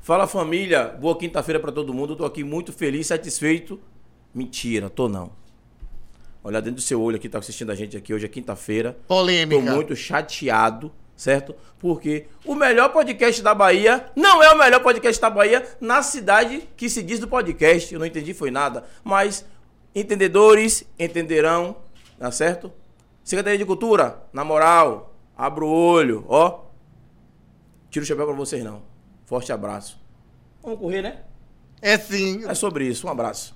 Fala família, boa quinta-feira pra todo mundo. Eu tô aqui muito feliz, satisfeito. Mentira, tô não. Olha dentro do seu olho aqui, tá assistindo a gente aqui hoje é quinta-feira. Tô Polêmica. muito chateado, certo? Porque o melhor podcast da Bahia não é o melhor podcast da Bahia na cidade que se diz do podcast. Eu não entendi, foi nada. Mas entendedores entenderão, tá certo? Secretaria de Cultura, na moral, abra o olho, ó. Tiro o chapéu pra vocês não. Forte abraço. Vamos correr, né? É sim. É sobre isso, um abraço.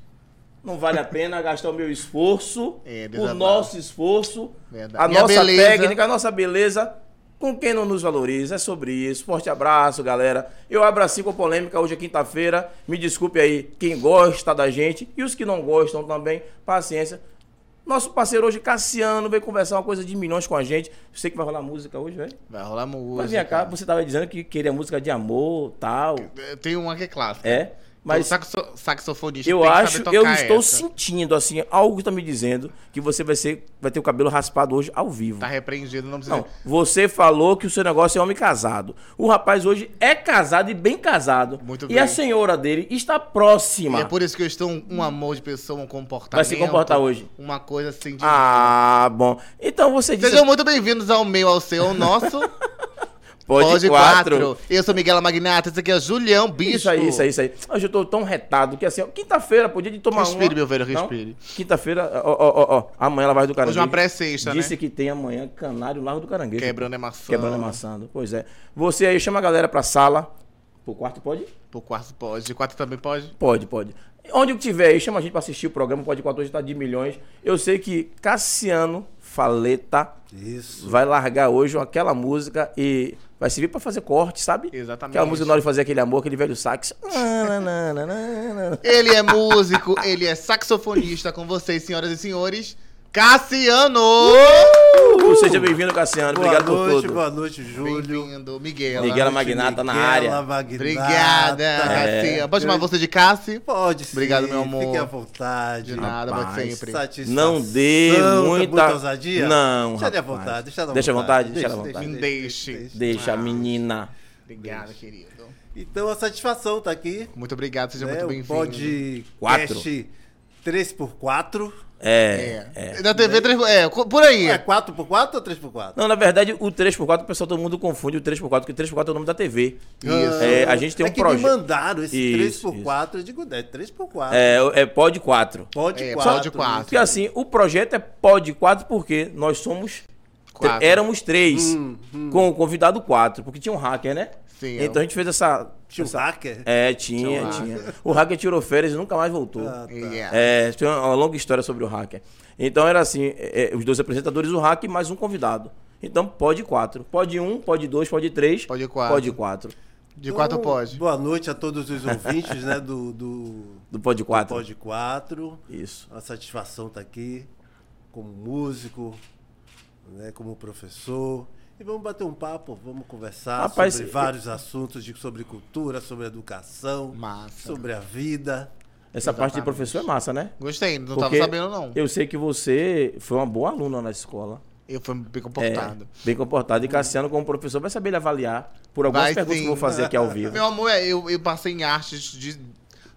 Não vale a pena gastar o meu esforço, É, o desabafo. nosso esforço, Verdade. a Minha nossa beleza. técnica, a nossa beleza, com quem não nos valoriza. É sobre isso. Forte abraço, galera. Eu abracei com a polêmica hoje é quinta-feira. Me desculpe aí quem gosta da gente e os que não gostam também. Paciência. Nosso parceiro hoje, Cassiano, veio conversar uma coisa de milhões com a gente. Eu sei que vai rolar música hoje, velho. Vai rolar Mas vem música. cá, você tava dizendo que queria música de amor, tal. Tem uma que é clássica. É. Mas Mas saxo, saxofonista eu tem que acho, saber eu tocar estou essa. sentindo, assim, algo está me dizendo que você vai, ser, vai ter o cabelo raspado hoje ao vivo. Tá repreendido, não precisa. Não, você falou que o seu negócio é homem casado. O rapaz hoje é casado e bem casado. Muito e bem. a senhora dele está E próxima. é por isso que eu estou um, um amor de pessoa, um comportamento. Vai se comportar hoje. Uma coisa assim de. Ah, bom. Então você disse... Sejam muito bem-vindos ao meu, ao seu, ao nosso. assim, Pode quatro. Eu sou Miguela Magnata, esse aqui é Julião Bicho. Isso aí, isso aí, isso aí. Hoje eu tô tão retado que assim, ó, quinta-feira podia de tomar Respire, uma. meu velho, Não? respire. Quinta-feira, ó, ó, ó, ó, amanhã ela vai do Hoje caranguejo. é uma pré-sexta, né? Disse que tem amanhã Canário Largo do Caranguejo. Quebrando é maçã. Quebrando e amassando. Pois é. Você aí chama a galera pra sala. Pro quarto pode? Pro quarto pode. De quarto também pode? Pode, pode. Onde que tiver aí, chama a gente pra assistir o programa. Pode 14 tá de milhões. Eu sei que Cassiano Faleta Isso. vai largar hoje aquela música e vai servir pra fazer corte, sabe? Exatamente. Aquela música na hora de fazer aquele amor, aquele velho sax. Nananana. Ele é músico, ele é saxofonista com vocês, senhoras e senhores. Cassiano! Uh, Seja bem-vindo, Cassiano. Boa Obrigado noite, por tudo. boa noite, Júlio. Bem-vindo, Miguel. Miguela Magnata na área. Magnata. Obrigada, Cassiano. Pode chamar Eu- você de Cassi? É. Pode sim. Obrigado, meu amor. Fique à vontade. De nada, mas Rapaz, sempre. Satisfação. tá Não dê muita- ousadia? Não, Deixa ele à rapaz. vontade. Deixa, ele à Deixa à vontade, deixa ele à vontade. Deixe. Deixa a menina. Obrigado, querido. Então, a satisfação tá aqui. Muito obrigado, seja né? muito O bem-vindo. podcast Quatro. 3x4. É. É. Na TV, três- é, co- por aí. É 4x4 ou 3x4? Não, na verdade, o 3x4, o pessoal todo mundo confunde o 3x4, porque 3x4 é o nome da TV. Isso. É, a gente tem é um que projeto. me mandaram esse Isso, 3x4. Eu digo, é 3x4. É, é Pod 4. Pode É, 4. pode quatro. Porque assim, o projeto é Pod 4 porque nós somos. Quatro. Éramos três, com o convidado quatro, porque tinha um hacker, né? Sim, é Então a gente fez essa. Tio essa- Hacker? É, tinha, Tinha um tinha. O hacker tirou férias e nunca mais voltou. Ah, tá. Yeah. É, tem uma uma longa história sobre o hacker. Então era assim, é, é, os dois apresentadores, o hacker e mais um convidado. Então pode quatro. Pode um, pode dois, pode três. Pode quatro. Pode quatro. De quatro Então, pode. Boa noite a todos os ouvintes, né, do, do Do pode quatro. Pod 4. Isso. A satisfação estar aqui como músico, né, como professor. E vamos bater um papo, vamos conversar Rapaz, sobre eu- vários assuntos, de, sobre cultura, sobre educação, Massa. sobre a vida. Essa parte de Exatamente. professor é massa, né? Gostei, não Porque tava sabendo, não. Eu, Eu sei que você foi uma boa aluna na escola. fui um bem É, comportado. bem comportado. E Cassiano, como professor, vai saber ele avaliar por algumas Vai perguntas sim. que eu vou fazer aqui ao vivo. Meu amor, é, eu, eu passei em artes de.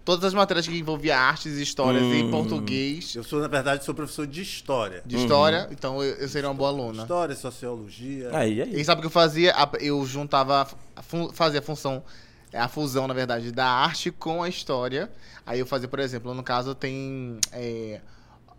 Todas as matérias que envolvia artes, histórias Hum. e português Eu sou, na verdade, sou professor de história. de história, então eu, eu seria uma boa aluna. História, sociologia. Aí, aí. E sabe o que eu fazia? A- Eu juntava, a fun- fazia a função, é, a fusão, na verdade, da arte com a história. Aí eu fazia, por exemplo, no caso tem é,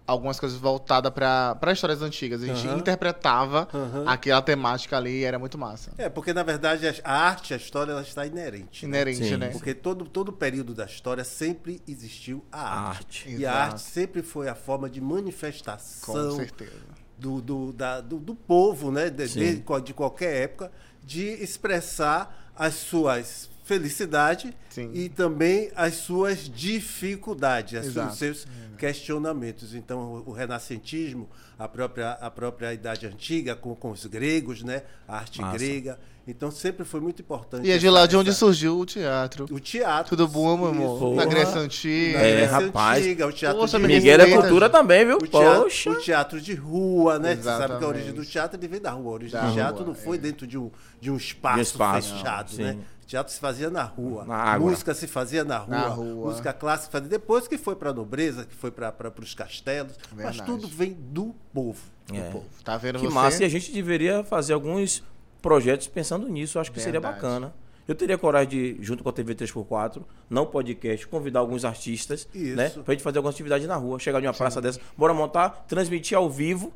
algumas coisas voltadas para histórias antigas. A gente Aham. interpretava Aham. aquela temática ali e era muito massa. É, porque, na verdade, a- a arte, a história, ela está inerente. né? Inerente, Sim. né? Porque todo, todo período da história sempre existiu a A arte. arte. E a Exato. arte sempre foi a forma de Com manifestação certeza. do, do, da- do, do povo, né? De, Sim. de, de qualquer época, de expressar as suas felicidades Sim. e também as suas dificuldades, as suas- Exato. É os seus questionamentos. Então, o, o renascentismo, a própria, a própria Idade Antiga, com, com os gregos, né? A arte Massa. grega. Então, sempre foi muito importante. E é de essa- lá de onde essa- surgiu o teatro. o teatro. Tudo bom, meu Isso. amor? Na Porra. Grécia Na Antiga. É, Grécia rapaz. Antiga, o teatro Poxa, de menino, Miguel é Respeita, cultura também, viu? o teatro, Poxa. o teatro de rua, né? Você sabe que a Exatamente. origem do teatro ele vem da rua. A origem Da do teatro rua, não foi é. dentro de um, de um espaço, espaço, fechado, sim. né? Teatro se fazia na rua. Na água. Música se fazia na rua. Na rua. Música clássica. fazia- Depois que foi para a nobreza, que foi para os castelos. Mas Verdade. tudo vem do povo. É. Povo, Tá vendo Que você? massa. E a gente deveria fazer alguns projetos pensando nisso. Acho que seria Verdade. bacana. Eu teria coragem de, junto com a TV 3x4, não podcast, convidar alguns artistas, Isso. né? Pra gente fazer alguma atividade na rua. Chegar em uma praça dessa, bora montar, transmitir ao vivo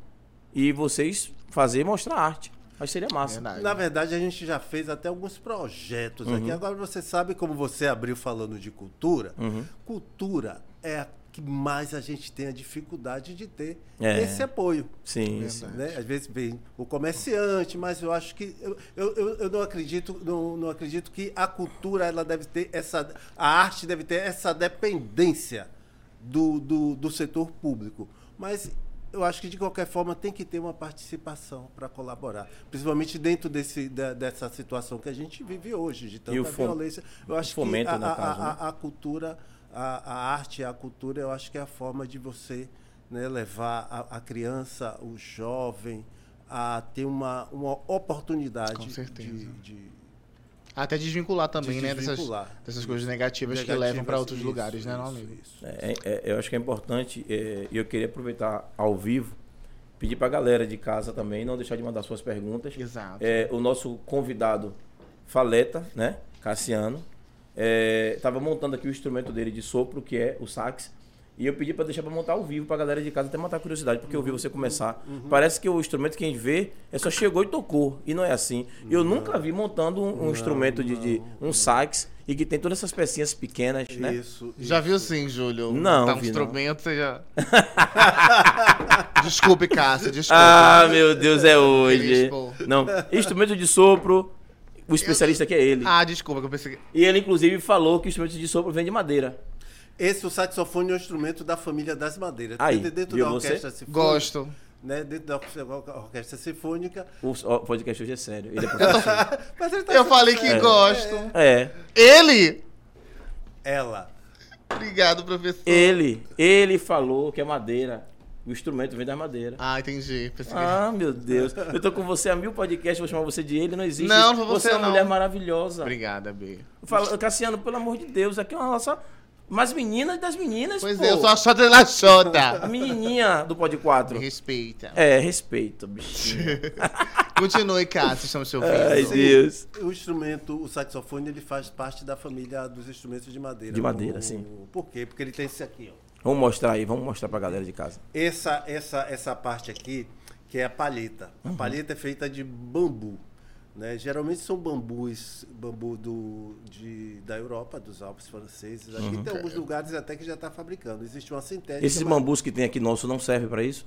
e vocês fazer e mostrar arte. Acho que seria massa. É Verdade. Na verdade, a gente já fez até alguns projetos aqui. Agora você sabe como você abriu falando de cultura. Cultura é a que mais a gente tem a dificuldade de ter É. esse apoio. Sim, sim. Né? Às vezes vem o comerciante, mas eu acho que. Eu, eu, eu- eu não, acredito, não, não acredito que a cultura ela deve ter essa. A arte deve ter essa dependência do, do, do setor público. Mas eu acho que, de qualquer forma, tem que ter uma participação para colaborar. Principalmente dentro desse, da- dessa situação que a gente vive hoje, de tanta o fom- violência. Eu acho fomento, que a, no a- caso, a- né? a cultura, a, a arte e a cultura, eu acho que é a forma de você né, levar a, a criança, o jovem, a ter uma, uma oportunidade Com certeza. de- de- Até desvincular também, De né? desvincular. Dessas, dessas coisas negativas, que negativas. levam pra outros Isso, lugares, né, isso, não, amigo? isso. É, é, eu acho que é importante, é, e eu queria aproveitar ao vivo, pedir pra galera de casa também, não deixar de mandar suas perguntas. Exato. É, o nosso convidado Faleta, né? Cassiano. É, tava montando aqui o instrumento dele de sopro, que é o sax. E eu pedi pra deixar pra montar ao vivo pra galera de casa até matar a curiosidade, porque eu vi você começar. Parece que o instrumento que a gente vê é só chegou e tocou, e não é assim. Eu nunca vi montando um, um instrumento de, de- um sax e que tem todas essas pecinhas pequenas, né? Isso, Já isso. viu sim, Júlio? Não, Tá um vi não. instrumento, você já. desculpe, Cássio, desculpe. Ah, meu Deus, é hoje. Crispo. Não, instrumento de sopro, o especialista aqui é ele. Ah, desculpa, que eu pensei que. E ele, inclusive, falou que o instrumento de sopro vem de madeira. Esse o saxofone é um instrumento da família das madeiras. Aí, Dentro- dentro viu da você? orquestra sinfônica, Gosto. né, Dentro da orquestra- orquestra sinfônica. O o podcast hoje é sério. Ele é professor. Mas ele tá Eu sendo falei que sério. gosto. é. Ele? Ela. Obrigado, professor. Ele, ele falou que é madeira. O instrumento vem da madeira. Ah, entendi. Pensei Ah, meu Deus. Eu tô com você há mil podcasts, vou chamar você de ele, não existe. Não, isso. não vou você você é uma não. mulher que... maravilhosa. Obrigada, B. Fala, Cassiano, pelo amor de Deus, aqui é uma nossa. Mas meninas das meninas, Pois pô. é, eu sou a Xota da A Xota. menininha do Pod 4. Respeita. É, respeito, bichinho. Continue, Cássio, estamos te ouvindo. Ai, Deus. O instrumento, o saxofone, ele faz parte da família dos instrumentos de madeira. De madeira, O- sim. Por quê? Porque ele tem esse aqui, ó. Vamos mostrar aí, vamos mostrar pra galera de casa. Essa, essa, essa parte aqui, que é a palheta. Uhum. A palheta é feita de bambu. Né? Geralmente são bambus, bambu do, de, da Europa, dos Alpes franceses. Aqui Uhum. tem alguns lugares até que já está fabricando. Existe uma sintética. Esses mas- bambus que tem aqui nosso não serve pra isso?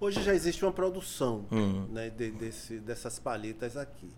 Hoje já existe uma produção Hum. né, de- desse- dessas palhetas aqui.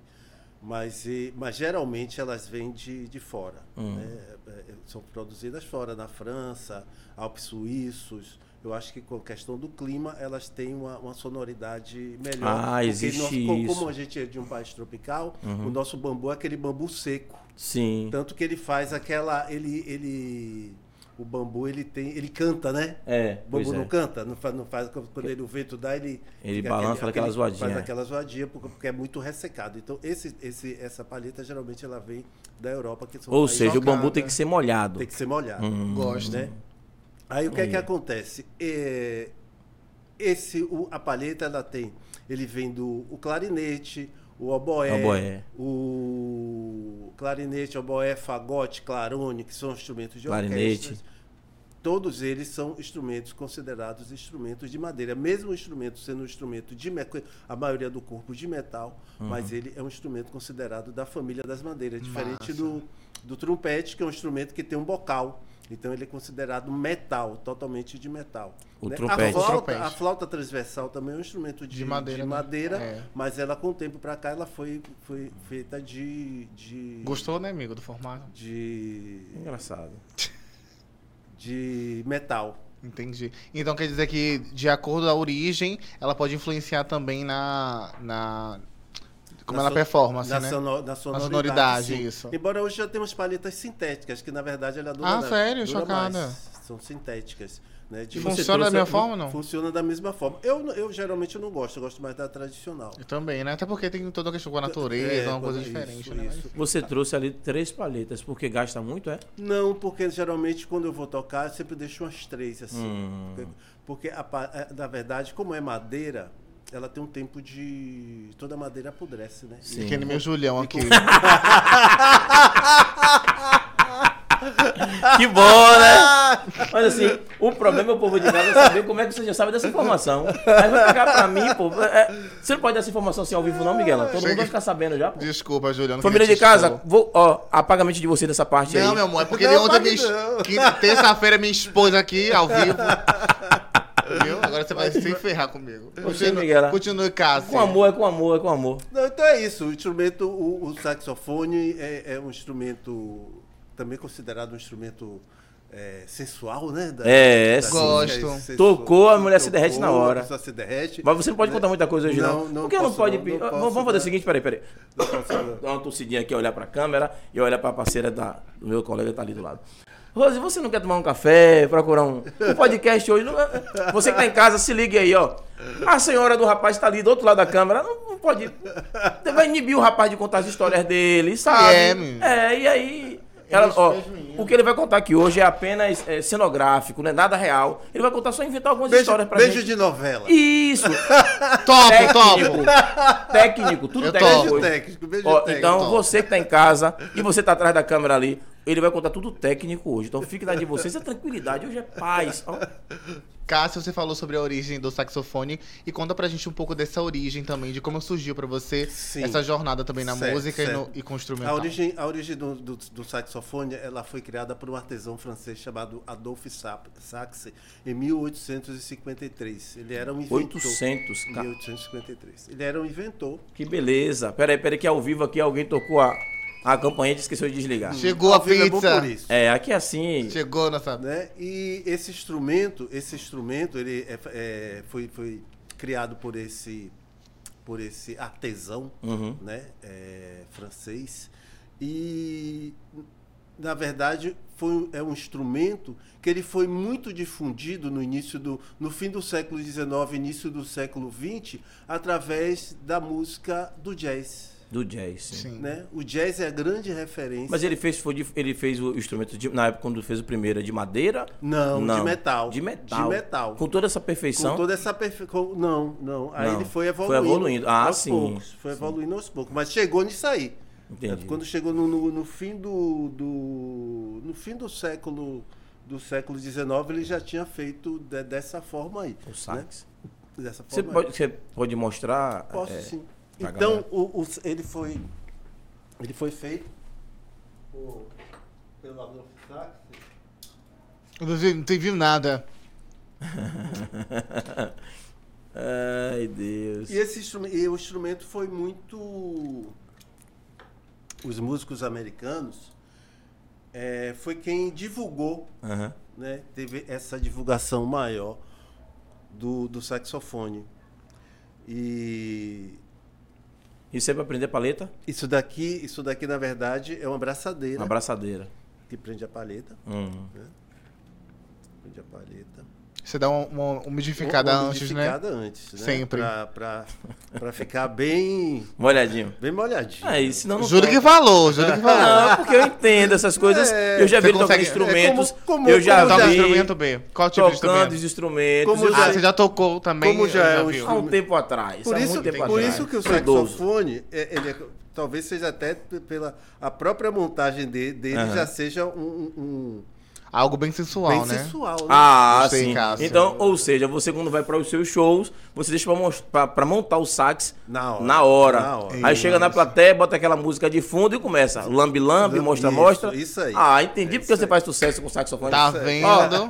Mas, e- mas geralmente elas vêm de, de fora. Hum. né? É, é, São produzidas fora, na França, Alpes Suíços. Eu acho que com a questão do clima elas têm uma, uma sonoridade melhor. Ah, Porque existe co- isso. Uhum. Como a gente é de um país tropical, o nosso bambu é aquele bambu seco. Sim. Tanto que ele faz aquela. Ele, ele, o bambu ele tem. ele canta, né? É, O pois bambu não é. canta, não faz, não faz quando ele, o vento dá, ele. Ele fica balança, faz aquela zoadinha, Faz é. aquela zoadinha, porque, porque é muito ressecado. Então, esse, esse, essa palheta geralmente ela vem da Europa, que são Ou países- seja, Hum. o jogada. bambu tem que ser molhado. tem que ser molhado. Gosto. Né? Aí o que é Hum. que acontece? É, esse, o- a palheta, ela tem. Ele vem do o clarinete, o oboé, Oboé. o clarinete, oboé, fagote, clarone, que são instrumentos de Clarinete. orquestra. Todos eles são instrumentos considerados instrumentos de madeira. Mesmo o instrumento sendo um instrumento de meca- a maioria do corpo de metal, Uhum. mas ele é um instrumento considerado da família das madeiras, diferente Massa. do, do trompete, que é um instrumento que tem um bocal. Então ele é considerado metal, totalmente de metal. Né? O A, trompete. flauta, O trompete. a flauta transversal também é um instrumento de, De madeira, de né? madeira, É. mas ela com o tempo para cá ela foi, foi feita de, de, Gostou, né, amigo, do formato? de, Engraçado. de metal. Entendi. Então quer dizer que, de acordo à origem, ela pode influenciar também na. na como Na ela so- performa, assim, na, né? sono- na sonoridade. sonoridade, sim. isso. Embora hoje já temos palhetas sintéticas, que na verdade ela dura Ah, sério? dura Chocada. mais. são sintéticas. Né? De Funciona você trouxe- da mesma forma ou não? Funciona da mesma forma. Eu, eu geralmente não gosto, eu gosto mais da tradicional. Eu também, né? Até porque tem toda a questão com a natureza, É, uma coisa quando- diferente, isso, né? isso. Você trouxe ali três palhetas, porque gasta muito, é? Não, porque geralmente quando eu vou tocar, eu sempre deixo umas três assim. Hum. Porque, porque a pa- eh, na verdade, como é madeira, ela tem um tempo de. Toda madeira apodrece, né? Sim. Pequeno meu Julião aqui. Que bom, né? Mas assim, o problema é o povo de casa saber como é que você já sabe dessa informação. Aí vai pegar pra mim, pô. é- você não pode dar essa informação assim ao vivo, não, Miguel? Todo mundo vai ficar sabendo já, pô. Desculpa, Julião. não Família queria de te casa, expor. vou, ó, apagamento de você dessa parte aí. Não, meu amor, é porque Não, de ontem pague me es- não. que terça-feira me expôs aqui ao vivo. Viu? Agora você vai se ferrar comigo. Miguela. Continua, continua em casa. Com amor, é com amor, é com amor. Não, então é isso. O instrumento, o, o saxofone é, é um instrumento também considerado um instrumento eh, sensual, né? Da- É, é das sim. Gosto. músicas sensuais. Tocou, a mulher se derrete na hora. A pessoa se derrete. né? Mas você não pode contar muita coisa hoje, não. Não, não porque não posso, pode. não, pedir- não Vamos- posso, Vamos fazer o né? seguinte, peraí, peraí. Não posso, não. Dá uma torcidinha aqui, olhar pra câmera e olhar pra parceira da, do meu colega que tá ali do lado. Rose, você não quer tomar um café, procurar um, um podcast hoje? Não- você que tá em casa, se ligue aí, ó. A senhora do rapaz tá ali do outro lado da câmera, não, não pode. Vai inibir o rapaz de contar as histórias dele, sabe? É, menino. É, e aí. ela- ó, o que ele vai contar aqui hoje é apenas é, cenográfico, né? Nada real. Ele vai contar só inventar algumas Beijo, histórias pra beijo gente. de novela. Isso! Topo, técnico. topo. Técnico, tudo Eu técnico. Beijo hoje. técnico, beijo Ó, técnico. então, Tom. você que tá em casa e você tá atrás da câmera ali, ele vai contar tudo técnico hoje. Então fique na de vocês, é tranquilidade, hoje é paz. Ó, Cássio, você falou sobre a origem do saxofone e conta pra gente um pouco dessa origem também, de como surgiu pra você Sim. essa jornada também na Certo, música e, no- certo. e com o instrumental. A origem, a origem do, do- do saxofone ela foi criada por um artesão francês chamado Adolphe Sap- Saxe em 1853. Ele era um inventor. 800, Em Tá. cara. 1853. Ele era um inventor. Que beleza. Peraí, peraí, que ao vivo aqui alguém tocou a, a campainha e esqueceu de desligar. Chegou a Ao vivo é bom pizza. por isso. É, aqui é assim. Chegou nossa. né? E esse instrumento, esse instrumento, ele é- é, foi, foi criado por esse por esse artesão, Uhum. né, é, francês. E na verdade foi um- é um instrumento que ele foi muito difundido no início do no fim do século XIX, início do século XX, através da música do jazz, Do jazz. Sim. Sim. né? O jazz é a grande referência. Mas ele fez, foi de- ele fez o instrumento de- na época quando fez o primeiro é de madeira? Não, de metal. De metal. De metal. Com toda essa perfeição. Com toda essa perfe... com- Não, não. Aí Não. ele foi Foi evoluindo. evoluindo. Ah, aos sim. Poucos. Foi evoluindo aos poucos. Mas chegou nisso aí. Entendi. Quando chegou no, no- no fim do, do- No fim do século. Do século XIX, ele já tinha feito de- dessa forma aí. O sax. Né? Dessa Você, forma aí. pode, você pode mostrar? Posso é, sim. pra Então, galera. o- o- ele foi. Ele foi feito. por- Pelo Adolfo Sax. Não vi- não viu nada. Ai, Deus. E esse instrum- e o instrumento foi muito. Os músicos americanos eh, foi quem divulgou, Aham. né? Teve essa divulgação maior do, do saxofone. E Isso é pra aprender paleta? isso daqui, isso daqui na verdade é uma abraçadeira Uma abraçadeira. que prende a paleta, Hum. prende a paleta. Você dá uma, uma umidificada Ou- ou antes, né? umidificada antes, né? Sempre. Pra, pra, pra ficar bem, Uma olhadinha. bem molhadinho. Aí, senão não Juro toca. que falou, juro que falou. Não, porque eu entendo essas coisas. É, eu já vi você ele tocando consegue- instrumentos. é, como- como- eu já como Toca já- vi instrumento B. Qual tipo de tocando instrumento? os instrumentos. Como eu já- Ah, já- você já tocou também? Como já eu é um viu. Há um tempo atrás. Por há isso, muito tempo por atrás. isso que o Saudoso. saxofone, é- ele é- talvez seja até p- pela a própria montagem de- dele Aham. já seja um, um- Algo bem um sensual, bem né? sensual, né? Ah, Não sei, sim. Cássio. Então, ou seja, você quando vai para os seus shows, você deixa pra mos- pra, pra montar o sax Na hora. na hora. Na hora. Aí chega na plateia, bota aquela música de fundo e começa. Lambe, lambe, Isso, mostra, mostra. isso aí. Ah, entendi porque isso você faz sucesso com saxofone. Tá F- vendo?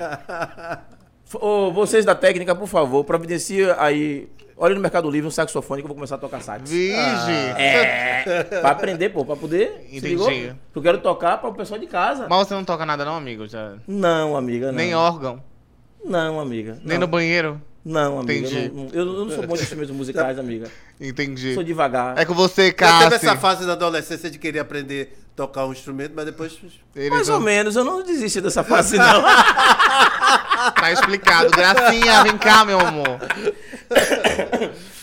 Ô, vocês da técnica, por favor, providencie aí. Olha no Mercado Livre um saxofone que eu vou começar a tocar sax. Vige. ah, É, pra aprender, pô, pra poder. se Entendi. ligou? Eu quero tocar para o pessoal de casa. Mas você não toca nada não, amigo? Já. Não, amiga, não. Nem órgão, Não, amiga. nem não. no banheiro. Não, amiga. Entendi. Eu não, eu não sou bom de instrumentos musicais, amiga. Entendi. Sou devagar. É com você, Mas teve Cássio. essa fase da adolescência de querer aprender a tocar um instrumento, mas depois. Ele Mais ou não- menos, eu não desisti dessa fase, não. Tá explicado. Gracinha, vem cá, meu amor.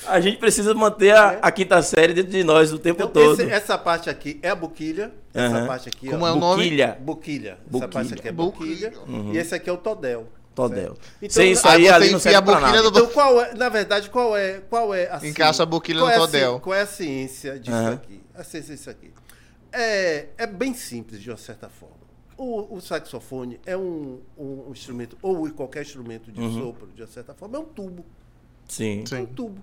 A gente precisa manter a, a quinta série dentro de nós o tempo Então, todo. esse- essa parte aqui é a boquilha. Essa Aham. parte aqui Como ó, é o nome? Boquilha, Boquilha. Essa Boquilha. parte aqui é boquilha. E esse aqui é o todel. Todel. certo? Então, Sem isso ah, aí, você ali não enfia a serve pra boquilha nada. do- Então qual é, na verdade, qual é, qual é a ci- Encaixa a boquilha qual no é a ci- todel. Qual é a ciência disso Aham. aqui? A ciência disso aqui. É, é bem simples, de uma certa forma. O, o saxofone é um, um instrumento, ou qualquer instrumento de Uhum. sopro, de uma certa forma, é um tubo. Sim. Sim. Um tubo.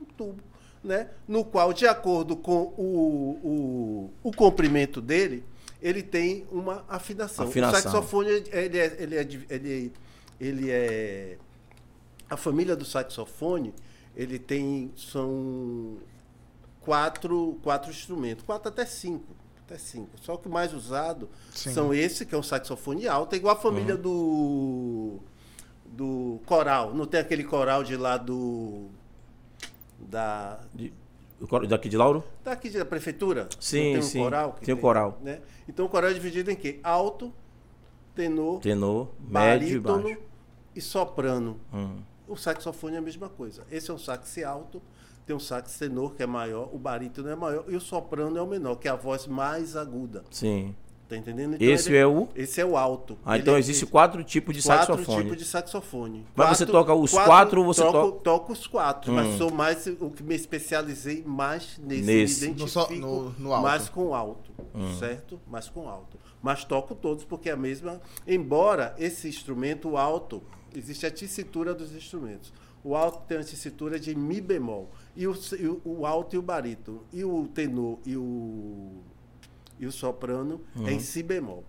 Um tubo. Né? No qual, de acordo com o, o, o comprimento dele, ele tem uma afinação. Afinação. O saxofone, ele é, ele é, de- ele, ele é. A família do saxofone, ele tem. São quatro, quatro instrumentos, quatro até cinco. Até cinco. Só que o mais usado Sim. são esse, que é o saxofone alto, é igual a família Uhum. do. do coral. Não tem aquele coral de lá do. Da. De- o coro- Daqui de Lauro? Daqui da prefeitura? Sim, Não tem sim. Um coral que Tem o coral. Né? Então o coral é dividido em quê? Alto, tenor, Tenor, médio e barítono baixo. e soprano. Hum. O saxofone é a mesma coisa. Esse é um sax alto, tem um sax tenor que é maior, o barítono é maior e o soprano é o menor, que é a voz mais aguda. Sim. Tá entendendo? Então, Esse ele- é o. esse é o alto. Ah, Ele então é- existe quatro tipos de quatro saxofone. tipos de saxofone. Mas você toca os quatro ou você troco, toca- Hum. Toco os quatro, mas sou mais o que me especializei mais nesse, Nesse. Hum. me No só- identifico no- no alto. mais com alto, certo? Mais com alto. Mas toco todos porque é a mesma, embora esse instrumento o alto existe a tessitura dos instrumentos. O alto tem a tessitura de mi bemol e o, e o- o alto e o barítono e o tenor e o e o soprano é em si bemol.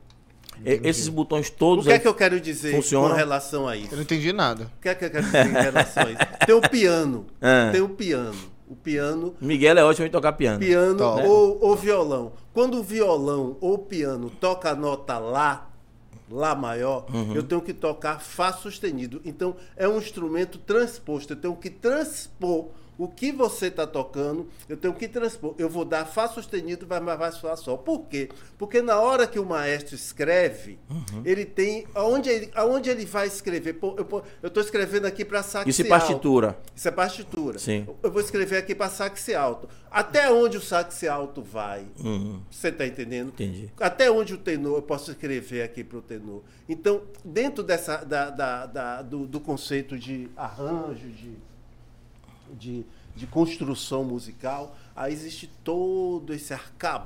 E- Esses botões O Hum. todos. que é aí- que eu quero dizer Funciona? com relação a isso? Eu não entendi nada. O que é que eu quero dizer em relação a isso? Tem o piano. Ah. Tem o piano. O piano. Miguel é ótimo em tocar piano. Piano Top. ou, ou violão. Quando o violão ou o piano toca a nota Lá, Lá maior, Uhum. eu tenho que tocar Fá sustenido. Então, é um instrumento transposto. Eu tenho que transpor o que você está tocando, eu tenho que transpor. Eu vou dar Fá sustenido, vai, mas vai soar Sol. Por quê? Porque na hora que o maestro escreve, Uhum. ele tem. Aonde ele, aonde ele vai escrever? Pô, eu estou escrevendo aqui para saxear. Isso é partitura. Isso é partitura. Sim. Eu vou escrever aqui para sax alto. Até onde o sax alto vai? Você está entendendo? Uhum. Entendi. Até onde o tenor, eu posso escrever aqui para o tenor. Então, dentro dessa, da, da- da- do, do conceito de arranjo, de, de, de construção musical, aí existe todo esse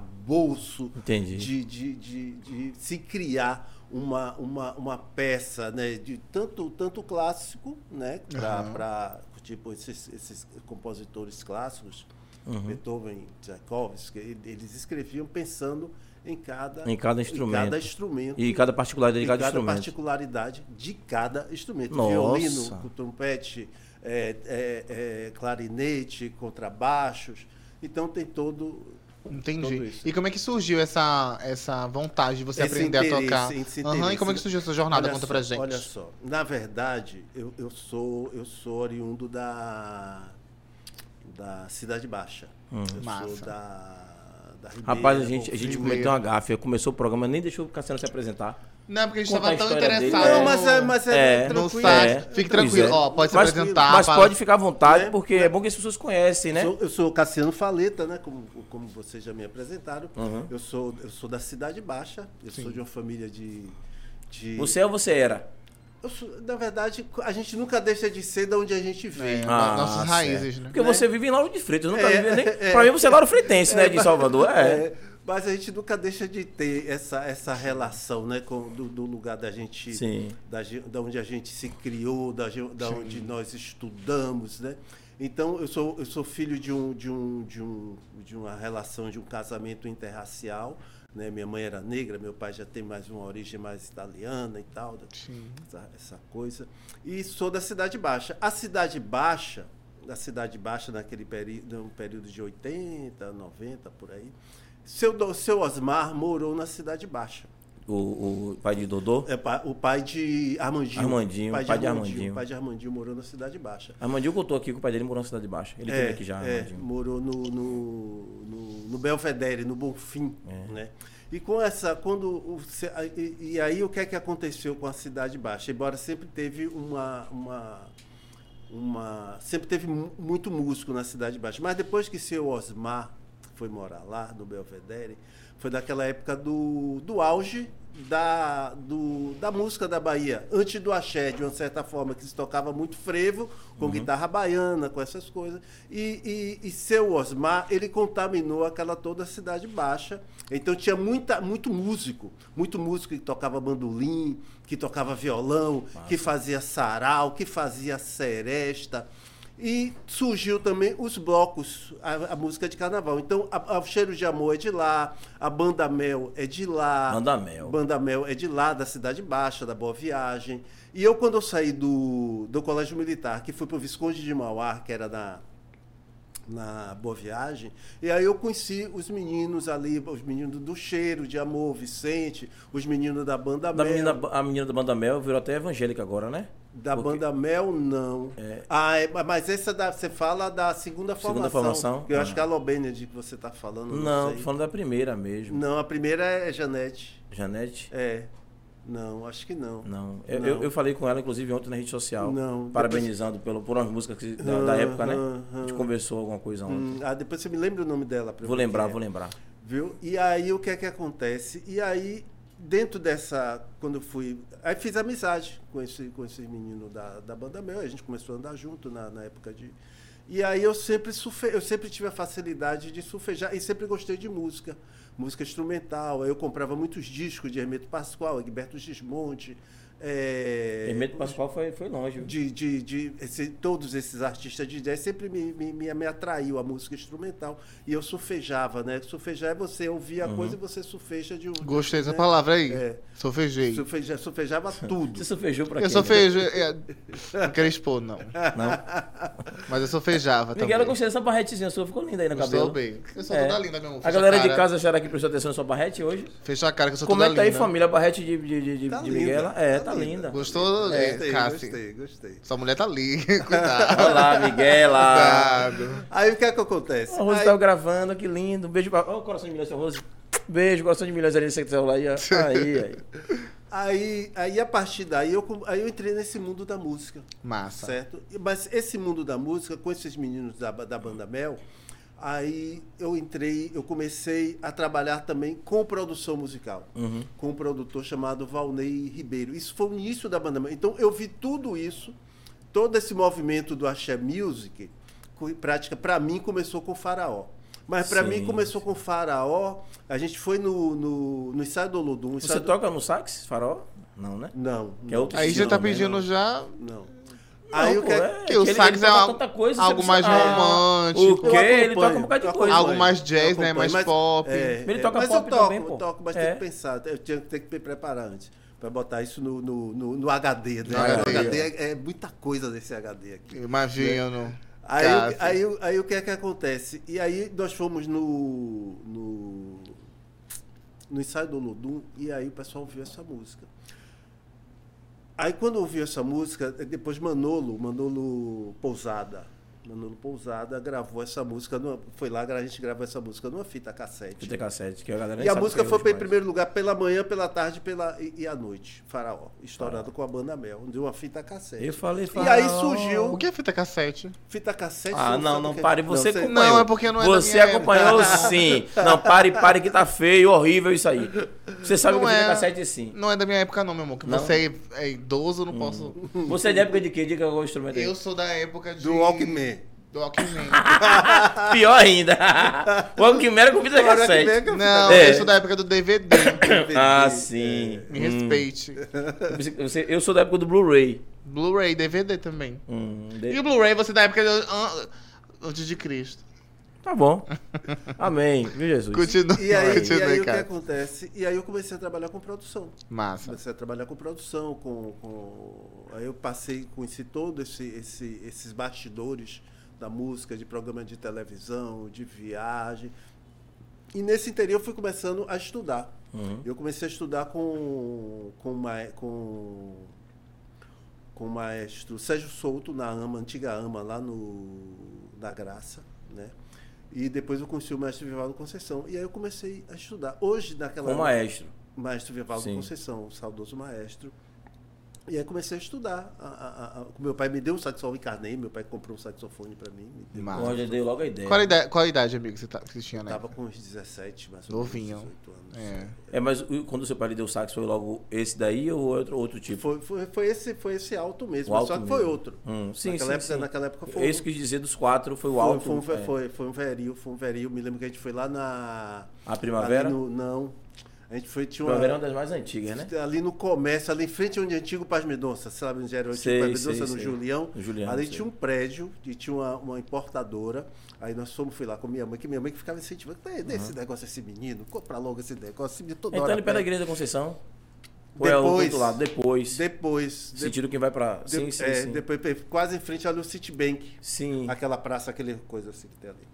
arcabouço Entendi. de, de, de, de se criar uma, uma, uma peça, né? De tanto, tanto clássico, né? Aham. Para tipo, esses, esses compositores clássicos, Uhum. Beethoven, Tchaikovsky, e- eles escreviam pensando em cada, Em cada instrumento. instrumento E cada particularidade e de cada, cada Tá instrumento. particularidade de cada instrumento. Nossa. Violino, com trompete, é, é, é, clarinete, contrabaixos. Então tem todo Tudo Entendi. isso. E como é que surgiu essa, essa vontade de você Esse aprender a interesse, tocar? esse Aham, e interesse. como é que surgiu essa jornada? Olha Conta só, pra gente. Olha só, na verdade, eu, eu sou eu sou oriundo da da Cidade Baixa. Eu Massa. sou da da Ribeira, Hum. Rapaz, a gente, a gente Confins. cometeu uma gafe. Começou o programa, nem deixou o Cassiano se apresentar. Não, é porque a gente Conta tava a tão história dele, interessado. né? Não, mas é, mas é, É, No tranquilo. site. É, Fique pois tranquilo, é. ó, pode se Mas- apresentar. Mas fala- pode ficar à vontade, Né? porque é bom que as pessoas conhecem, né? Sou- eu sou Cassiano Faleta, né? Como, como vocês já me apresentaram. Uhum. Eu, sou, eu sou da Cidade Baixa. Eu sou de uma família de. de... Você é ou você era? Eu sou- na verdade, a gente nunca deixa de ser de onde a gente veio. É. Ah, nossas raízes, né? Porque você vive em Lauro de Freitas, eu nunca É, vivi nem... é. Pra mim você é Lauro Freitense, né, de Salvador. É. É, mas a gente nunca deixa de ter essa, essa relação, né? Com, do, do lugar da gente. Sim. Da, gen- da onde a gente se criou, da, gen- da onde nós estudamos, né? Então, eu sou, eu sou filho de, um, de, um, de, um, de uma relação, de um casamento interracial. Né? Minha mãe era negra, meu pai já tem mais uma origem mais italiana e tal, né? da- essa, essa coisa. E sou da Cidade Baixa. A Cidade Baixa, da Cidade Baixa naquele período, período de 80, 90, por aí, seu, Do- seu Osmar morou na Cidade Baixa. o, o pai de Dodô. É pa- o pai de Armandinho. Armandinho, pai de pai de Armandinho. Armandinho. pai de Armandinho morou na Cidade Baixa. Armandinho contou aqui que o pai dele morou na Cidade Baixa. Ele teve aqui já, é, Armandinho. morou no, no, no, no Belvedere, no Bonfim, É. né? E com essa, quando o- se- a- e, e aí o que é que aconteceu com a Cidade Baixa? Embora sempre teve uma, uma, uma sempre teve mu- muito músico na Cidade Baixa, mas depois que seu Osmar foi morar lá no Belvedere, foi daquela época do, do auge da, do- da música da Bahia, antes do axé, de uma certa forma, que se tocava muito frevo, com guitarra baiana, com essas coisas. E, e, e seu Osmar, ele contaminou aquela toda a cidade baixa. Então tinha muita, muito músico, muito músico que tocava bandolim, que tocava violão, que fazia sarau, que fazia seresta. E surgiu também os blocos, a, a música de carnaval. Então, a, a o Cheiro de Amor é de lá, a Banda Mel é de lá. Banda Mel. Banda Mel é de lá, da Cidade Baixa, da Boa Viagem. E eu, quando eu saí do, do Colégio Militar, que fui pro Visconde de Mauá, que era na, na Boa Viagem, e aí eu conheci os meninos ali, os meninos do Cheiro de Amor, Vicente, os meninos da Banda Da Mel. menina, a menina da Banda Mel virou até evangélica agora, né? Da Porque- banda Mel, não. Ah, é, mas essa da, você fala da segunda formação. Segunda formação? que eu acho Ah. que é a Lobened que você tá falando. Não, Não, tô sei. falando da primeira mesmo. Não, a primeira é Janete. Janete? É. Não, acho que não. Não. Eu, eu- eu falei com ela, inclusive, ontem na rede social. Não, depois- Parabenizando pelo, por umas músicas que- da, da época, né? Aham, A gente aham. conversou alguma coisa ontem. Hum, ah, depois você me lembra o nome dela. pra eu Vou ver lembrar, quem é. vou lembrar. Viu? E aí o que é que acontece? E aí, dentro dessa. Quando eu fui. Aí fiz amizade com esse, com esse menino da, da banda meu, a gente começou a andar junto na, na época de. E aí eu sempre, sufe... eu sempre tive a facilidade de sufejar e sempre gostei de música, música instrumental. Aí eu comprava muitos discos de Hermeto Pascoal, Egberto Gismonte. É... Hermeto Pascoal foi, foi longe. viu? De, de, de esse- todos esses artistas de jazz sempre me, me, me, me atraiu a música instrumental. E eu sufejava, né? Sufejar é você ouvir a coisa e você sufeja de um. Gostei dessa né? palavra aí. É. Sofejei. Sufeja, sufejava Você tudo. sofejou pra quem? né? Eu sofejei. é, Não quero expor, não. Não. Mas eu sofejava também. Miguel, eu gostei dessa barretezinha sua. Ficou linda aí na Gostou cabelo. É. bem. Eu sou toda linda, meu amor. A Fecha galera a de cara. casa acharam que prestou atenção na sua barrete hoje. Fecha a cara que eu sou Comenta toda tá aí, linda. família, a barrete de, de, de, de, Tá de linda, Miguela. É, tá, tá linda. Gostou, é, Gostei, Cassi? gostei, gostei. Sua mulher tá ali. Cuidado. Olha lá, Tá. Miguela. Cuidado. Aí o que é que acontece? A Rose Aí- tava gravando, que lindo. Um beijo pra. Olha o coração de milhões, seu Rose. Beijo, coração de milhões ali nesse celular. Aí, ó. aí. aí. Aí, aí a partir daí eu, com- aí eu entrei nesse mundo da música. Massa. Certo? E- Mas esse mundo da música, com esses meninos da, ba- da banda Mel, aí eu entrei, eu comecei a trabalhar também com produção musical, Uhum. com um produtor chamado Valnei Ribeiro. Isso foi o início da banda Mel. Então eu vi tudo isso, todo esse movimento do Axé Music, co- prática, para mim começou com o Faraó. Mas para Sim. mim começou com o Faraó, a gente foi no, no, no ensaio do Olodum. Você toca no sax, farol? Não, né? Não, Que é outro Aí estilo já tá também, pedindo não. já. não. Não, aí o pô, que é- é que o ele- sax ele é toca uma- tanta coisa, algo você mais precisa- romântico. O Eu quê? Ele toca um acompanho, bocado de eu coisa. Algo acompanho, mais jazz, eu né? Mais acompanho, é, pop. Ele toca mas pop eu toco, também, pô. Eu toco, mas É. tem que pensar, eu tinha tem que me preparar antes. Pra botar isso no, no, no- no HD, né? No O HD, HD. é, é muita coisa desse HD aqui. Imagino. Aí, o- Cassi. aí, o- aí o que é que acontece? E aí nós fomos no, no, no ensaio do Lodum e aí o pessoal ouviu essa música. Aí quando ouviu essa música, eh, depois Manolo, Manolo Pousada, Manolo Pousada gravou essa música, numa- foi lá que a gente gravou essa música numa fita cassete. Fita cassete, que a galera nem E a sabe música que é foi hoje em mais. primeiro lugar pela manhã, pela tarde pela, e, e à noite. Faraó, estourado com a banda Mel, de uma fita cassete. Eu falei, E aí Faraó. surgiu O que é fita cassete? Fita cassete. Ah, você não, sabe o não, que é- pare, você você- acompanhou. Não, é porque não é da Você minha acompanhou época. sim. Não, pare, pare que tá feio, horrível isso aí. Você sabe Não que fita é. cassete sim. Não é da minha época, não, meu amor. Que Não? você é, é idoso, não posso. Você é de época de quê? Diga qual instrumento aí. Eu sou da época de. Hum. Do Walkman. Do Walkman. Pior ainda. o Alquimera com fita Agora que cassete. vem, que eu- Não, É. eu sou da época do DVD. Ah, sim. Me Hum. respeite. Você- você- Eu sou da época do Blu-ray. Blu-ray, DVD também. Hum, de- E o Blu-ray você é da época de... an- antes de Cristo. Tá bom. Amém. Viu, Jesus? Continua, É. E aí, e continua, aí o que cara. acontece? E aí eu comecei a trabalhar com produção. Massa. Comecei a trabalhar com produção, com, com... aí eu passei, conheci todos esse, esse- esses bastidores da música, de programa de televisão, de viagem. E nesse interior eu fui começando a estudar. Eu comecei a estudar com com, ma- com com o maestro Sérgio Souto na AMA, antiga AMA lá no na Graça, né? E depois eu conheci o maestro Vivaldo Conceição e aí eu comecei a estudar. Hoje naquela Com o um maestro. maestro Vivaldo Sim. Conceição, o saudoso maestro. E aí comecei a estudar. A- a- a- o meu pai me deu um saxofone, encarnei, meu pai comprou um saxofone para mim, me deu. Mas- O Roger deu logo a ideia. Qual a idade, qual a idade, amigo, que você, tá, que você tinha, Eu né? tava com uns 17, mais ou menos, Novinho. 18 anos. É. É, mas o- quando o seu pai lhe deu sax, foi logo esse daí ou outro, outro tipo? Foi, foi, foi esse, foi esse alto mesmo, O alto só que foi mesmo. outro. Hum, sim, naquela, sim, época, sim. naquela época foi um É isso que eu quis dizer dos quatro, foi o foi, alto. foi, um, ve- é. foi, foi um veril, foi um veril. Me lembro que a gente foi lá na. A primavera? ali no- não. A gente foi, tinha uma. Primavera é uma das mais antigas, né? Ali no comércio, ali em frente onde é antigo Paz Mendonça, sabe onde era o antigo Sei, Paz sei, Mendonça, no sei. Julião. No Julião, ali sei. tinha um prédio e tinha uma, uma importadora. Aí nós fomos, fui lá com minha mãe, que minha mãe que ficava incentivando. "Dê Desse negócio, esse menino, compra logo esse negócio, esse menino toda Então hora. ele pega a pede." Igreja da Conceição. Ou é o outro é. Depois. lado? Depois. Depois. de- Sentido quem vai pra. de- Sim, sim, é, sim. Depois, pe- quase em frente ali o Citibank. Sim. Aquela praça, aquele coisa assim que tem ali.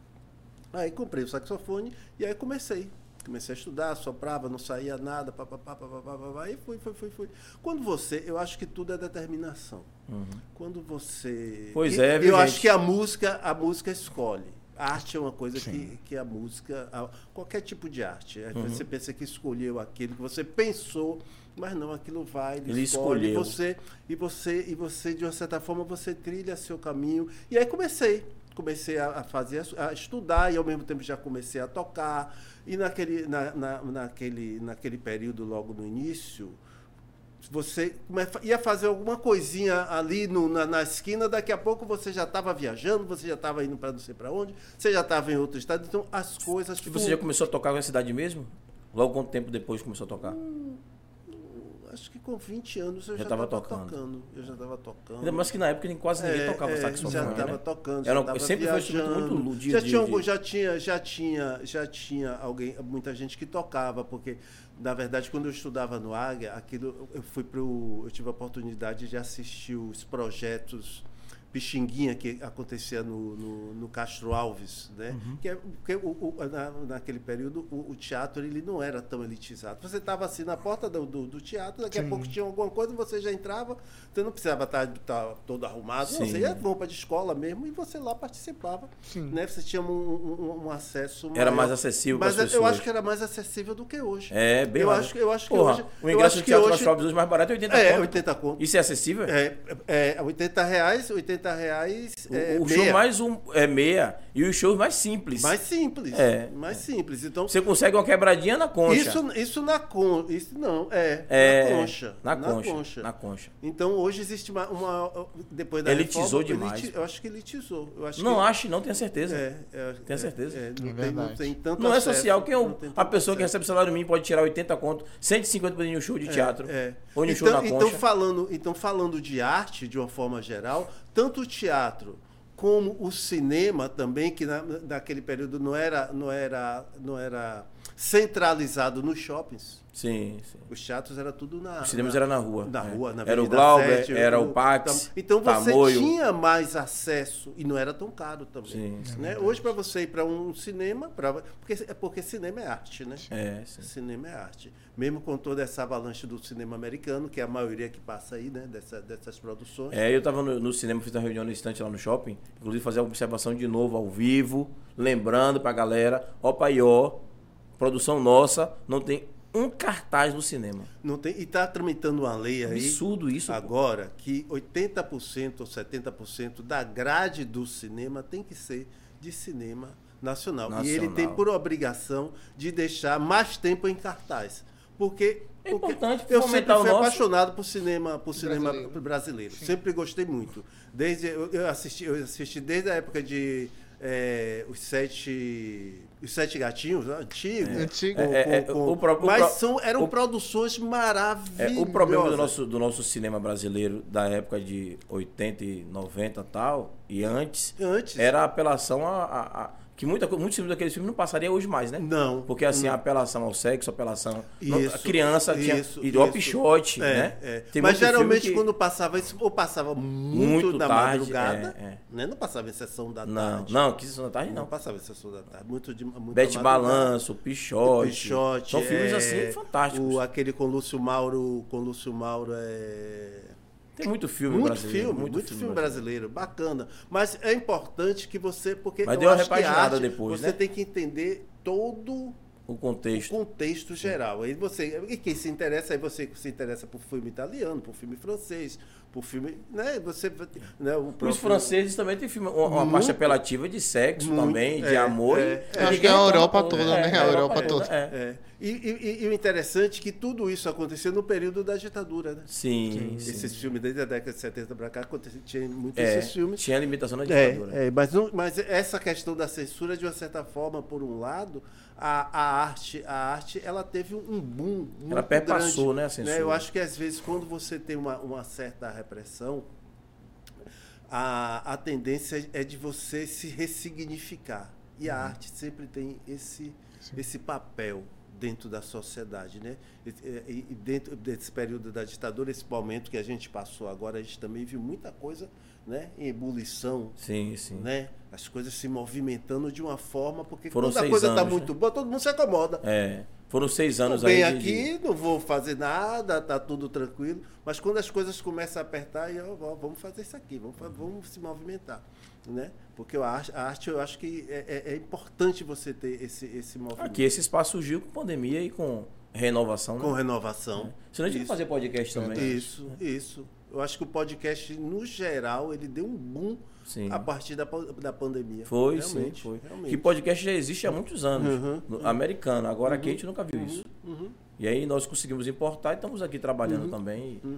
Aí comprei o saxofone e aí comecei. Comecei a estudar, soprava, não saía nada, papapá, papapá, papapá, e fui, fui, fui, fui. Quando você, eu acho que tudo é determinação. Quando você. Uhum. Pois e- é, viu, Eu gente? acho que a música, a música escolhe. A arte é uma coisa que, que a música. a- qualquer tipo de arte. Uhum. é, Você pensa que escolheu aquilo, que você pensou, mas não, aquilo vai, ele, Ele escolhe. escolheu. Você você e você e você de uma certa forma você trilha seu caminho e aí comecei comecei a, a fazer a estudar e ao mesmo tempo já comecei a tocar e naquele na, na- naquele naquele período logo no início você come- ia fazer alguma coisinha ali no- na, na esquina, daqui a pouco você já estava viajando, você já estava indo para não sei para onde, você já estava em outro estado, então as coisas. tipo, E Tipo, você já começou a tocar com a cidade mesmo? Logo quanto tempo depois começou a tocar? Acho que com 20 anos eu Já já tava estava tocando. tocando. Eu já estava tocando. Ainda mais que na época nem- quase ninguém É, tocava é, saxofone. Já estava né? tocando, Era um- já tava sempre foi um instrumento viajando. muito lu- de- já de- tinha, algum- de- já tinha, já tinha, já tinha alguém, muita gente que tocava, porque na verdade quando eu estudava no Águia, aquilo eu fui pro, eu tive a oportunidade de assistir os projetos Pixinguinha que acontecia no, no, no Castro Alves, né? Que é, porque o, o- na, naquele período o, o teatro ele não era tão elitizado. Você estava assim na porta do, do, do teatro, daqui a pouco tinha alguma coisa, você já entrava, você não precisava estar, estar todo arrumado, não, Sim. você ia roupa de escola mesmo e você lá participava. Né? Você tinha um, um- um acesso Era maior. mais acessível Mas é, pras eu pessoas. acho que era mais acessível do que hoje. É, bem eu mais, acho, né? eu acho que Porra, hoje. O eu ingresso acho do que Teatro hoje, Castro Alves hoje mais barato é 80 É, conto. 80 conto. Isso é acessível? É, é, 80 reais, 80 reais. é, o o meia. show mais um, é meia e os shows mais simples. Mais simples. É. mais simples. Então, Você consegue uma quebradinha na concha. isso, isso na concha. Isso não, é. é, na concha. Na concha. Na concha. Então hoje existe uma. uma- depois da Elitizou reforma, demais. eliti- eu acho que elitizou. Eu acho Não que, acho, não tenho certeza. É, é, Tenho é, certeza. é, não, tem, verdade. não tem tanto Não é acesso, social. Quem é o- não tem a tanto pessoa que acesso. recebe salário mínimo pode tirar 80 conto, 150 para ir no show de teatro. É. Ou no show Então, na então, concha. falando, então, falando de arte de uma forma geral, tanto o teatro como o cinema também, que na, naquele período não era, não, era, não era centralizado nos shoppings. Sim, sim. Os teatros era tudo na. Os cinemas era na rua, Na é. rua, na Era o Avenida Glauber, Sete, era o Pax, Então você Tamoio. tinha mais acesso e não era tão caro também. Sim, sim. é né? Hoje, para você ir para um cinema, pra... porque, é porque cinema é arte, né? É, sim. Cinema é arte. Mesmo com toda essa avalanche do cinema americano, que é a maioria que passa aí, né? Dessa, dessas produções. É, eu tava no, no cinema, fiz uma reunião no instante lá no shopping, inclusive fazer a observação de novo ao vivo, lembrando pra galera, ó paió, produção nossa, não tem um cartaz no cinema. Não tem... E está tramitando uma lei aí. Absurdo isso, pô. Agora que 80% ou 70% da grade do cinema tem que ser de cinema nacional. E ele Nacional. tem por obrigação de deixar mais tempo em cartaz. Porque. É porque importante eu fomentar o sempre fui nosso. apaixonado por cinema, por cinema Brasileiro. brasileiro. Sempre gostei muito. Desde eu, eu assisti, eu assisti desde a época de eh, os sete, os sete gatinhos, antigo, Antigo. com- É, é, com- com- o pro- o pro- mas são, eram o- produções É, maravilhosas. o problema do nosso, do nosso cinema brasileiro da época de 80 e 90 e tal, e antes, Antes. era a apelação a, a- a- Que muita, co- muitos filmes daqueles filmes não passaria hoje mais, né? Não. Porque assim, Não. a apelação ao sexo, a apelação. a Isso, criança tinha. isso, e drop isso. shot, É, né? é. Tem Mas muito filme geralmente que- quando passava isso, ou passava muito, Muito na tarde, madrugada, é, é. né? Não passava em sessão da Não, tarde. não, que isso não é tarde, Não não. passava em sessão da tarde. Muito de muito Bete Balanço, Pichote. Pichote. São filmes assim é, fantásticos. O, aquele com Lúcio Mauro, com Lúcio Mauro é Tem muito filme muito brasileiro. filme, muito, filme, brasileiro, bacana. Mas é importante que você, porque Mas eu deu uma acho que a repaginada arte, depois, você né? tem que entender todo O contexto. o contexto geral. Aí você, e quem se interessa, aí você se interessa por filme italiano, por filme francês, por filme, né? Você, né? O próprio- Os franceses também têm filme, uma, uma Muito. parte apelativa de sexo Muito, também, de é, amor. é. e- Eu e ninguém acho que é a reclama. Europa toda, né? A Europa toda. é. É. E, e- e- e o interessante é que tudo isso aconteceu no período da ditadura, né? Sim, sim. Esses filmes desde a década de 70 para cá aconte- tinha muitos É, esses filmes. Tinha limitação na ditadura. né? É, é, mas, não- mas essa questão da censura, de uma certa forma, por um lado, a, a arte, a arte, ela teve um boom muito Ela perpassou, grande, né, a censura. Eu acho que às vezes quando você tem uma, uma certa repressão, a, a tendência é de você se ressignificar. E a Uhum. arte sempre tem esse, esse papel dentro da sociedade, né? E, e- e dentro desse período da ditadura, esse momento que a gente passou agora, a gente também viu muita coisa, né? Em ebulição, Sim, sim. né? As coisas se movimentando de uma forma, porque Foram quando a seis coisa está anos, muito né? boa, todo mundo se acomoda. É. Foram seis Não anos aí. Vem de- de- aqui, não vou fazer nada, tá tudo tranquilo. Mas quando as coisas começam a apertar, eu, ó, vamos fazer isso aqui, vamos, fa- vamos se movimentar. Né? Porque eu acho- a arte, eu acho que é, é- é importante você ter esse, esse movimento Aqui, né? esse espaço surgiu com pandemia e com renovação. com né? renovação. Senão a gente não Isso. fazer podcast também. né? É. Isso, isso. Eu acho que o podcast, no geral, ele deu um boom Sim. a partir da, pan- da pandemia. Foi, Realmente, sim, foi. realmente. Uhum. Que podcast já existe há muitos anos, no- americano. Agora aqui a gente nunca viu isso. Uhum. E aí nós conseguimos importar e estamos aqui trabalhando também. Uhum.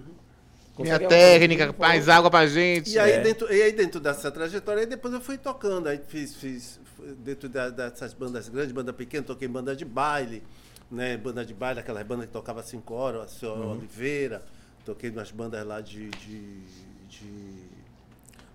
Minha Consegue- técnica, mais água pra gente. E aí, É. dentro, e aí dentro dessa trajetória, aí depois eu fui tocando, aí fiz, fiz dentro da- dessas bandas grandes, banda pequena, toquei em banda de baile, né? Banda de baile, aquelas bandas que tocava cinco horas, a senhora Oliveira, toquei nas bandas lá de. de, de-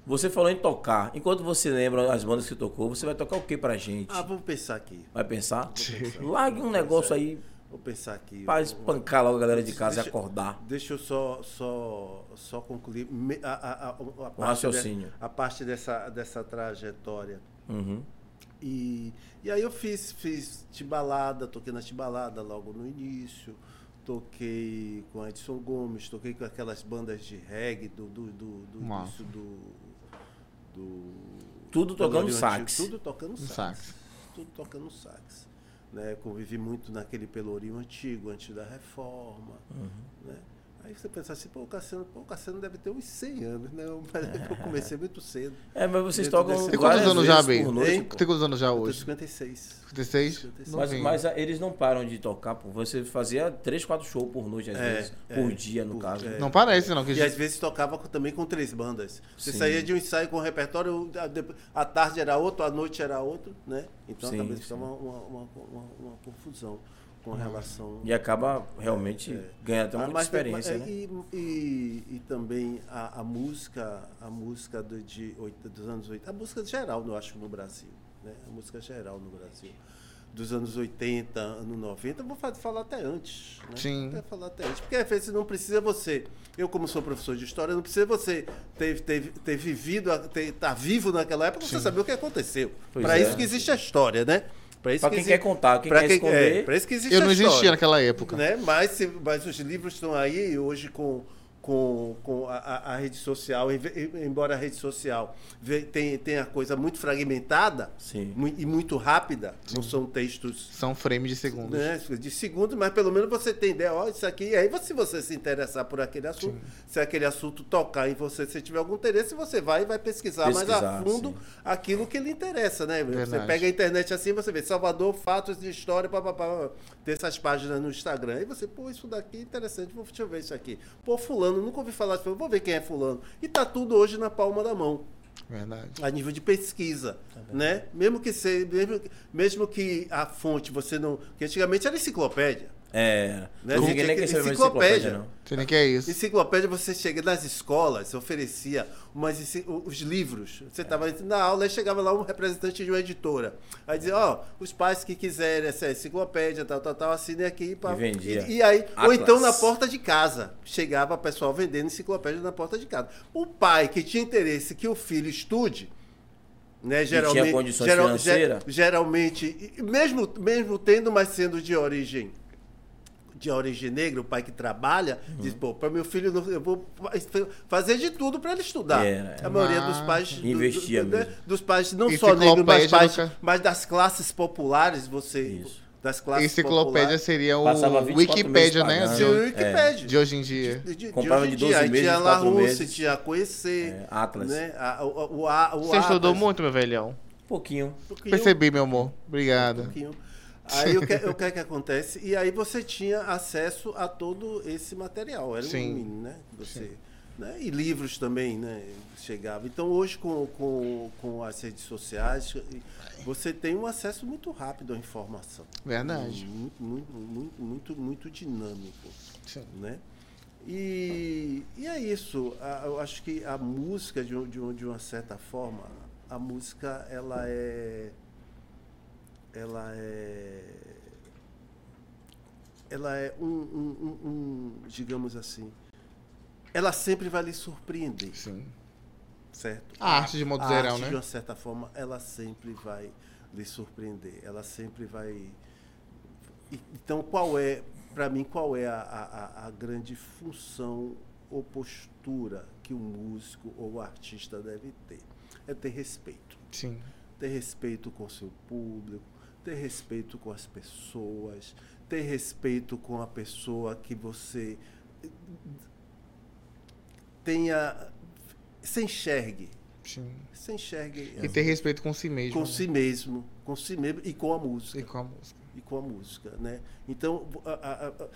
Você falou em tocar. Enquanto você lembra as bandas que tocou, você vai tocar o que pra gente? Ah, vamos pensar aqui. Vai pensar? pensar. Largue um Vou negócio pensar. aí Vou pensar aqui. pra Vou- espancar logo a galera de casa e Deixa- acordar. Deixa eu só, só, só concluir me- a, a, a, a parte, raciocínio. de- a parte dessa, dessa trajetória. Uhum. E, e aí eu fiz, fiz Tibalada, toquei na Tibalada logo no início, toquei com Edson Gomes, toquei com aquelas bandas de reggae do. do, do, do, Massa. isso do- do- Tudo Pelourinho tocando Antigo, sax. Tudo tocando sax. Um sax. Tudo tocando sax. Né? Convivi muito naquele Pelourinho antigo, antes da reforma. Né? Aí você pensa assim, pô, o Cassiano, pô, o Cassiano deve ter uns 100 anos, né? Mas eu comecei muito cedo. É, mas vocês Dentro tocam desse- Tem várias quantos anos já, vezes Bey? por Hein? noite, pô. Tem quantos anos já Eu tenho hoje? 56. 56? 56. Mas, Novinho. mas ah, eles não param de tocar, pô. Você fazia três, quatro shows por noite, às É, vezes. é, por dia, no por- caso. é. né? Não parece, não. Que E às vezes tocava com- também com três bandas. Você Sim. saía de um ensaio com um repertório, a, de- a tarde era outro, a noite era outro, né? Então Sim, talvez sim. Uhum. ficava uma, uma- uma- uma confusão com relação. E acaba realmente ganhando até Ah, É, muita mas- experiência, mas- né? e, e- e também a, a música, a música do- de, oit- dos anos 80, a música geral, eu acho, no Brasil, né? A música geral no Brasil. Dos anos 80, anos 90, eu vou fa- falar até antes. Né? Sim. Até falar até antes. Porque às vezes não precisa você. Eu, como sou professor de história, não precisa você ter, ter, ter vivido, a- ter, tá vivo naquela época, você saber o que aconteceu. Pois Para é. isso que existe a história, né? Para isso Pra que quem exi- quer contar, quem pra quer é, esconder. pra isso que existe Eu a não existia história naquela época. né? Mas, se- mas os livros estão aí e hoje com, com, com a, a- a rede social, em ve- em- embora a rede social ve- tem, tem a coisa muito fragmentada Sim. mu- e muito rápida, não são textos São frames de segundos. né, de segundos, mas pelo menos você tem ideia, ó, isso aqui, e aí se você se interessar por aquele assunto, se aquele assunto tocar em você, se tiver algum interesse, você vai e vai pesquisar, mais a Pesquisar, fundo sim. aquilo que lhe interessa, né? Você Verdade. pega a internet assim, você vê Salvador, fatos de história, papapá, tem essas páginas no Instagram, e você, pô, isso daqui é interessante, vou, deixa eu ver isso aqui. Pô, fulano, nunca ouvi falar, disso, vou ver quem é fulano. E tá tudo hoje na palma da mão Verdade. a nível de pesquisa, né? Mesmo que seja, mesmo, mesmo que a fonte você não, que antigamente era enciclopédia. É. Né? Eu Tem cheguei que- nem a receber enciclopédia. enciclopédia, né? não. Sei nem que é isso. Enciclopédia, você chega nas escolas, oferecia umas, enci- os livros. Você É. estava na aula e chegava lá um representante de uma editora. Aí dizia, ó, os pais que quiserem essa enciclopédia, tal, tal, tal, assinem aqui. pá. E vendia. E, e aí, ou Atlas. então na porta de casa. Chegava o pessoal vendendo enciclopédia na porta de casa. O pai que tinha interesse que o filho estude, né, geralmente, condições geral- ge- financeira? geralmente, e- mesmo, mesmo tendo, mas sendo de origem de origem negra, o pai que trabalha, Uhum. diz, pô, para meu filho, não- eu vou fa- fazer de tudo para ele estudar. É, é. A maioria dos Ah, pais... do- do- investia né, mesmo. Dos pais, não só Enciclopédia negros, mas, pais- nunca- mas das classes populares, você... Isso. Das classes Enciclopédia populares. seria o Passava 24 Wikipédia, meses né? pagando. De Sim. De, Wikipédia. de hoje em dia. De- de é. Comprava hoje em de 12 dia, meses, Tinha La 4 Russa, meses. tinha Conhecer. É, Atlas. Né? A- o, o, o, a- o Você estudou Atlas. muito, meu velhão. Pouquinho. Pouquinho, Percebi, meu amor. Obrigado. pouquinho. Aí o que, o que é que acontece? E aí você tinha acesso a todo esse material. Era Sim. um menino, né? Você, né? E livros também, né? Chegava. Então hoje com, com, com as redes sociais, você tem um acesso muito rápido à informação. Verdade. Muito, muito, muito, muito, muito dinâmico. Sim. Né? E, e é isso. A- eu acho que a música, de, um- de, um- de uma certa forma, a música, ela é. Ela é. Ela é um, um- um- um, digamos assim. Ela sempre vai lhe surpreender, Sim. certo? A arte de modo a geral, arte, né? de uma certa forma, ela sempre vai lhe surpreender. Ela sempre vai. E- Então, qual é, para mim, qual é a, a- a- a grande função ou postura que o músico ou o artista deve ter? É ter respeito. Sim. Ter respeito com o seu público, ter respeito com as pessoas, ter respeito com a pessoa que você eh, tenha. se enxergue. Sim. Se enxergue E ter respeito com si mesmo. com si mesmo, com si mesmo e com a música né? E com a música. e com a música, né? Então a- a- a- a-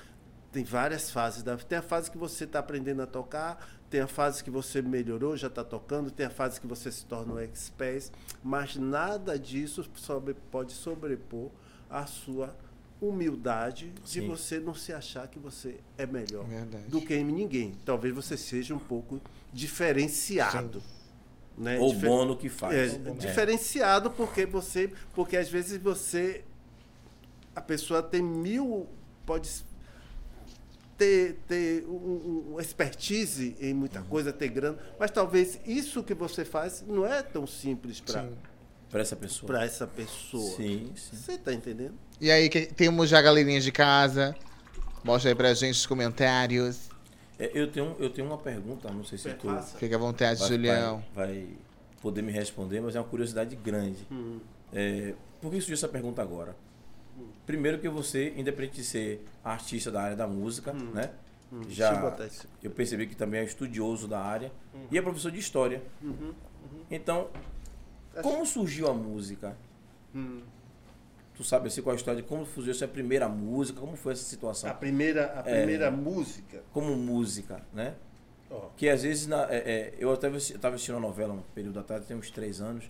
tem várias fases da tem a fase que você está aprendendo a tocar, tem a fase que você melhorou, já está tocando, tem a fase que você se torna um expert, mas nada disso sobre- pode sobrepor a sua humildade de Sim. você não se achar que você é melhor Verdade. do que ninguém. Talvez você seja um pouco diferenciado, né? Ou Difer- bom no que faz. é, É. diferenciado porque você porque às vezes você a pessoa tem mil pode s- ter, ter um, um- um expertise em muita coisa ter grana mas talvez isso que você faz não é tão simples Sim. Pra essa pessoa. para essa pessoa Sim, sim. você está entendendo E aí, que- temos já galerinhas de casa. Mostra aí pra gente os comentários. É, Eu tenho, eu tenho uma pergunta, não sei se tu vai, Perpassa. Fica à vontade, Julião. vai- vai poder me responder, mas é uma curiosidade grande. É, por que surgiu essa pergunta agora? Primeiro que você, independente de ser artista da área da música, né? Já Deixa eu botar isso. eu percebi que também é estudioso da área e é professor de história. Então, como surgiu a música? Tu sabe assim qual a história de como surgiu essa primeira música? Como foi essa situação? a primeira a primeira música Como música, né? ó, Que às vezes, na- é, é, eu até estava assistindo uma novela um período atrás, tem uns três anos,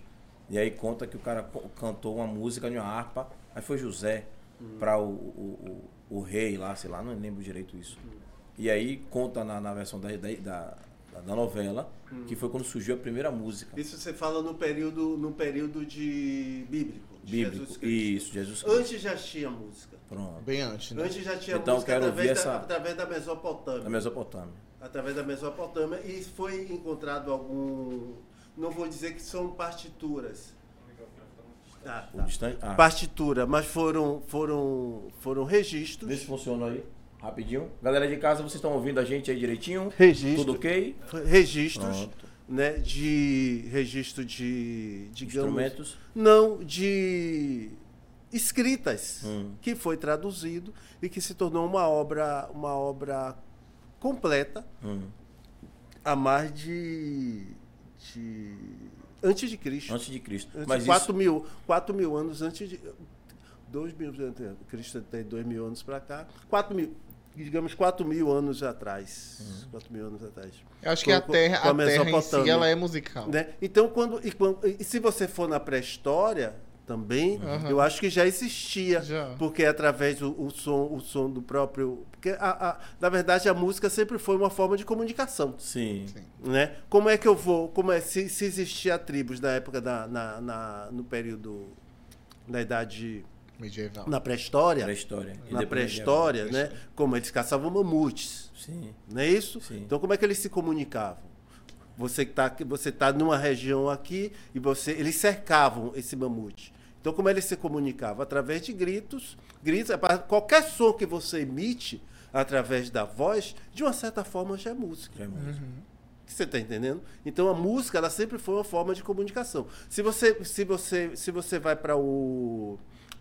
e aí conta que o cara co- cantou uma música de uma harpa, aí foi José Hum. para o, o- o- o rei lá, sei lá, não lembro direito isso. Hum. E aí conta na, na versão da, da, da- da- da novela, que foi quando surgiu a primeira música Hum. isso você fala no período no período de bíblico de bíblica. Jesus Cristo. Isso, Jesus Cristo. antes já tinha música Pronto. Bem antes, né? Antes já tinha Então, música quero através, ouvir da, essa- através da Mesopotâmia. Na Mesopotâmia. Através da Mesopotâmia. E foi encontrado algum. Não vou dizer que são partituras. Tá, O tá. distante. Ah, Partitura, mas foram, foram, foram registros. vê se funciona aí. Rapidinho. Galera de casa, vocês estão ouvindo a gente aí direitinho? Registro. Tudo ok? Registros, Pronto. né? De. Registro de. Digamos, Instrumentos. Não, de escritas, Hum. que foi traduzido e que se tornou uma obra, uma obra completa Hum. a mais de. de antes de Cristo. Antes de Cristo. Antes- Mas isso, 4, mil, 4 mil anos antes de. 2 mil, Cristo tem 2 mil anos para cá. 4 mil, digamos, 4 mil anos Hum. atrás. 4 mil anos atrás. Eu acho que a Com- com- terra, com a terra em si, Mesopotâmia. ela é musical. Né? Então, quando e, quando- e se você for na pré-história, também, Uhum. eu acho que já existia. Já. Porque é através do o som, o som do próprio. Porque, a- a- na verdade, a música sempre foi uma forma de comunicação. Sim. Né? Como é que eu vou. Como é, se, se existia tribos na época da. na- na- no período. Na idade. Medieval. Na pré-história. Pré-história. na Independente- pré-história, né? Como eles caçavam mamutes. Sim. Não é isso? Sim. Então como é que eles se comunicavam? Você que tá aqui- você tá numa região aqui e você eles cercavam esse mamute. Então como eles se comunicavam através de gritos, gritos, apa- qualquer som que você emite através da voz, de uma certa forma já é música. Já é música. Você está entendendo? Então a música ela sempre foi uma forma de comunicação. Se você se você se você vai para o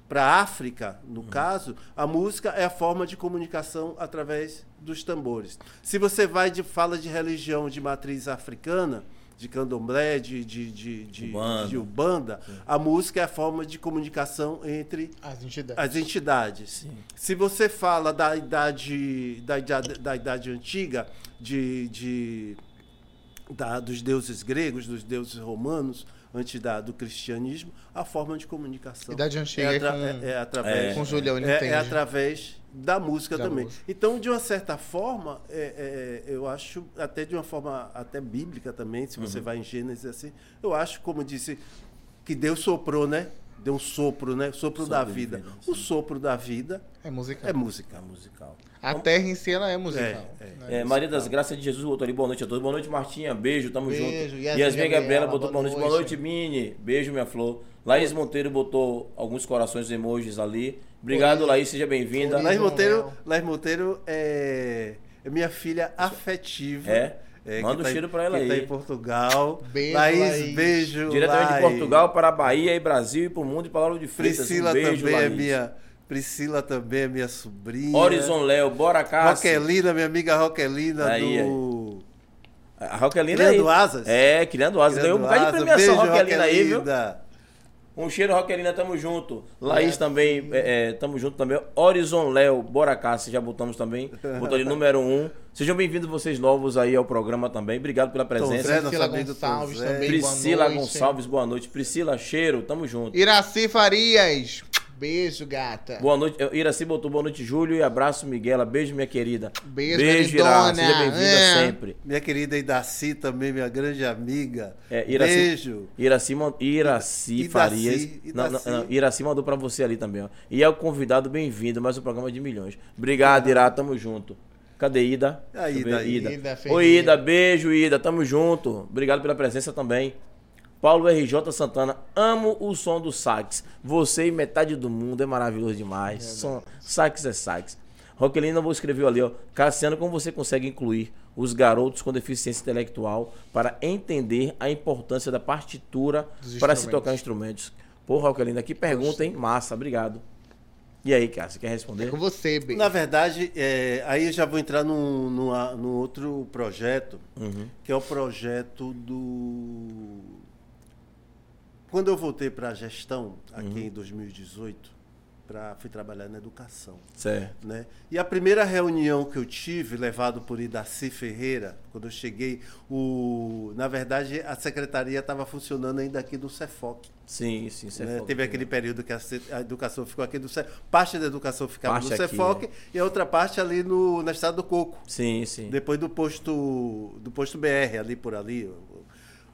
para África, no caso, a música é a forma de comunicação através dos tambores. Se você vai de fala de religião de matriz africana, de candomblé, de de, de, de, Umbanda. de Umbanda, a música é a forma de comunicação entre As entidades. as entidades. Se você fala da idade da idade, da idade antiga de, de da- dos deuses gregos, dos deuses romanos, antes da, do cristianismo, a forma de comunicação Idade antiga é, é atra- com- é- é através com Julião, ele é- é entende. através da música Da também. música. Então, de uma certa forma, é- é, eu acho, até de uma forma até bíblica também, se você vai em Gênesis assim, eu acho, como disse, que Deus soprou, né? Deu um sopro, né? Sopro, da de vida. vida, o sopro da vida É musical. é música. musical. A terra em si ela é musical. É, é. né? É, Maria das Graças de Jesus botou ali boa noite a todos. Boa noite, Martinha. Beijo, tamo Beijo. junto. Yasmin Yasmin Gabriela, Gabriela botou boa noite. Boa noite, Mini. Beijo, minha flor. Laís Monteiro botou alguns corações emojis ali. Obrigado, Laís. Seja bem-vinda. Laís Não, Monteiro, não. Laís Monteiro é, é minha filha afetiva. É? Manda que um tá em- cheiro pra ela que Tá aí. em Portugal. Beijo, Laís, Laís. beijo. Diretamente de Laís. Portugal para a Bahia e Brasil e pro mundo e palavra de fritas. Priscila um beijo, também é Laís. minha. Priscila também é minha sobrinha. Horizon Léo, bora cá. Roquelina, minha amiga Roquelina Aí, do. A Roquelina aí. Criando asas. É, criando asas. Ganhou um bocado de Asa. premiação Beijo, Roquelina aí, viu? Roquelina. Um cheiro, Roquelina, tamo junto. Laís também, é, é, tamo junto também. Horizon Léo, bora cá, se já botamos também. Botou ali número um. Sejam bem-vindos vocês novos aí ao programa também. Obrigado pela Zé, presença. nosso Priscila amigo Gonçalves Tom Zé. também. Priscila boa noite. Gonçalves, boa noite. Priscila, cheiro, tamo junto. Iraci Farias. Beijo, gata. Boa noite, eu- Iraci botou boa noite, Júlio, e abraço, Miguela. Beijo, minha querida. Beijo, Ira. queridona. Seja bem-vinda É. sempre. Minha querida Idaci também, minha grande amiga. É, Iraci, Beijo. Iraci, man- Iraci Idaci, Farias. Não, não, Idaci. não, Iraci mandou pra você ali também, ó. E é o convidado bem-vindo, mais um programa de milhões. Obrigado, Ira, tamo junto. Cadê Ida? É a Deixa eu Ida, ver, Ida. Ida Oi, Ferreira. Ida, beijo, Ida, tamo junto. Obrigado pela presença também. Paulo RJ Santana, amo o som do sax. Você e metade do mundo é maravilhoso demais. Som, sax é sax. Roquelina escreveu ali, ó. Cassiano, como você consegue incluir os garotos com deficiência intelectual para entender a importância da partitura Dos para se instrumentos. tocar instrumentos? Pô, Roquelina, que pergunta, hein? Massa, obrigado. E aí, Cássio, quer responder? Com você, beijo. Na verdade, é, aí eu já vou entrar num, numa- num outro projeto, que é o projeto do. Quando eu voltei para a gestão, aqui em 2018, pra, fui trabalhar na educação. Certo. né? E a primeira reunião que eu tive, levado por Idaci Ferreira, quando eu cheguei, o... na verdade a secretaria estava funcionando ainda aqui do CEFOC. Sim, sim, é certo. né? Teve aquele período que a, se- a educação ficou aqui do CEFOC. Parte da educação ficava Parte no aqui, CEFOC né? e a outra parte ali no, na Estrada do Coco. Sim, sim. Depois do posto, do posto BR, ali por ali.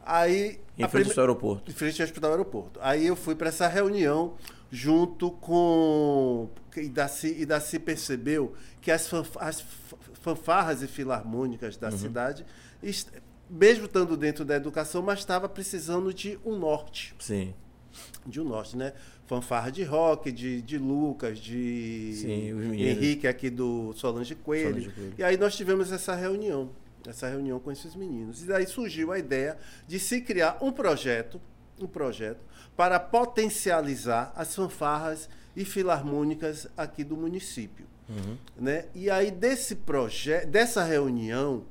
Aí. Em a frente prime- ao seu aeroporto. em frente ao Hospital Aeroporto. Aí eu fui para essa reunião junto com. E Daci, e Daci percebeu que as, fanf- as fa- fanfarras e filarmônicas Uhum. da cidade, est- mesmo estando dentro da educação, mas estava precisando de um norte. Sim. De um norte, né? Fanfarra de rock, de, de Lucas, de Sim, os meninos. Henrique aqui do Solange Coelho. Solange Coelho. E aí nós tivemos essa reunião, essa reunião com esses meninos. E daí surgiu a ideia de se criar um projeto, um projeto para potencializar as fanfarras e filarmônicas aqui do município, Uhum. né? E aí desse projeto, dessa reunião,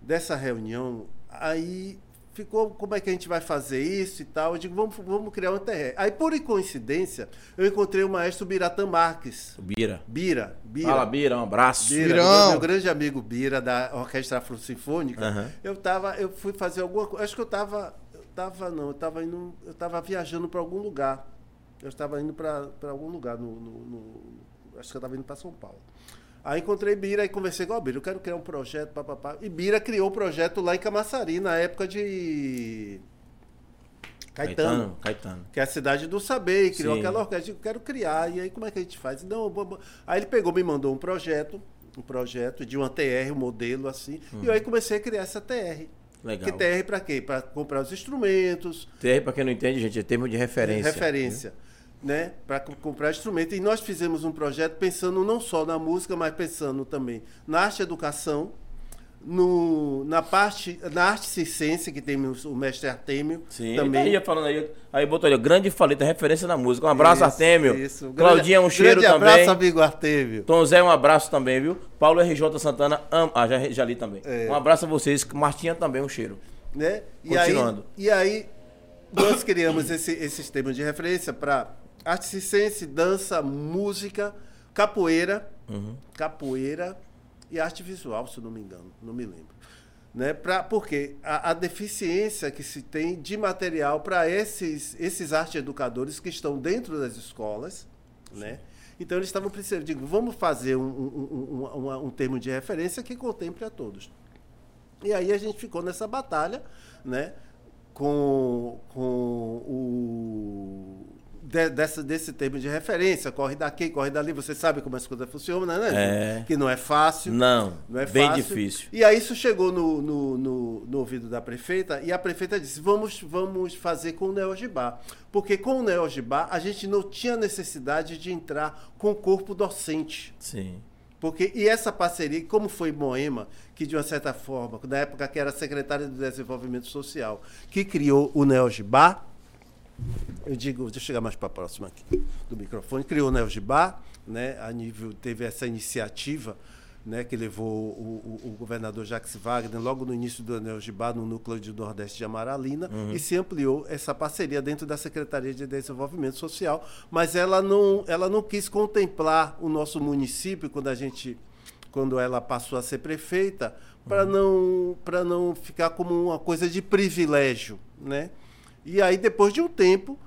dessa reunião, aí ficou como é que a gente vai fazer isso e tal. Eu digo, vamos, vamos criar um terreno. Aí por coincidência, eu encontrei o maestro Biratã Marques. Bira. Bira, Bira. Fala, Bira, um abraço. Bira, Birão. meu grande amigo Bira, da Orquestra Afro Sinfônica, Aham. eu tava, eu fui fazer alguma coisa, acho que eu tava, eu tava não, eu tava indo, eu tava viajando para algum lugar. Eu estava indo para algum lugar, no, no- no- acho que eu estava indo para São Paulo. Aí encontrei Bira e conversei com o Bira. Eu quero criar um projeto, papapá. E Bira criou o projeto lá em Camaçari, na época de. Caetano. Caetano. Caetano. Que é a cidade do saber, e criou Sim. aquela orquestra. Eu quero criar, e aí como é que a gente faz? Não, eu vou- Aí ele pegou, me mandou um projeto, um projeto de uma TR, um modelo assim, e aí comecei a criar essa TR. Legal. Que TR para quê? Para comprar os instrumentos, né, TR, pra quem não entende, gente, é termo de referência. referência. Né? Para comprar instrumento. E nós fizemos um projeto pensando não só na música, mas pensando também na arte e educação, no, na parte, na arte circense, que tem o mestre Artêmio Sim, também. também. Ia falando aí, aí botou ali, ó, grande faleta, referência na música. Um abraço, Isso, Artêmio. isso. Claudinha, um Grande- cheiro grande também. abraço, amigo Artêmio. Tom Zé, um abraço também, viu? Paulo RJ Santana, am... ah, já, já li também. É. Um abraço a vocês. Martinha também, um cheiro. Né? E, aí, Continuando. e aí, nós criamos esse, esses termos de referência para arte circense, dança, música, capoeira, capoeira e arte visual, se eu não me engano, não me lembro. Né? Pra, porque a, a deficiência que se tem de material para esses, esses arte educadores que estão dentro das escolas, né? Então eles estavam precisando, digo, vamos fazer um, um, um, um, uma- um termo de referência que contemple a todos. E aí a gente ficou nessa batalha, né? Com, com o. de- dessa, desse termo de referência, corre daqui, corre dali, você sabe como as coisas funcionam, né? É. Que não é fácil. Não, Não é bem fácil. difícil. E aí isso chegou no, no, no- no ouvido da prefeita e a prefeita disse: vamos, vamos fazer com o Neogibá. Porque com o Neogibá a gente não tinha necessidade de entrar com o corpo docente. Sim. Porque, e essa parceria, como foi Moema, que de uma certa forma, na época que era secretária do Desenvolvimento Social, que criou o Neogibá, eu digo, deixa eu chegar mais para próxima aqui do microfone, criou o Neogibá, né, a nível, teve essa iniciativa né, que levou o, o- o governador Jacques Wagner logo no início do Neogibá, no núcleo de Nordeste de Amaralina, e se ampliou essa parceria dentro da Secretaria de Desenvolvimento Social, mas ela não, ela não quis contemplar o nosso município quando a gente quando ela passou a ser prefeita, para não para não ficar como uma coisa de privilégio, né? E aí depois de um tempo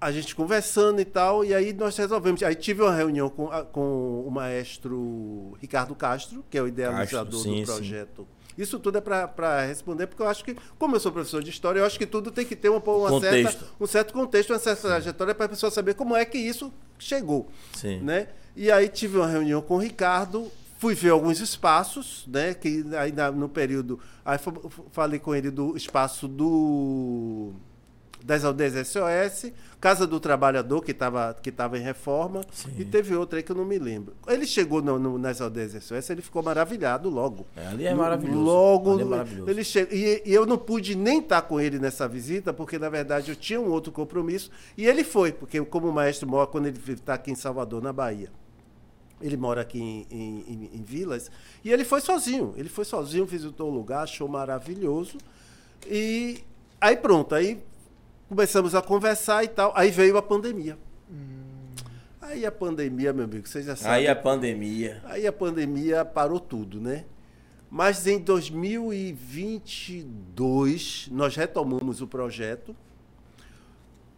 a gente conversando e tal, e aí nós resolvemos. Aí tive uma reunião com, a- com o maestro Ricardo Castro, que é o idealizador Castro, sim, do sim. projeto. Isso tudo é para responder, porque eu acho que, como eu sou professor de história, eu acho que tudo tem que ter uma, uma Contexto. certa, um certo contexto, uma certa trajetória para a pessoa saber como é que isso chegou Sim. né? E aí tive uma reunião com o Ricardo, fui ver alguns espaços, né? Que ainda no período. Aí fa- falei com ele do espaço do. Das aldeias SOS, Casa do Trabalhador, que estava que tava em reforma, Sim. e teve outra aí que eu não me lembro. Ele chegou no- no- nas aldeias SOS, ele ficou maravilhado logo. É, ali é maravilhoso. Logo, Ali é maravilhoso. ele che... e, e eu não pude nem estar com ele nessa visita, porque na verdade eu tinha um outro compromisso. E ele foi, porque como o maestro mora, quando ele está aqui em Salvador, na Bahia, ele mora aqui em, em- em- em Vilas, e ele foi sozinho. Ele foi sozinho, visitou o lugar, achou maravilhoso. E aí pronto, aí começamos a conversar e tal. Aí veio a pandemia. Aí a pandemia, meu amigo, você já sabe. Aí a pandemia. Aí a pandemia parou tudo, né? Mas em 2022 nós retomamos o projeto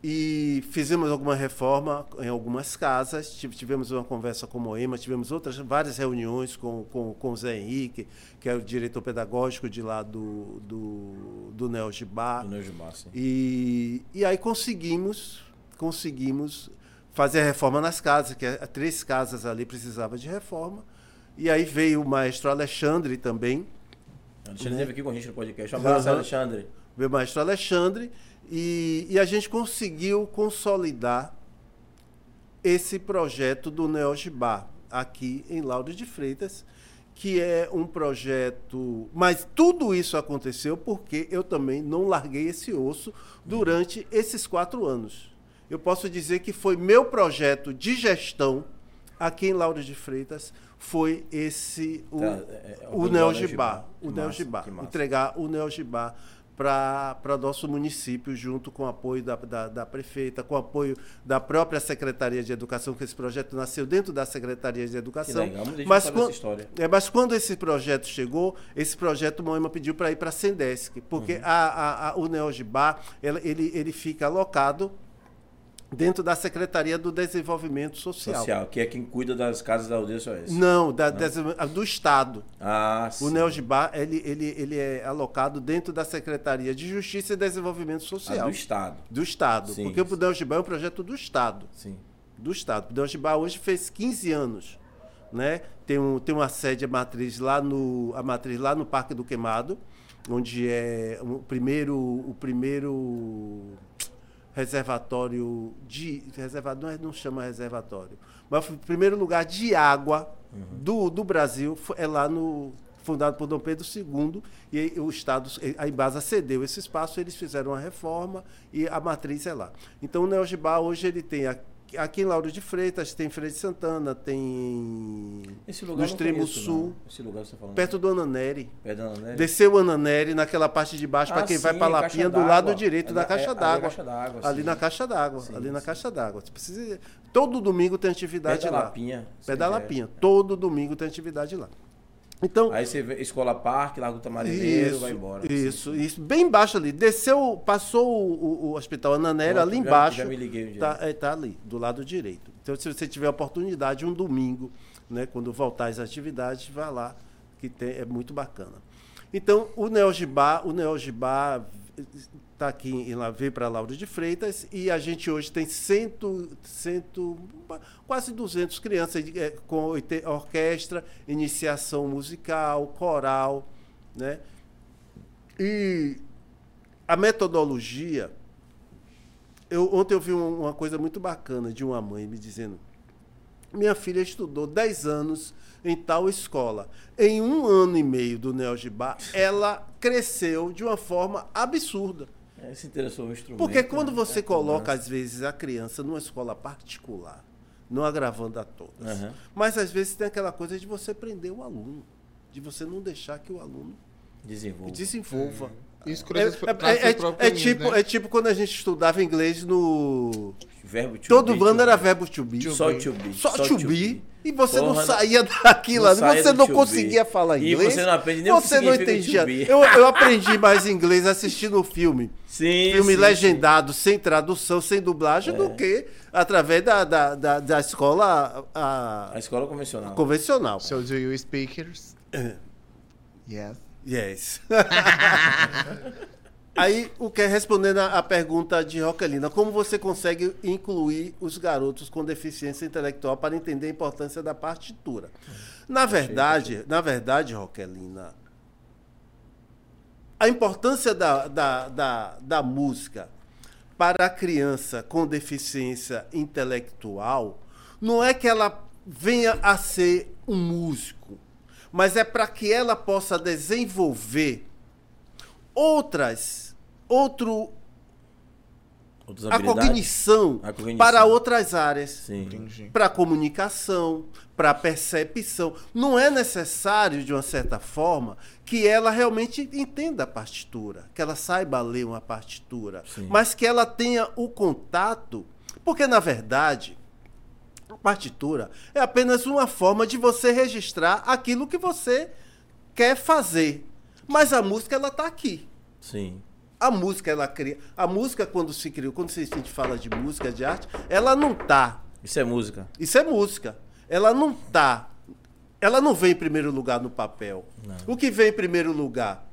e fizemos alguma reforma em algumas casas. Tive- Tivemos uma conversa com o Moema, tivemos outras várias reuniões com, com, com o Zé Henrique, que é o diretor pedagógico de lá do, do, do Neogibá. Do Neujubá, Né? sim. E, e aí conseguimos, conseguimos fazer a reforma nas casas, que a- três casas ali precisava de reforma. E aí veio o maestro Alexandre também, Alexandre esteve aqui com a gente no podcast. Um abraço, Aham. Alexandre. veio o maestro Alexandre, e, e a gente conseguiu consolidar esse projeto do Neogibá aqui em Lauro de Freitas, que é um projeto. Mas tudo isso aconteceu porque eu também não larguei esse osso durante esses quatro anos. Eu posso dizer que foi meu projeto de gestão aqui em Lauro de Freitas foi esse o, Tá, é, é, o o Neogibá, Neogibá. o Que massa, Neogibá, que massa. entregar o Neogibá para nosso município, junto com o apoio da, da, da prefeita, com o apoio da própria Secretaria de Educação, que esse projeto nasceu dentro da Secretaria de Educação. Que legal, muita gente mas, não sabe quan- essa história. é, mas quando esse projeto chegou, esse projeto Moema pediu para ir para a Uhum. Sendesc, porque a, a, a, o Neogibá ela- ele, ele fica alocado dentro da Secretaria do Desenvolvimento Social. Social, que é quem cuida das casas da aldeia SOS. Não, da- des- do Estado. Ah, O sim. Neogibá, ele, ele, ele é alocado dentro da Secretaria de Justiça e Desenvolvimento Ah, Social. do Estado. Do Estado. Sim. Porque o Neogibá é um projeto do Estado. Sim. do estado. Pudongibá hoje fez 15 anos, né? Tem, um, tem uma sede a matriz lá no a matriz lá no Parque do Queimado, onde é o primeiro o primeiro reservatório de reservado não, é- não chama reservatório, mas o primeiro lugar de água Uhum. do, do Brasil fo- é lá no fundado por Dom Pedro II e aí o estado a Embasa cedeu esse espaço, eles fizeram uma reforma e a matriz é lá. Então o Neogibá hoje ele tem a Aqui em Lauro de Freitas tem Freire de Santana, tem. Esse no lugar eu não extremo conheço, sul, não. Esse lugar que você tá falando. perto do Ananeri. Perto da Ananeri? Desceu o Ananeri naquela parte de baixo, Ah, para quem sim, vai para caixa Lapinha, do d'água. lado direito É da da- é, caixa ali é d'água. caixa d'água, Ali sim. na caixa d'água. Sim, Ali na sim. caixa d'água. Você precisa- Todo domingo tem atividade Perto da lá. Lapinha, se Pé da quiser. Lapinha. Todo domingo tem atividade lá. Então, Aí você vê Escola Parque, Largo do Tamarineiro, vai embora. assim. Isso, isso. Bem embaixo ali. Desceu, passou o, o- o hospital Ananera Pronto, ali já- embaixo. já me liguei um onde tá, é, tá ali, do lado direito. Então, se você tiver oportunidade, um domingo, né, quando voltar às atividades, vá lá, que tem- é muito bacana. Então, o Neogibá, o Neogibá está aqui em lá, veio para Lauro de Freitas e a gente hoje tem cento, cento, quase 200 crianças eh, com oite- orquestra, iniciação musical, coral, né? E a metodologia. Eu, ontem eu vi um- uma coisa muito bacana de uma mãe me dizendo: Minha filha estudou 10 anos em tal escola. Em um ano e meio do Neogibá, ela cresceu de uma forma absurda. É, se interessou o instrumento. Porque né? quando você É, coloca, às vezes, a criança numa escola particular, não agravando a todas, Aham. mas às vezes tem aquela coisa de você prender o aluno, de você não deixar que o aluno Desenvolve. desenvolva. Isso É, cruza os pro- as é- é- suas próprias é linhas, tipo, né? é tipo quando a gente estudava inglês no. Verbo to Todo be, bando to era be. verbo to be. Só to be. Só to be. E você não Porra, saía daquilo, não ali, saía você do não to be. conseguia falar E inglês. você não aprende nem o que Você não significa to entendia. be. Eu, eu aprendi mais inglês assistindo o filme. Sim, filme sim, É. legendado, sem tradução, sem dublagem, do que através da, da, da, da escola a- sim. A escola convencional. convencional. So do you speakers? Uhum. yes. Yes. Aí, o que é respondendo a a pergunta de Roquelina, como você consegue incluir os garotos com deficiência intelectual para entender a importância da partitura? Na verdade, na verdade, Roquelina, a importância da, da, da, da música para a criança com deficiência intelectual não é que ela venha a ser um músico, mas é para que ela possa desenvolver outras outro Outras a habilidades. cognição, A cognição. para outras áreas Sim. Entendi. para comunicação, para percepção. Não é necessário, de uma certa forma, que ela realmente entenda a partitura, que ela saiba ler uma partitura, Sim. mas que ela tenha o contato, porque na verdade a partitura é apenas uma forma de você registrar aquilo que você quer fazer. Mas a música ela está aqui. Sim. A música ela cria. A música quando se criou, quando se- a gente fala de música, de arte, ela não tá. está Isso é música. isso é música. Ela não tá. Ela não vem em primeiro lugar no papel. Não. O que vem em primeiro lugar?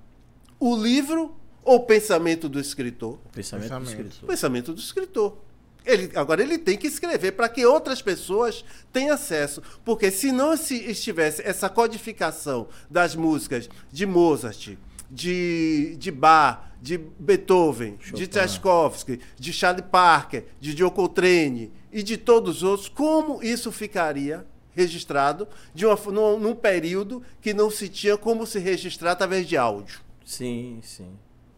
O livro ou o pensamento do escritor? O pensamento, do Pensamento. O escritor. pensamento do escritor. Ele, agora ele tem que escrever para que outras pessoas tenham acesso. Porque se não se estivesse essa codificação das músicas de Mozart, de, de Bach, de Beethoven, de Chopin. Tchaikovsky, de Charlie Parker, de John Coltrane e de todos os outros, como isso ficaria registrado de uma, fo- num, num período que não se tinha como se registrar através de áudio? Sim, sim.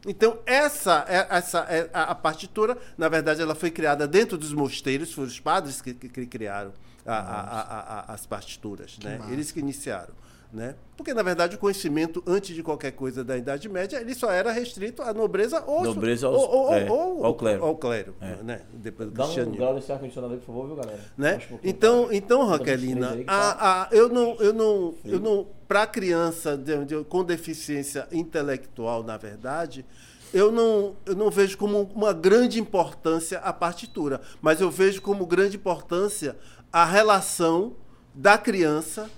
Então, essa, é- essa é a a partitura, na verdade, ela foi criada dentro dos mosteiros, foram os padres que, que- que criaram a- a- a- a- as partituras, né? massa. Eles que iniciaram, né? Porque, na verdade, o conhecimento, antes de qualquer coisa da Idade Média, ele só era restrito à nobreza ou... Nobreza aos- ou, ou, é, ou- ao clero. Ao clero, É. né? Depois do Dá um cristianismo grau desse ar-condicionado aí, por favor, viu, galera? né? Baixa um pouquinho. Então, então Bota uns três Raquelina, aí que tá- a, a, eu não, eu não, eu não, para criança de- de- com deficiência intelectual, na verdade, eu não, eu não vejo como uma grande importância a partitura, mas eu vejo como grande importância a relação da criança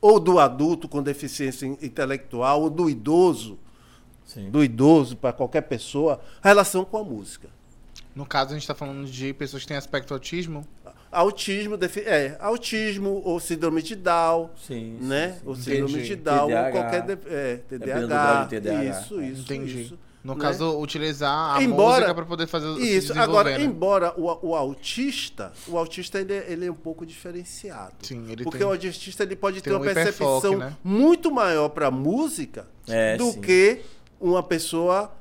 ou do adulto com deficiência in- intelectual ou do idoso, Sim. do idoso para qualquer pessoa, a relação com a música. No caso, a gente tá falando de pessoas que têm aspecto autismo. Autismo, defi- é, autismo ou síndrome de Down, Sim, sim, né? sim. Ou síndrome Entendi. de Down, TDAH. ou qualquer de- é, Dependendo do grau TDAH, de TDAH. isso, isso, É. Entendi. isso, No né? caso, utilizar a Embora- música pra poder fazer o se Isso, desenvolver, agora, né? embora o, o autista, o autista ele, é- ele é um pouco diferenciado. Sim, ele porque tem- o autista ele pode ter tem uma um hiperfoco, percepção né? muito maior para música É, do sim. que uma pessoa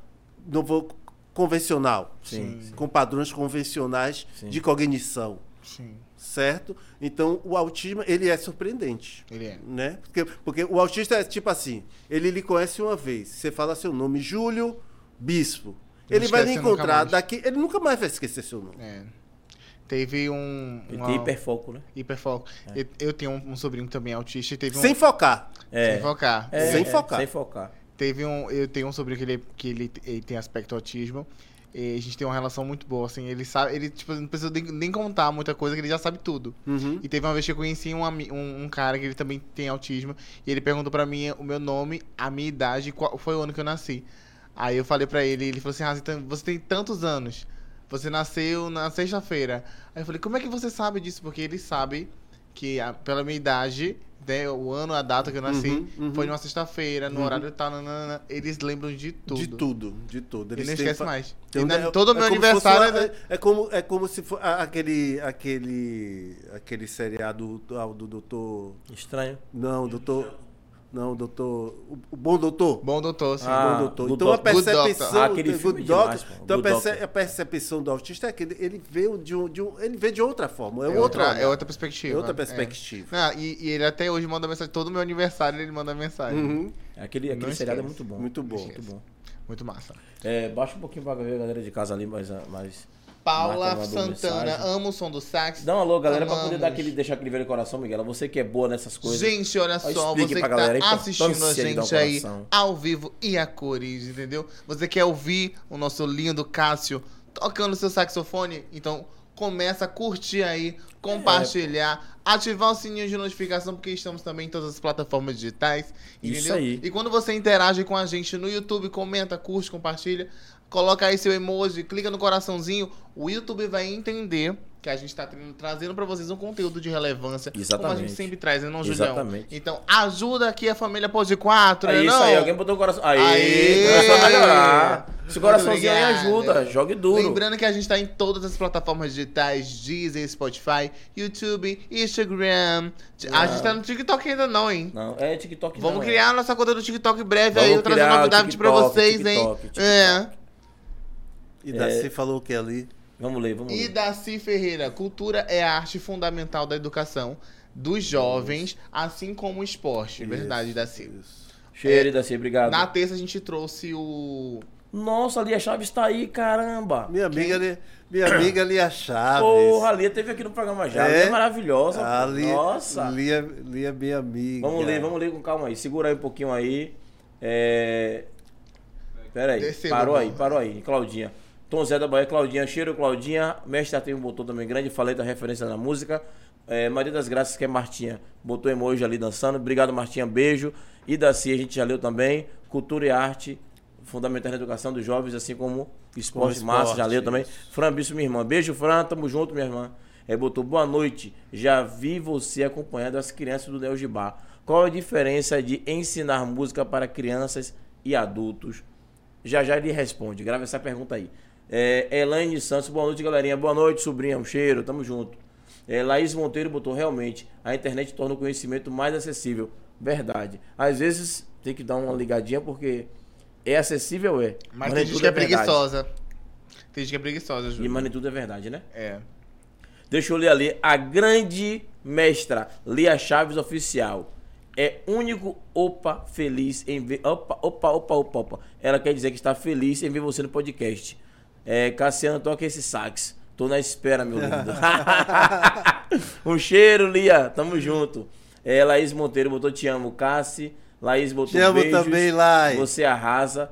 não vou, convencional, Sim, sim. com padrões convencionais Sim. de cognição, Sim, certo? Então, o autismo ele é surpreendente ele é. né? Porque, porque o autista é tipo assim, ele lhe conhece uma vez, você fala seu nome, Júlio Bispo. Não Ele vai lhe esquece nunca encontrar mais. daqui, ele nunca mais vai esquecer seu nome. É. Teve um. Ele uma- tem hiperfoco, né? hiperfoco. Eu, eu tenho um, um sobrinho também autista e teve um. Sem focar. É. Sem focar. É, Sem é, focar. Sem focar. Teve um, eu tenho um sobrinho que ele, que ele, ele tem aspecto autismo. E a gente tem uma relação muito boa, assim. Ele sabe, ele tipo, não precisa nem, nem contar muita coisa, que ele já sabe tudo. Uhum. E teve uma vez que eu conheci um, ami- um, um cara que ele também tem autismo. E ele perguntou pra mim o meu nome, a minha idade, e qual foi o ano que eu nasci. Aí eu falei pra ele, ele falou assim: ah, então você tem tantos anos. Você nasceu na sexta-feira. Aí eu falei: como é que você sabe disso? Porque ele sabe que a- pela minha idade, né, o ano, a data que eu nasci, Uhum, uhum. foi numa sexta-feira, no horário tal, nananana. eles lembram de tudo. De tudo, de tudo. Ele Eles não têm esquece fa- mais. Tem um- Ainda- é- todo é meu como se fosse aniversário. uma- é, é como, é como se fosse aquele, aquele, aquele seriado do, ah, do doutor... Estranho. Não, doutor... Não, doutor... O, o bom doutor. Bom doutor, sim. Ah, Bom doutor. Good Então a Doctor. Good Doctor. percepção Ah, aquele do filme Good é demais, Doctor, pô. então a, Good perce- Doctor. a percepção do autista é que ele, ele vê o de um, de um- ele vê de outra forma, É é, outro outra, olhar, é outra perspectiva. é outra é. perspectiva. Não, e, e ele até hoje manda mensagem. Todo meu aniversário ele manda mensagem. Uhum, Aquele, aquele Não seriado é esquece. muito bom. Muito bom. Muito bom. Muito massa. É, baixa um pouquinho pra ver a galera de casa ali, mas. ah, mas Paula marca, mandou Santana, mensagem. amo o som do sax. Dá um alô, galera, pra poder Amamos. dar aquele, deixar aquele velho coração, Miguel. Você que é boa nessas coisas. Gente, olha só, Explique você que pra galera a tá assistindo a importância de dar um gente aí coração. ao vivo e a cores, entendeu? Você quer ouvir o nosso lindo Cássio tocando seu saxofone? Então começa a curtir aí, compartilhar, ativar o sininho de notificação, porque estamos também em todas as plataformas digitais. Entendeu? Isso aí. E quando você interage com a gente no YouTube, comenta, curte, compartilha, coloca aí seu emoji, clica no coraçãozinho, o YouTube vai entender que a gente tá tra- trazendo pra vocês um conteúdo de relevância, como a gente Exatamente. sempre traz, né, não, Julião? Exatamente. Então, ajuda aqui a família Pode 4, É né, isso não? aí, alguém botou o coração. Aí, Aê! começou a melhorar. Esse coraçãozinho aí Obrigado. ajuda, jogue duro. Lembrando que a gente tá em todas as plataformas digitais, Deezer, Spotify, YouTube, Instagram. A Ah. gente tá no TikTok ainda não, hein? Não, é TikTok Vamos não, é. criar a nossa conta do TikTok em breve aí, Vamos eu trazendo criar o novidade pra TikTok, vocês, hein? TikTok, TikTok. É. E É. Darcy falou o que ali? Vamos ler, vamos E ler. Daci Ferreira, cultura é a arte fundamental da educação dos jovens, assim como o esporte. Verdade, Daci. Isso. Cheiro, Daci, obrigado. Na terça a gente trouxe o Nossa, ali a Chaves tá aí, caramba. Minha amiga, ali, minha amiga Lia Chaves. Ah, Porra, a Lia teve aqui no programa já. É? A Lia é maravilhosa. pô. A Lia, Nossa. Lia, Lia, é, minha amiga. Vamos ler, vamos ler com calma aí. Segura aí um pouquinho aí. É... Pera aí. Desceu, parou meu aí, irmão. parou aí. Claudinha. Tom Zé da Bahia, Claudinha. Cheiro, Claudinha. Mestre Atenho botou também grande. Falei da referência na música. É, Maria das Graças, que é Martinha. Botou emoji ali dançando. Obrigado, Martinha. Beijo. E Daci, a gente já leu também. Cultura e arte. Fundamental na educação dos jovens, assim como esporte, Como massa, já esporte, leu também. Fran Bisso, minha irmã. Beijo, Fran. Tamo junto, minha irmã. É, botou boa noite. Já vi você acompanhando as crianças do Léo Gibá. Qual a diferença de ensinar música para crianças e adultos? Já já ele responde. Grava essa pergunta aí. É, Elaine Santos, boa noite, galerinha. Boa noite, sobrinha. Um cheiro, tamo junto. É, Laís Monteiro botou realmente. A internet torna o conhecimento mais acessível. Verdade. Às vezes tem que dar uma ligadinha porque é acessível, é. Mas nem tem gente tudo que é verdade. preguiçosa. Tem gente que é preguiçosa, E Júlio. mas nem tudo é verdade, né? É. Deixa eu ler ali. A grande mestra Lia Chaves Oficial. É único, opa, feliz em ver. Opa, opa, opa, opa, opa. Ela quer dizer que está feliz em ver você no podcast. É, Cassiano, toca esse sax. Tô na espera, meu lindo. um cheiro, Lia. Tamo junto. É, Laís Monteiro botou te amo, Cassi. Laís botou Te amo beijos. também, Laís. Você arrasa.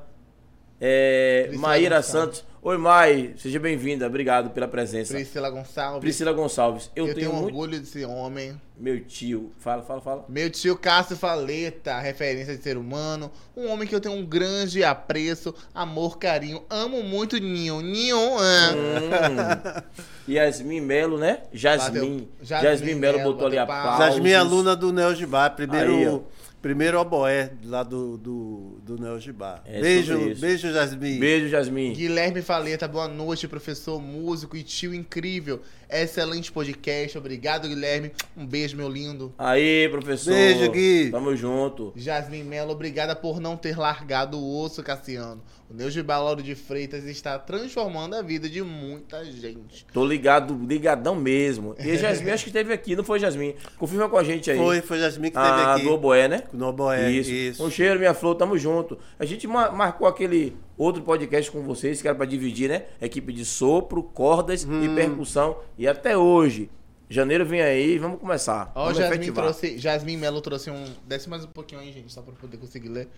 É, Priscila Maíra Gonçalves. Santos. Oi, Mai, seja bem-vinda. Obrigado pela presença. Priscila Gonçalves. Priscila Gonçalves. Eu, eu tenho um tenho, muito. orgulho desse homem. Meu tio. Fala, fala, fala. Meu tio Cássio Faleta, referência de ser humano. Um homem que eu tenho um grande apreço, amor, carinho. Amo muito Ninho. Ninho, ah. Hum. Yasmin Melo, né? Jasmin. Bateu- Jasmin Jasmin Melo Melo, botou ali a bateu palma. pau. Jasmine é aluna do Neo Gibá, primeiro, Aí, ó. primeiro oboé lá do, do, do Neo Gibá. É sobre beijo, isso. beijo, Jasmine. Beijo, Jasmin. Guilherme Faleta, boa noite, professor, músico e tio incrível. Excelente podcast, obrigado, Guilherme. Um beijo, meu lindo. Aí, professor. Beijo, Gui. Tamo junto. Jasmine Mello, obrigada por não ter largado o osso, Cassiano. O Neugibá Lauro de Freitas está transformando a vida de muita gente. Tô ligado, ligadão mesmo. E a Jasmin, acho que esteve aqui, não foi, Jasmin? Confirma com a gente aí. Foi, foi Jasmine que esteve Ah, aqui. do Oboé, né? No É, oboé, isso. isso. Um cheiro, minha flor, tamo junto. A gente ma- marcou aquele outro podcast com vocês, que era pra dividir, né? Equipe de sopro, cordas Hum. e percussão. E até hoje. Janeiro vem aí, vamos começar. Ó, vamos Jasmine trouxe, Jasmine Mello trouxe um. Desce mais um pouquinho aí, gente, só pra eu poder conseguir ler.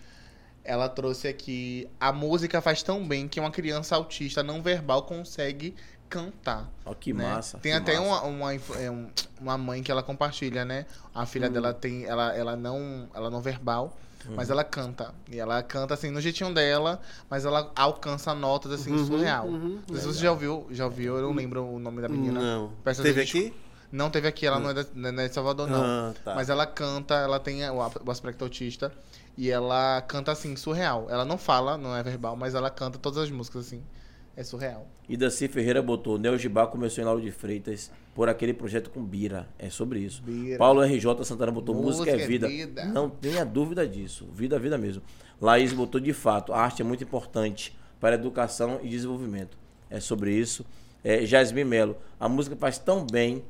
Ela trouxe aqui. A música faz tão bem que uma criança autista não verbal consegue cantar. Ó, que né? massa. Tem que até massa. uma, uma, inf- é, um- uma mãe que ela compartilha, né? A filha Hum. dela tem. Ela, ela não. Ela não verbal. Mas ela canta. E ela canta assim no jeitinho dela, mas ela alcança notas assim Uhum, surreal. Não sei se você já ouviu, já ouviu, eu não lembro o nome da menina. Hum. Não. Peço Teve desculpa. aqui? Hum. Não teve aqui, ela não é, da- não é de, Salvador, não. Ah, tá. Mas ela canta, ela tem o ap- o aspecto autista. E ela canta assim, surreal. Ela não fala, não é verbal, mas ela canta todas as músicas assim. É surreal. E Daci Ferreira botou, Neo Gibá começou em Lauro de Freitas por aquele projeto com Bira. É sobre isso. Bira. Paulo RJ Santana botou música, Música é é vida. vida. Não tenha dúvida disso. Vida é vida mesmo. Laís botou de fato, a arte é muito importante para a educação e desenvolvimento. É sobre isso. É, Jasmine Melo, a música faz tão bem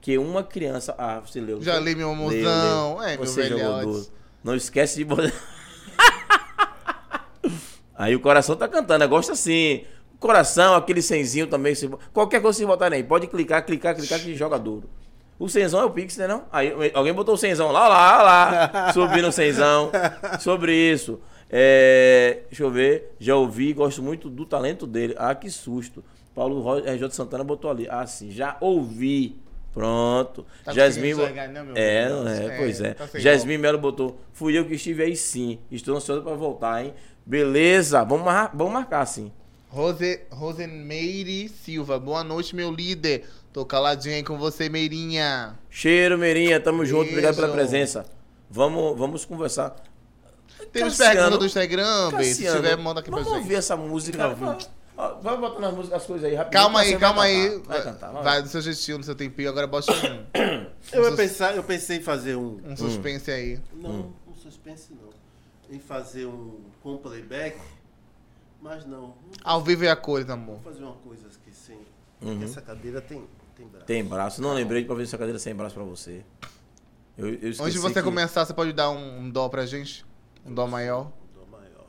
que uma criança. Ah, você leu. Já li, meu mozão. É, meu Você jogou velhote. duro. Não esquece de botar. Aí o coração tá cantando, né? gosta assim. Coração, aquele senzinho também. se- Qualquer coisa que vocês botarem aí. Pode clicar, clicar, clicar que joga duro. O senzão é o Pix, né não? Aí alguém botou o senzão lá, lá, lá. Subindo o senzão. Sobre isso. É, deixa eu ver. Já ouvi, gosto muito do talento dele. Ah, que susto. Paulo Ro- RJ Santana botou ali. Ah, sim, já ouvi. Pronto. Tá Jasmine. conseguindo enxergar, né, meu é, Deus? é, É, pois é. tá sem Jasmine Melo botou. Fui eu que estive aí sim. Estou ansioso para voltar, hein? Beleza, vamos, mar- vamos marcar sim. Rose, Rosemeire Silva, boa noite, meu líder. Tô caladinha aí com você, Meirinha. Cheiro, Meirinha, tamo junto, obrigado pela Beijo. presença. Vamos, vamos conversar. Temos Cassiano, perguntas do Instagram, Bê. Se Cassiano, tiver, manda aqui pra vamos gente. ouvir essa música. Ó, Vai botando as, músicas, as coisas aí rapidinho. Calma aí, Cassiano vai calma aí. cantar, Vai cantar, vai. Vai do seu jeitinho, do seu tempinho. Agora bosta um, Eu, ia pensar, eu pensei em fazer um. um suspense aí. Não, um suspense não. Em fazer um com playback, mas não. Ao vivo é a cores, amor. Vou fazer uma coisa aqui sem. Uhum. Essa cadeira tem, tem braço. Tem braço, não lembrei de pra ver essa cadeira sem braço pra você. Eu, eu esqueci Antes de você que- começar, você pode dar um, um dó pra gente? Um dó maior, Um dó maior.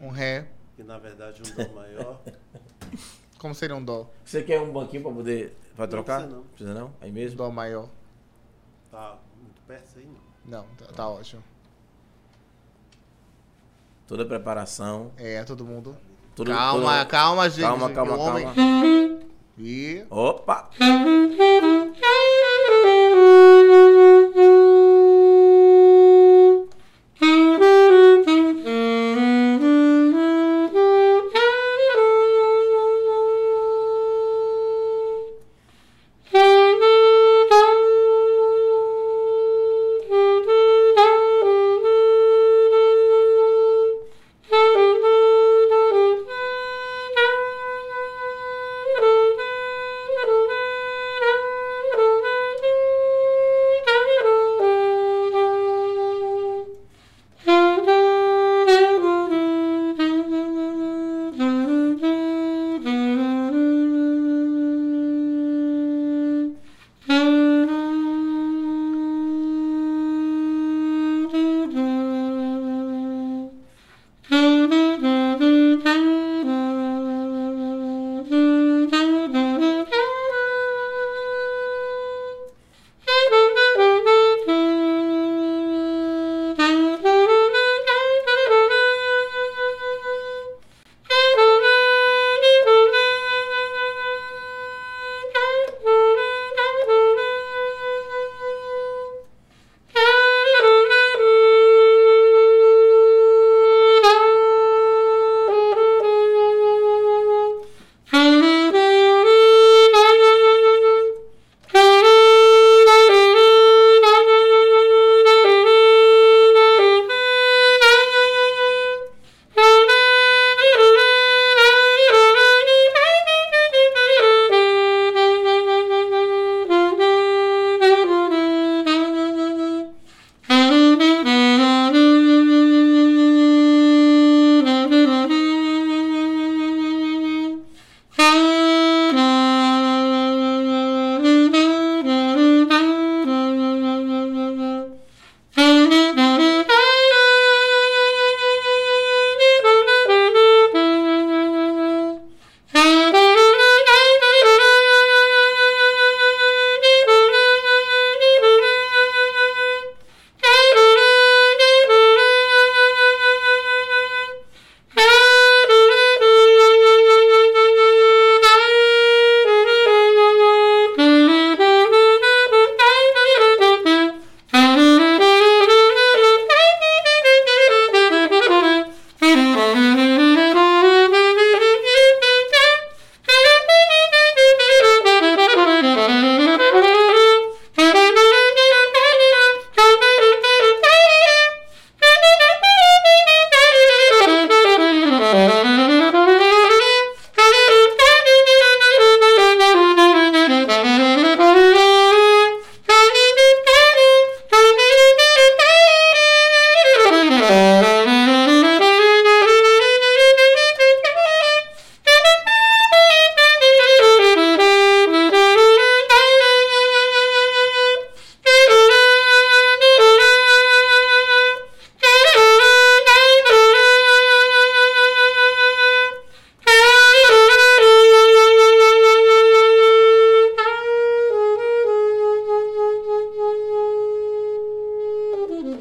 um ré. Que na verdade um dó maior. Como seria um dó? Você quer um banquinho pra poder. Pra trocar? precisa não. Precisa não? Aí Um mesmo? dó maior. Tá muito perto aí, não. Não, tá, tá ótimo. Toda a preparação. É, todo mundo. Todo, Calma, toda- calma, gente. um, Calma, calma, O homem- calma. E... Opa! Thank you.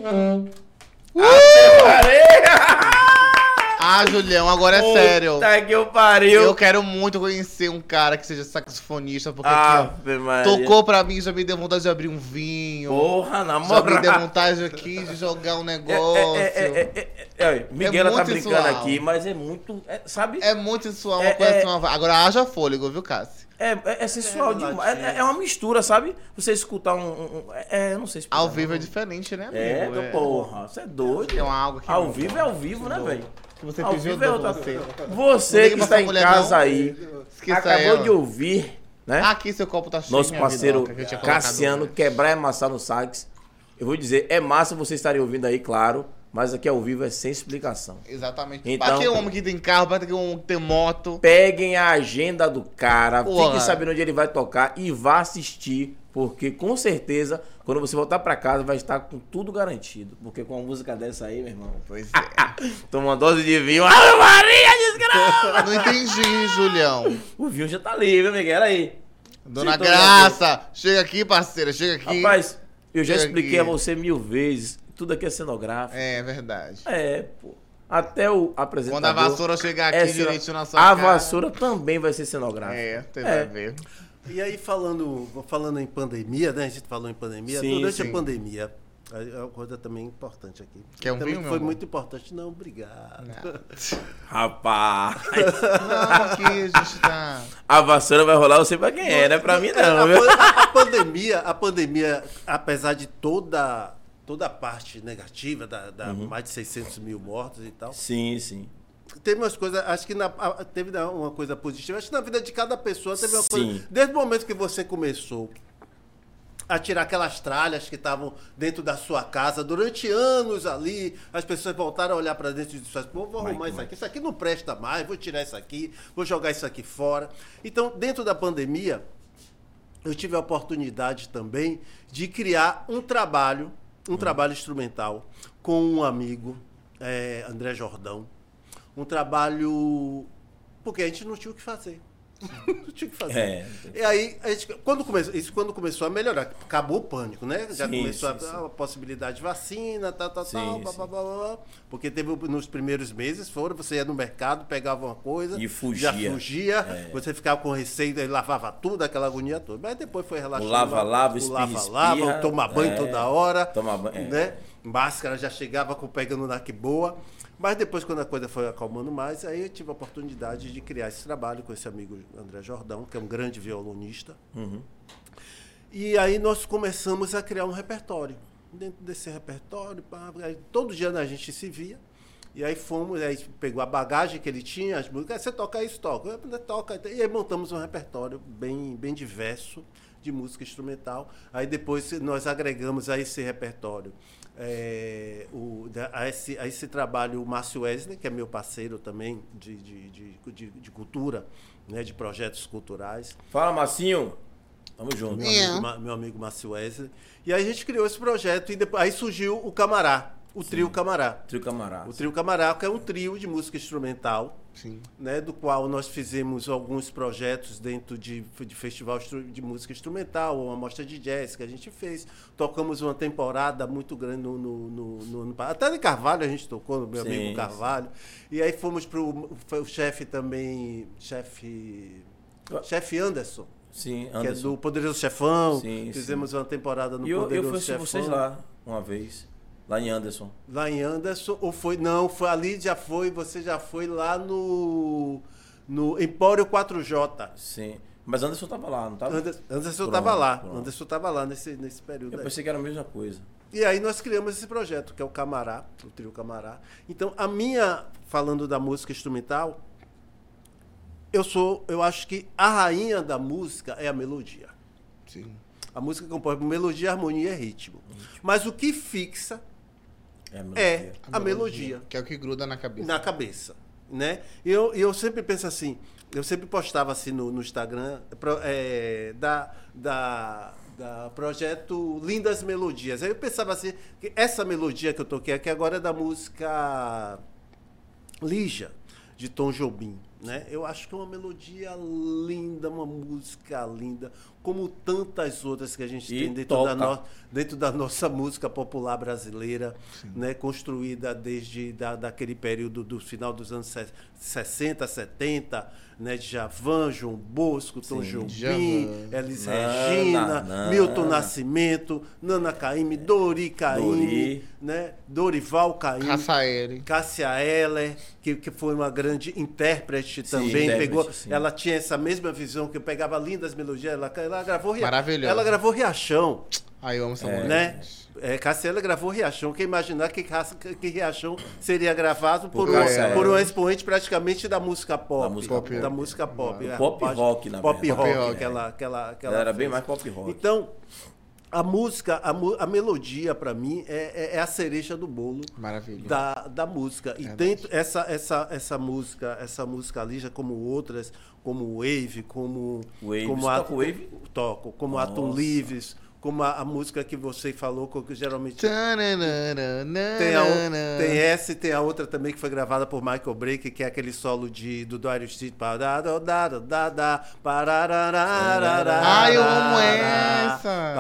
Uh! Ah, Julião, agora é Puta sério. que eu pariu. Eu quero muito conhecer um cara que seja saxofonista, porque Ah, aqui, ó, Maria. tocou pra mim, já me deu vontade de abrir um vinho. Porra, na já me deu moral. vontade aqui de jogar um É, negócio. é, É, é, é, é, é, é, Miguela tá muito brincando sensual. aqui, mas é muito. é, sabe? muito sensual, uma É, coisa é- assim, uma... Agora haja fôlego, viu, Cássio? É, é, é sensual É demais. É, é uma mistura, sabe? Você escutar um. um- um- é, é, eu não sei explicar. Ao vivo é de. diferente, né, amigo? É, do porra. Você é doido. Tem uma água aqui. Ao no- vivo é ao vivo, né, velho? Que você Ao pediu, eu vivo é dou outra pra você. Você Liga que pra está sua em mulher, casa não. aí, Esqueça acabou ela. de ouvir, né? Aqui seu copo tá cheio. nosso minha parceiro vidoca, que eu tinha colocado Cassiano antes. quebrar e amassar no sax. Eu vou dizer, é massa você estarem ouvindo aí, claro, mas aqui ao vivo é sem explicação. Exatamente. Então- Pra que homem que tem carro, pra que homem que tem moto. Peguem a agenda do cara, Porra. fiquem sabendo onde ele vai tocar e vá assistir, porque com certeza, quando você voltar pra casa, vai estar com tudo garantido. Porque com uma música dessa aí, meu irmão, Pois é. toma uma dose de vinho. Ah, Maria, desgraça! Não entendi, Julião. O vinho já tá ali, viu, Miguel? Olha aí. Dona Sintonia. Graça, chega aqui, parceira, chega aqui. Rapaz, eu já Chega expliquei a aqui. você mil vezes, tudo aqui é cenográfico. É, verdade. É, pô. Até o apresentador. Quando a vassoura chegar aqui é ceno- direitinho na sua A cara. vassoura também vai ser cenográfica. É, tem É. a ver. E aí, falando, falando em pandemia, né? A gente falou em pandemia. Sim, Durante sim. a pandemia, aí é uma coisa também importante aqui. Quer um também vinho, meu foi amor? muito importante. Não, obrigado. Rapaz, Não, aqui a gente tá. a vassoura vai rolar, eu sei pra quem é, né? Pra mim A, não, viu? pan- a- a pandemia, a pandemia, apesar de toda toda a parte negativa, da, da mais de 600 mil mortos e tal, Sim, sim. teve umas coisas, acho que na- a- teve na- uma coisa positiva, acho que na vida de cada pessoa teve uma Sim. coisa, desde o momento que você começou a tirar aquelas tralhas que estavam dentro da sua casa, durante anos ali, as pessoas voltaram a olhar para dentro de suas, pô, vou arrumar isso aqui, isso aqui não presta mais, vou tirar isso aqui, vou jogar isso aqui fora. Então, dentro da pandemia, eu tive a oportunidade também de criar um trabalho, um Uhum. trabalho instrumental com um amigo, eh, André Jordão. Um trabalho. Porque a gente não tinha o que fazer. não tinha o que fazer. É. E aí, a gente- quando começou, isso quando começou a melhorar, acabou o pânico, né? Já Sim, começou sim, a, sim. a possibilidade de vacina, tal, tal, Sim, tal, blá, sim. blá, blá, blá. Porque teve o- nos primeiros meses, foram, você ia no mercado, pegava uma coisa, E já fugia. É. fugia, você ficava com receio, daí lavava tudo, aquela agonia toda. Mas depois foi relaxando. O lava, lava, o espirra, lava, lava, espirra, o toma banho é. toda hora. Toma banho, é. Né? Máscara já chegava com pegando na que boa. Mas depois, quando a coisa foi acalmando mais, aí eu tive a oportunidade de criar esse trabalho com esse amigo André Jordão, que é um grande violonista. E aí nós começamos a criar um repertório. Dentro desse repertório, pá, aí todo dia né, a gente se via. E aí fomos, aí pegou a bagagem que ele tinha, as músicas, "Ah, você toca isso, toca, "Ah, né, toca. E aí montamos um repertório bem, bem diverso de música instrumental. Aí depois nós agregamos a esse repertório, eh, o, da- a, esse, a esse trabalho o Márcio Wesley, que é meu parceiro também de, de, de, de- de cultura, né, de projetos culturais Fala, Massinho. Tamo junto. É. meu amigo, Ma- meu amigo Márcio Wesley. E aí a gente criou esse projeto e depois, aí surgiu o Camará, o Trio Camará. Trio Camarada. O Trio Camará, que é um trio de música instrumental, Sim. né, do qual nós fizemos alguns projetos dentro de, de festival instru- de música instrumental, uma mostra de jazz que a gente fez. Tocamos uma temporada muito grande no, no, no, no, ano pa- Até de Carvalho a gente tocou, no meu Sim, amigo Carvalho. E aí fomos para o chefe também, chefe. Chefe Anderson Sim, que é Anderson. do Poderoso Chefão. Sim, sim. Fizemos uma temporada no E eu, eu Poderoso fui assistir Chefão. vocês lá uma vez. Lá em Anderson. Lá em Anderson, ou foi. Não, foi ali já foi, você já foi lá no. No Empório 4J. Sim. Mas Anderson tava lá, não tava? Anderson, Anderson Pronto, tava lá. pronto. Anderson tava lá nesse, nesse período Eu aí. pensei que era a mesma coisa. E aí nós criamos esse projeto, que é o Camará, o Trio Camará. Então, a minha, falando da música instrumental, eu sou, eu acho que a rainha da música é a melodia. Sim. A música compõe por melodia, harmonia e ritmo. Mas o que fixa É, a mesma é coisa. a melodia Que é o que gruda na cabeça. na cabeça, né? E eu, e eu sempre penso assim, eu sempre postava assim no, no Instagram pro- é, da, da, da projeto Lindas Melodias. Aí eu pensava assim, que essa melodia que eu toquei aqui agora é da música Lija, de Tom Jobim. né? Eu acho que é uma melodia linda, uma música linda, como tantas outras que a gente E tem dentro da, toca. no- dentro da nossa música popular brasileira, né? Construída desde da, daquele período do final dos anos se- 60, 70, né? Djavan, João Bosco, Tom Jobim, Djavan. Elis Nana, Regina, Nana. É. Milton Nascimento, Nana Caymmi, Dori Caymmi, Dori. né? Dorival Caymmi. Rafael. Cássia Eller, que, que foi uma grande intérprete Sim, também, intérprete, pegou, sim. ela tinha essa mesma visão que eu pegava lindas melodias, ela, ela gravou Ria- Maravilhosa. Ela gravou Riachão, Aí eu amo É. essa mulher. né? É, Cássia Eller gravou Riachão, quem imaginar que, Cas- que Riachão seria gravado por, Por Cássia um, Eller. por um expoente praticamente da música pop, Da música Uhum. pop. da música pop, é, Pop rock, é. na pop verdade. rock, Pop rock, que ela, que ela, que Ela era bem fez. mais pop rock. Então, a música, a, mu- a melodia pra mim é- é- é a cereja do bolo Maravilha. da, da música. É E dentro essa, essa, essa música, essa música lija, como outras, como Wave, como Wave, como você a- toca Wave? Toco, como Atom Nossa. Leaves, como a, a música que você falou, que eu geralmente Tananana, tem, a, o- tem essa e tem a outra também que foi gravada por Michael Break, que é aquele solo de, do Darius Street. Ai, Ai, eu amo essa.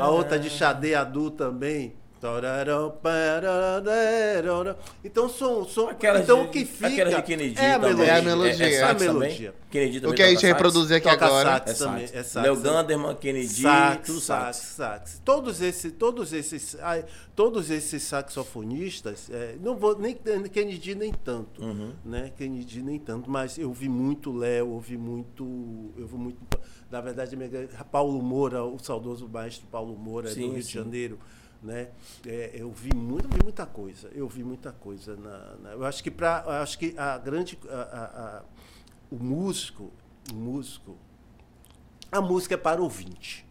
A outra de Xadê Adu também. Tararão, parararararão. Então, som, som. Aquelas então, de- o que fica. aquelas de Kennedy é a também. melodia. É a melodia. É, É a sax também? melodia. Kennedy também O que a gente toca sax? reproduzir aqui Toca agora. sax. É também, sax. é sax, Léo né? Ganderman, Kennedy, sax, tudo sax, sax. sax. Todos esses, todos esses, ai, todos esses saxofonistas, eh, não vou nem Kennedy nem tanto, Uhum. né? Kennedy nem tanto, mas eu vi muito Léo, ouvi muito, eu vi muito, na verdade, minha- Paulo Moura, o saudoso maestro Paulo Moura é Sim, do Rio de sim. Janeiro, né? Eh, eu vi muito, vi muita coisa, eu vi muita coisa na, na- eu acho que para, acho que a grande, a- a- a- o músico, o músico a música é para ouvinte.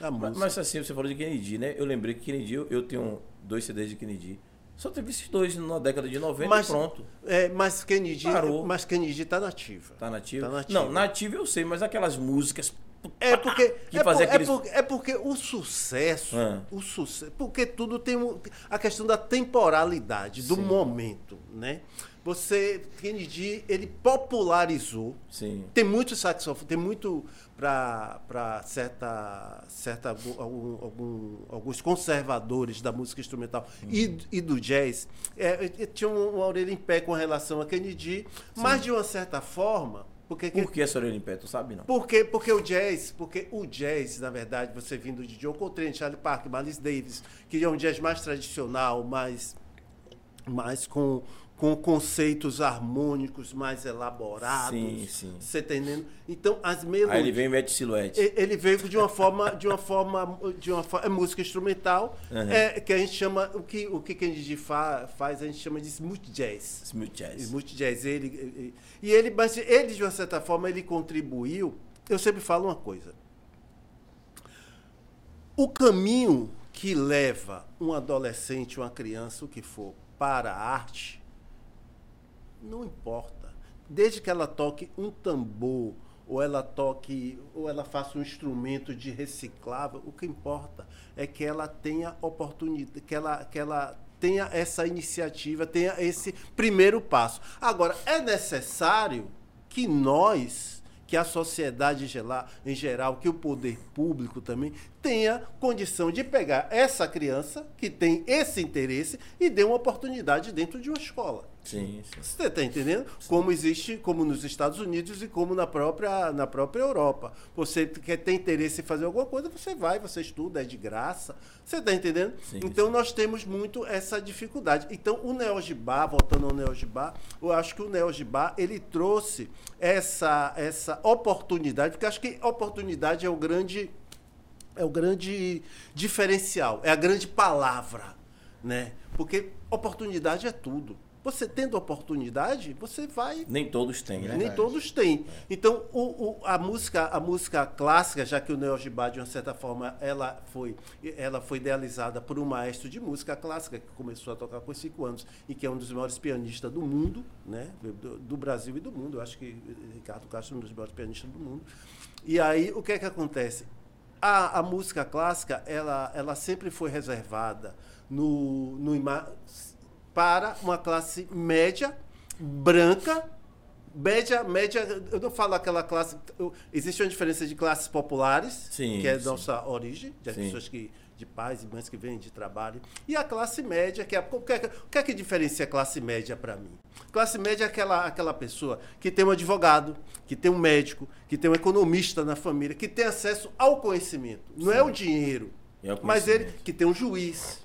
A Ma- música. Mas, assim, você falou de Kennedy, né? Eu lembrei que Kennedy, eu, eu tenho dois CDs de Kennedy. Só teve esses dois na década de 90 Mas- e pronto. É, mas Kennedy, Parou. mas Kennedy tá nativa. Tá nativa? Tá nativa. Não, nativa eu sei, mas aquelas músicas. É porque Que é, por- fazer é aqueles- por- é porque o sucesso, Ah. o sucesso, porque tudo tem um- a questão da temporalidade, do momento, né? Você Kennedy, ele popularizou Sim. Tem muito saxofone, tem muito para certa, certa algum- algum- algum- alguns conservadores da música instrumental e, e do jazz. É, é, é, tinha uma, uma orelha em pé com relação a Kennedy, mas de uma certa forma, porque Por que essa orelha em pé? Tu sabe não? porque, porque o jazz, porque o jazz, na verdade, você vindo de John Coltrane, Charlie Parker, Miles Davis, que é um jazz mais tradicional, mais, mais com, com conceitos harmônicos mais elaborados. Sim, sim. Você tá entendendo? Então, as Aí ele melodias... vem e mete silhuete. E- Ele veio de uma forma, de uma forma, de uma forma, é música instrumental, é, que a gente chama, o que o que Kennedy fa, faz, a gente chama de smooth jazz. Smooth E jazz. muito jazz, ele, ele- e ele, mas ele de uma certa forma ele contribuiu. Eu sempre falo uma coisa. O caminho que leva um adolescente, uma criança, o que for, para a arte, não importa. Desde que ela toque um tambor, ou ela toque, ou ela faça um instrumento de reciclável, o que importa é que ela tenha oportunidade, que ela, que ela tenha essa iniciativa, tenha esse primeiro passo. Agora, é necessário que nós, que a sociedade em gela- em geral, que o poder público também, tenha condição de pegar essa criança que tem esse interesse e dê uma oportunidade dentro de uma escola. Sim, sim. Você está entendendo? Como existe, como nos Estados Unidos e como na própria, na própria Europa. Você quer ter interesse em fazer alguma coisa, você vai, você estuda, é de graça. Você está entendendo? Sim, então nós temos muito essa dificuldade. Então o Neogibá, voltando ao Neogibá, eu acho que o Neogibá, ele trouxe essa, essa oportunidade, porque eu acho que oportunidade é o grande é o grande diferencial, é a grande palavra, né? Porque oportunidade é tudo. Você tendo oportunidade, você vai. Nem todos têm, né? Nem todos têm. Então, o- o- a música a música clássica, já que o Neo Gibá, de uma certa forma, ela foi, ela foi idealizada por um maestro de música clássica que começou a tocar com 5 anos e que é um dos maiores pianistas do mundo, né? do, do Brasil e do mundo. Eu acho que Ricardo Castro é um dos maiores pianistas do mundo. E aí, o que é que acontece? A, a música clássica, ela, ela sempre foi reservada no, no ima- para uma classe média, branca, Média, média, eu não falo aquela classe. eu- existe uma diferença de classes populares, Sim, que é sim. nossa origem, das Sim. pessoas que. De pais e mães que vêm de trabalho. E a classe média, que é. O que é, que- o que, é que diferencia a classe média para mim? Classe média é aquela, aquela pessoa que tem um advogado, que tem um médico, que tem um economista na família, que tem acesso ao conhecimento. Não é o dinheiro. É o mas ele conhecimento. que tem um juiz.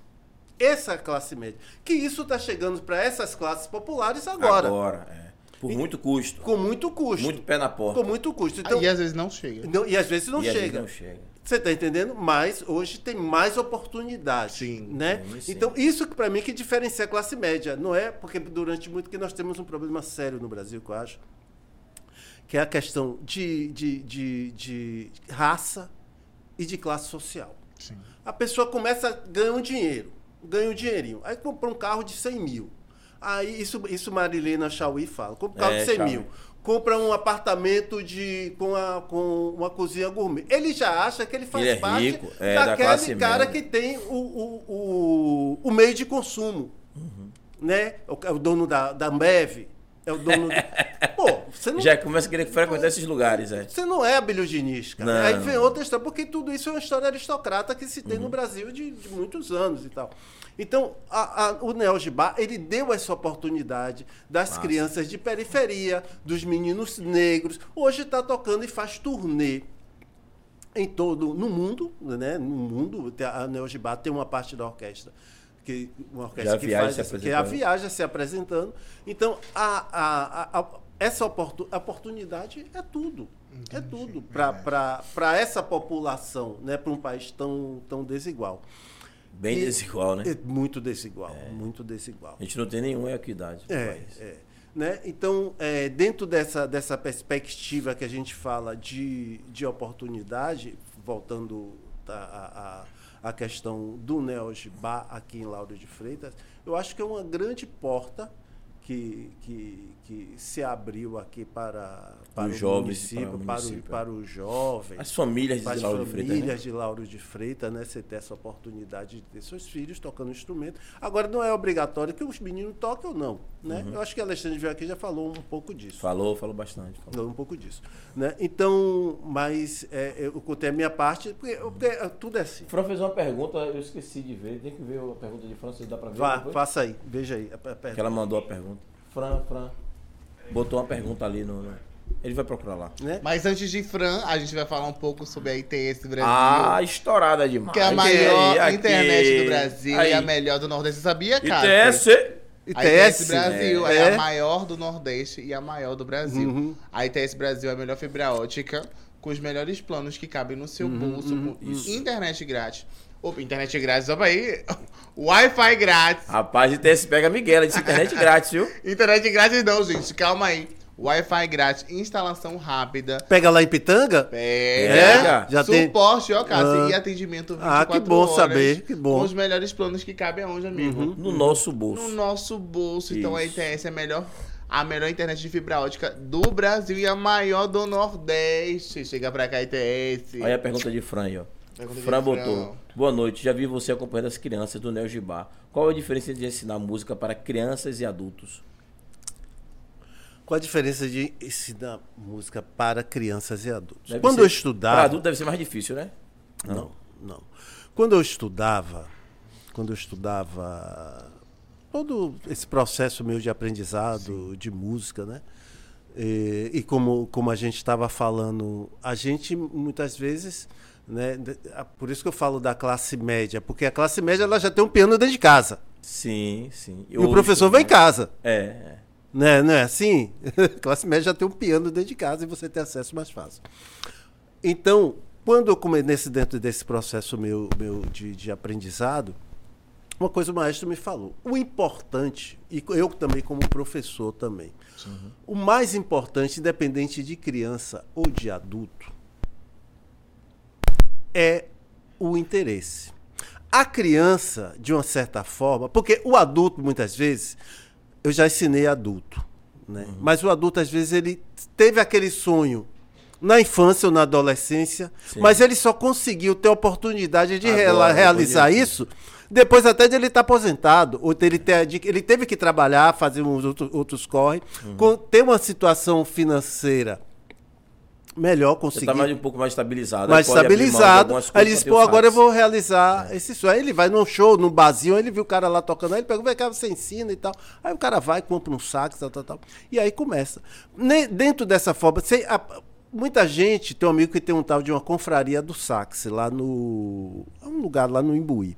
Essa é classe média. Que isso está chegando para essas classes populares agora. Agora, é. Por muito custo. Com muito custo. Muito pé na porta. Com muito custo. Então, Ah, e é- às vezes não chega. não- e às vezes não E às vezes chega. não chega. Você está entendendo? Mas hoje tem mais oportunidades, Sim, né? sim, sim. Então isso que para mim que diferencia a classe média, não é? Porque durante muito que nós temos um problema sério no Brasil, que eu acho, que é a questão de, de, de, de raça e de classe social. Sim. A pessoa começa a ganhar um dinheiro, ganha um dinheirinho, aí compra um carro de 100 mil. Aí isso, isso Marilena Chauí fala, compra um carro É, de 100 Chauí. mil compra um apartamento de com, a, com uma cozinha gourmet. Ele já acha que ele faz Ele é parte rico, é, da daquele classe cara média. que tem o, o, o, o meio de consumo. Uhum. Né? É o, é o dono da, da Ambev. É o dono. do- Pô, você não, Já começa a querer frequentar esses lugares, é. você não é abeludinista. cara. Não. Aí vem outra história, porque tudo isso é uma história aristocrata que se tem no Brasil de, de muitos anos e tal. Então, a- a- o Neogibá, ele deu essa oportunidade das crianças de periferia, dos meninos negros. Hoje está tocando e faz turnê em todo no mundo, né? No mundo, tem a Neogibá tem uma parte da orquestra que uma orquestra Já que viaja faz se essa- que é a apresentando. viagem se apresentando. Então, a- a- a- a- essa oportu- oportunidade é tudo. É tudo para essa população, né, para um país tão, tão desigual. Bem E- desigual, né? É. É muito desigual, muito desigual. A gente não tem nenhuma equidade no É, país. é. Né? Então, é, dentro dessa, dessa perspectiva que a gente fala de, de oportunidade, voltando tá, a, a, a questão do Neogibá aqui em Lauro de Freitas, eu acho que é uma grande porta que, que, que se abriu aqui para, para Os o jovens e para o município, para, município, o, é. para os jovens As famílias para de as Lauro de Freitas, famílias né? de Lauro de Freitas, né? Você ter essa oportunidade de ter seus filhos tocando instrumento. Agora, não é obrigatório que os meninos toquem ou não, né? Eu acho que a Alexandre veio aqui e já falou um pouco disso. Falou, falou bastante. falou. Falou um pouco disso, né? Então, mas é, eu contei a minha parte, porque, porque, é, tudo é assim. O Fran fez uma pergunta, eu esqueci de ver. Tem que ver a pergunta de Fran, se dá pra ver. Vá, depois? faça aí, veja aí. a- a Que pergunta, ela mandou a pergunta. Fran, Fran. Botou uma pergunta ali no. no- Ele vai procurar lá. né? Mas antes de Fran, a gente vai falar um pouco sobre a ITS Brasil. Ah, estourada demais. que é a maior Aqui, internet do aqui. Brasil Aí. e a melhor do Nordeste. Você sabia, cara? ITS. A ITS ITS, Brasil né? é. a maior do Nordeste e a maior do Brasil. Uhum. A ITS Brasil é a melhor fibra ótica, com os melhores planos que cabem no seu Uhum, bolso, com internet grátis. Opa, internet grátis, opa aí. Wi-Fi grátis. Rapaz, ITS pega Miguel, disse internet grátis, viu? Internet grátis não, gente. Calma aí. Wi-Fi grátis, instalação rápida. Pega lá em Pitanga? Pega. Pega. É, já tem. Suporte, ó, Cássio, Ah. e atendimento 24 Ah, que bom horas, saber, que bom. Uhum. Com os melhores planos que cabem aonde, amigo? No nosso bolso. No nosso bolso. Então a Isso. ITS é a melhor, a melhor internet de fibra ótica do Brasil e a maior do Nordeste. Chega pra cá, ITS. Aí a pergunta de Fran aí, ó. Pergunta de Fran Fran. botou. Boa noite, já vi você acompanhando as crianças do Neo Gibá. Qual a diferença de ensinar música para crianças e adultos? Qual a diferença de ensinar música para crianças e adultos? Deve Quando ser- eu Para estudava. adulto deve ser mais difícil, né? Não, não. Quando eu estudava, quando eu estudava todo esse processo meu de aprendizado de música, né? E, e como, como a gente estava falando, a gente muitas vezes, né? de- a- Por isso que eu falo da classe média, porque a classe média ela já tem um piano dentro de casa Sim, sim. e o professor vem em casa. É, é. Né? Não é assim? classe média já tem um piano dentro de casa e você tem acesso mais fácil. Então, quando eu comecei nesse, dentro desse processo meu, meu de, de aprendizado, uma coisa o maestro me falou. O importante, e eu também como professor também, o mais importante, independente de criança ou de adulto, é o interesse. A criança, de uma certa forma, porque o adulto, muitas vezes, eu já ensinei adulto, né? Uhum. mas o adulto, às vezes, ele teve aquele sonho na infância ou na adolescência, Sim. mas ele só conseguiu ter oportunidade de Agora, rela- depois realizar de- isso Depois até de ele estar aposentado, ou ter- ele, ter, adqu- ele teve que trabalhar, fazer uns outro- outros corre, Uhum. com- ter uma situação finanseira melhor, Você conseguir tá mais, um pouco mais estabilizado. mais aí pode abrir mão de estabilizado. algumas coisas Aí ele diz, pra ter pô, o agora eu fax. vou realizar esse sonho. Aí ele vai num show, num barzinho, aí ele viu o cara lá tocando, aí ele pegou, vem cá, você ensina e tal. Aí o cara vai, compra um sax, tal, tal, tal. E aí começa. Ne- Dentro dessa forma, você- a- muita gente, tem um amigo que tem um tal de uma confraria do sax, lá no... é um lugar lá no Imbuí,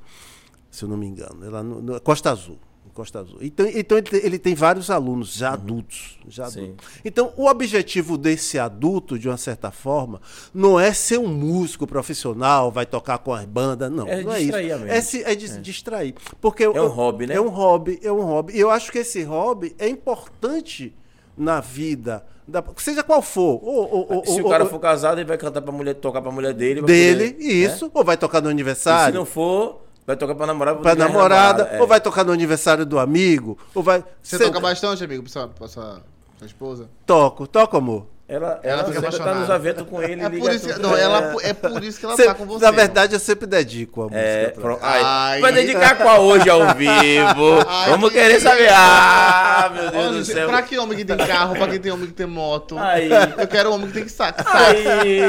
se eu não me engano, é lá no, no- Costa Azul. em Costa Azul. Então, então ele, tem, ele tem vários alunos já adultos, já Uhum. Sim. adultos. Então, o objetivo desse adulto, de uma certa forma, não é ser um músico profissional, vai tocar com as bandas, não. É não é isso. distrair a mente. É, se- é de se distrair. Porque um hobby, né? É um hobby, é um hobby. E eu acho que esse hobby é importante na vida, da- seja qual for. Ou- ou- ou- Se ou- o cara ou- for casado, ele vai cantar pra mulher, tocar pra mulher dele. pra dele, poder, isso, ou vai tocar no né? E se aniversário. não for, vai tocar pra namorada. Pra poder ganhar namorada, namorada, é. ou vai tocar no aniversário do amigo, ou vai. Você Cê- toca bastante, amigo, pra sua, pra sua, sua esposa? Toco, toco, amor. Ela, Ela ela, fica sempre tá apaixonada. nos eventos com ele. É liga por, isso que, tudo. não, É. ela, é por isso que ela Cê- tá com você. na verdade, eu sempre dedico a música. É, pra pro- Ai. ai, Vai dedicar qual hoje ao vivo? Ai, Vamos que- querer saber. Ah, meu Olha, Deus do gente, céu. Pra que homem que tem carro, pra quem tem homem que tem moto? Aí. Eu quero homem que tem saco. Tá Aí.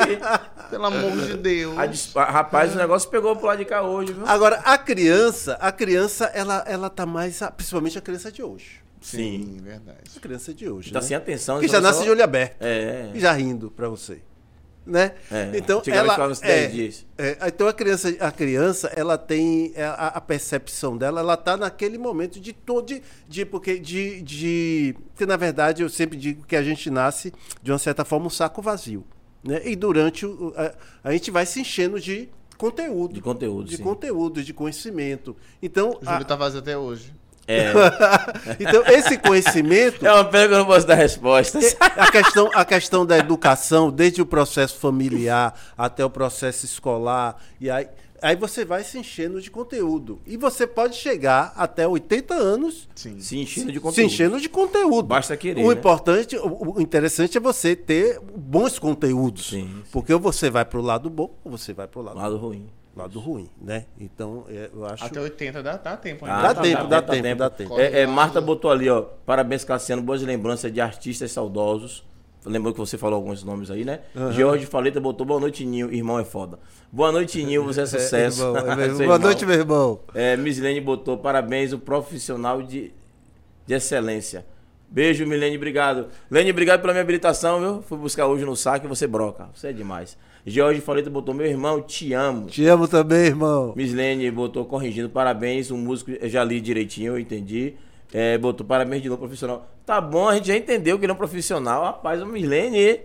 Pelo amor de Deus. A dis- a- Rapaz, o negócio pegou pro lado de cá hoje, viu? Agora, a criança, a criança, ela, ela tá mais. a- Principalmente a criança de hoje. Sim. A verdade. criança de hoje. Tá né? sem atenção. que já então nasce só- de olho aberto. É. E já rindo pra você. Né? É, Então, antigamente ela, ficava uns 10 é, dias. é, então a criança, a criança, ela tem é, a, a percepção dela, ela tá naquele momento de todo de, de porque de, de porque, na verdade eu sempre digo que a gente nasce de uma certa forma um saco vazio, né? E durante o, o- a, a gente vai se enchendo de conteúdo, De conteúdo, de sim. conteúdo, de conhecimento. Então, O a- Júlio tá vazio até hoje. É. então esse conhecimento É uma pena que eu não posso dar respostas. É, a questão, a questão da educação, desde o processo familiar até o processo escolar, e aí, aí você vai se enchendo de conteúdo. E você pode chegar até 80 anos Sim. Se enchendo de conteúdo. se enchendo de conteúdo. Basta querer, O né? importante, o o interessante é você ter bons conteúdos. Sim, sim. Porque ou você vai pro lado bom, ou você vai pro lado, Lado ruim. lado ruim, né? Então, é, eu acho Até 80 dá, dá tempo Ah, ainda. Dá tempo, dá tá tempo, né? dá tempo. É, é, Marta botou ali, ó. Parabéns, Cassiano. Boas lembranças de artistas saudosos. Lembrou que você falou alguns nomes aí, né? Jorge Faleta botou boa noite, Ninho. Irmão é foda. Boa noite, Ninho. Você é sucesso. É, irmão, é, Seu meu- Boa irmão. noite, meu irmão. É, Mislene botou parabéns, o profissional de, de excelência. Beijo, Milene, obrigado. Lene, obrigado pela minha habilitação, viu? Fui buscar hoje no saque, você broca. Você é demais. George Faleta botou, meu irmão, te amo. Te amo também, irmão. Miss Lene botou corrigindo, parabéns, um músico, eu já li direitinho, eu entendi. É, botou parabéns de novo, profissional. Tá bom, a gente já entendeu que ele é um profissional. Rapaz, o Mislene,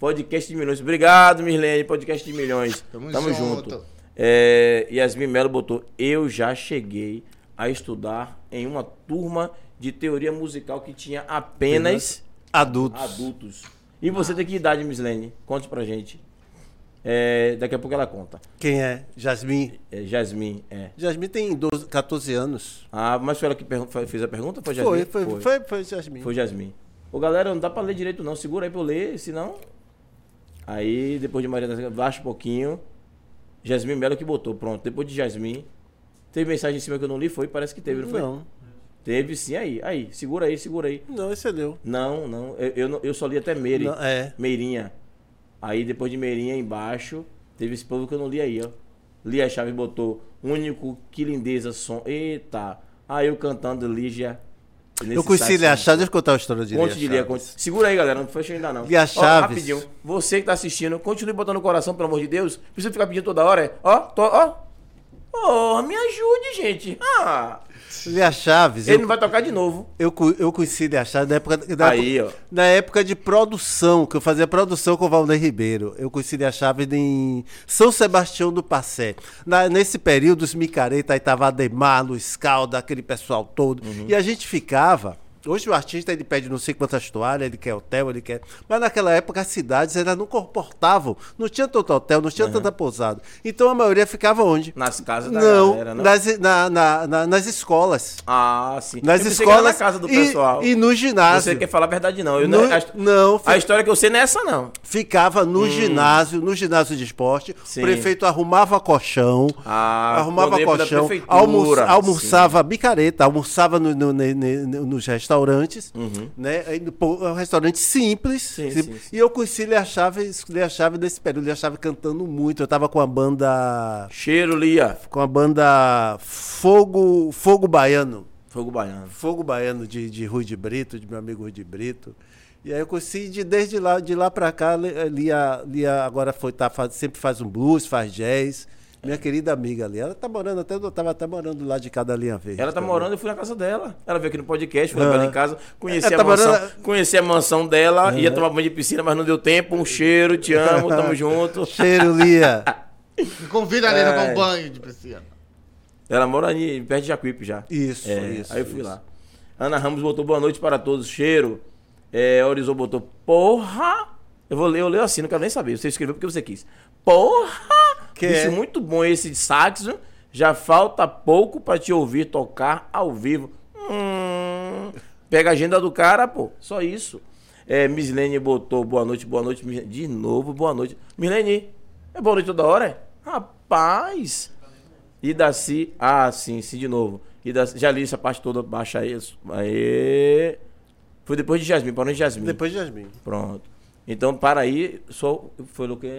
podcast de milhões. Obrigado, Mislene, podcast de milhões. Tamo Tamo, junto. junto. É, Yasmin Melo botou, eu já cheguei a estudar em uma turma de teoria musical que tinha apenas Adultos. adultos. E você tem que idade, Mislene? Conte pra gente. É, daqui a pouco ela conta. Quem é? Jasmin. É, Jasmin, é. Jasmin tem 12, 14 anos. Ah, mas foi ela que pergun- fa- fez a pergunta? Foi Jasmin? Foi, foi, foi, foi, Jasmin. Foi Jasmin. Ô, galera, não dá pra ler direito não. Segura aí pra eu ler, senão... Aí, depois de Maria da Graça, baixa um pouquinho. Jasmin Melo que botou, pronto. Depois de Jasmin. Teve mensagem em cima que eu não li? Foi, parece que teve, não foi? Não, Teve sim, aí. Aí, segura aí, segura aí. não, esse é meu. Não, não. Eu, eu, não- eu só li até Meire. Não, é. Meirinha. Aí depois de Meirinha embaixo, teve esse povo que eu não li aí, ó. Li a chave e botou único, que lindeza som. Eita! Aí eu cantando Lígia. nesse Eu conheci sax, Lia né? Chaves, deixa eu contar a história Um de Conte de Lia Lia, Chaves. conte. Segura aí, galera, não fecha ainda não. Lia Ó, Chaves. rapidinho. Você que tá assistindo, continue botando o coração, pelo amor de Deus. Precisa ficar pedindo toda hora, é? Ó, tô, ó. Oh, me ajude, gente. Ah! Lia Chaves, Ele não eu, vai tocar de novo. eu, cu- eu conheci Lia Chaves na época, na, Aí, época, ó. na época de produção, que eu fazia produção com o Valdir Ribeiro. Eu conheci Lia Chaves em São Sebastião do Passé. Na- nesse Uhum. período, os micareta, aí tava Ademar, Luiz Calda, aquele pessoal todo. E a gente ficava... Hoje o artista ele pede não sei quantas toalhas, ele quer hotel, ele quer. Mas naquela época as cidades elas não comportavam, não tinha tanto hotel, não tinha tanta pousada. Então a maioria ficava onde? Nas casas Uhum. da não, galera, não? Nas, na- na- na- nas escolas. Ah, sim. Nas Eu pensei que era escolas. na casa do e, pessoal. E no Você ginásio. quer né? falar a verdade, não. Eu No- não, a, não, a fi- história que eu sei não é essa, não. ficava no ginásio, no ginásio de esporte. Hum. Sim. O prefeito arrumava colchão. Ah, arrumava poder da colchão, prefeitura, almo- sim. almoçava bicareta, almoçava no- no- ne- ne- nos restaurantes, né? Aí no- pô, É um restaurante simples. Uhum. Sim, simples. sim, sim. E eu conheci Lia Chaves, Lia Chaves nesse período, Lia Chaves cantando muito. Eu tava com a banda Cheiro, Lia. com a banda Fogo, Fogo Baiano. Fogo baiano. Fogo Baiano de, de Rui de Brito, de meu amigo Rui de Brito. E aí eu conheci de, desde lá, de lá pra cá, li- Lia, Lia agora foi, tá, faz- sempre faz um blues, faz jazz. Minha querida amiga ali, ela tá morando até, eu tava até morando lá de cada linha verde. Ela tá também. morando, eu fui na casa dela. Ela veio aqui no podcast, fui lá Ah. ela em casa, conheci, Ela a, tá mansão, morando- Ah. conheci a mansão dela, ia tomar banho de piscina, mas não deu tempo. Um cheiro, te amo, tamo junto. Cheiro, Lia. Convida a Nena pra É. um banho de piscina. Ela mora ali perto de Jacuípe já. Isso, É, isso. Aí eu fui isso. lá. Ana Ramos botou boa noite para todos, cheiro. É, Horizon botou porra. Eu vou ler, eu leio assim, não quero nem saber. Você escreveu porque você quis. Porra! Que Bicho, é? muito bom esse sax. viu? Já falta pouco para te ouvir tocar ao vivo. Hum, pega a agenda do cara, pô. Só isso. É, Mislene botou boa noite, boa noite. Mis- De novo, boa noite. Mislene, é boa noite toda hora? é? Rapaz! E Daci. Ah, sim, sim, de novo. E Daci- já li essa parte toda, baixa isso. Aê. Foi depois de Jasmine, parou de Jasmine. Depois de Jasmine. Pronto. Então, para aí, só foi o que.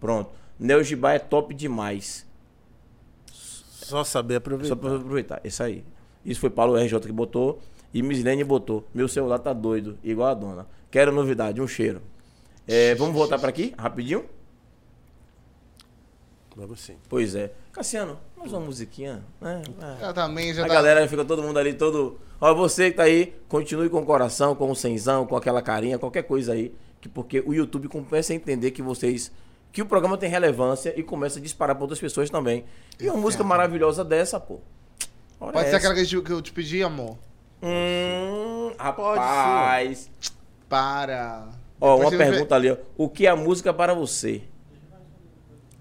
Pronto. Neogibá é top demais. Só saber aproveitar. Só pra aproveitar. Isso aí. Isso foi Paulo RJ que botou. E Mislene botou. Meu celular tá doido, igual a dona. Quero novidade, um cheiro. É, vamos voltar para aqui, rapidinho? Vamos sim. Pois é. Cassiano, mais uma musiquinha, né? É. Ela também já A tá- galera fica todo mundo ali, todo. Ó, você que tá aí, continue com o coração, com o senzão, com aquela carinha, qualquer coisa aí. Que porque o YouTube começa a entender que vocês. que o programa tem relevância e começa a disparar pra outras pessoas também. E uma música maravilhosa dessa, pô. Olha Pode ser essa. aquela que eu te- que eu te pedi, amor. Hum, ser. rapaz. Para. Ó, Depois uma você vê- pergunta ali, ó. O que é a música para você?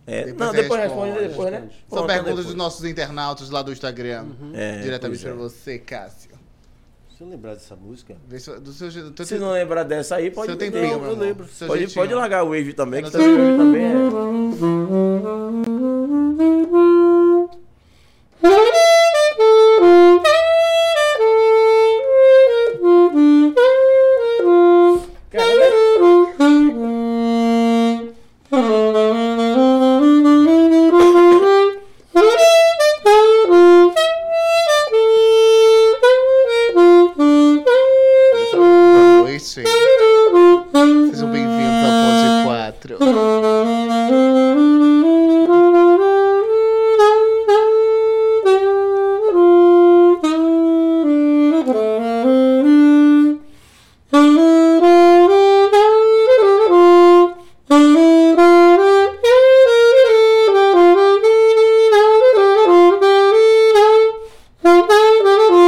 É, Depois não, você depois responde, responde, depois, né? Pronto, São então perguntas depois. dos nossos internautas lá do Instagram. É, diretamente pois é. pra você, Cássio. Se eu lembrar dessa música. Vê se- do seu, do teu- Se não lembrar dessa aí, pode seu tempinho, não, meu eu amor. lembro. Seu Pode, jeitinho. pode largar o Wave também, que Eu tá não sei. jogando também. É. é- Boa noite. Sejam bem-vindos ao Pod 4. Thank you.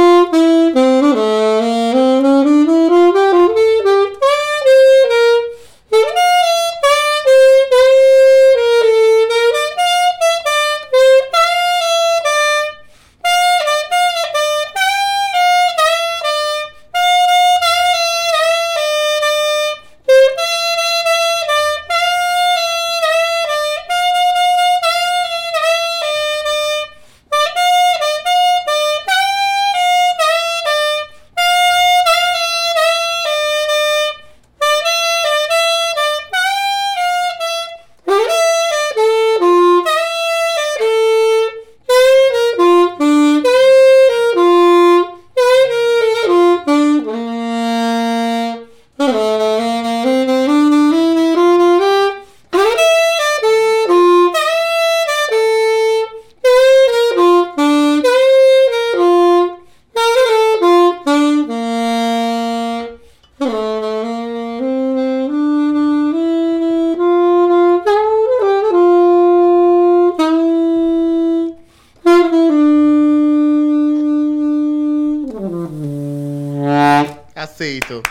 Aceito.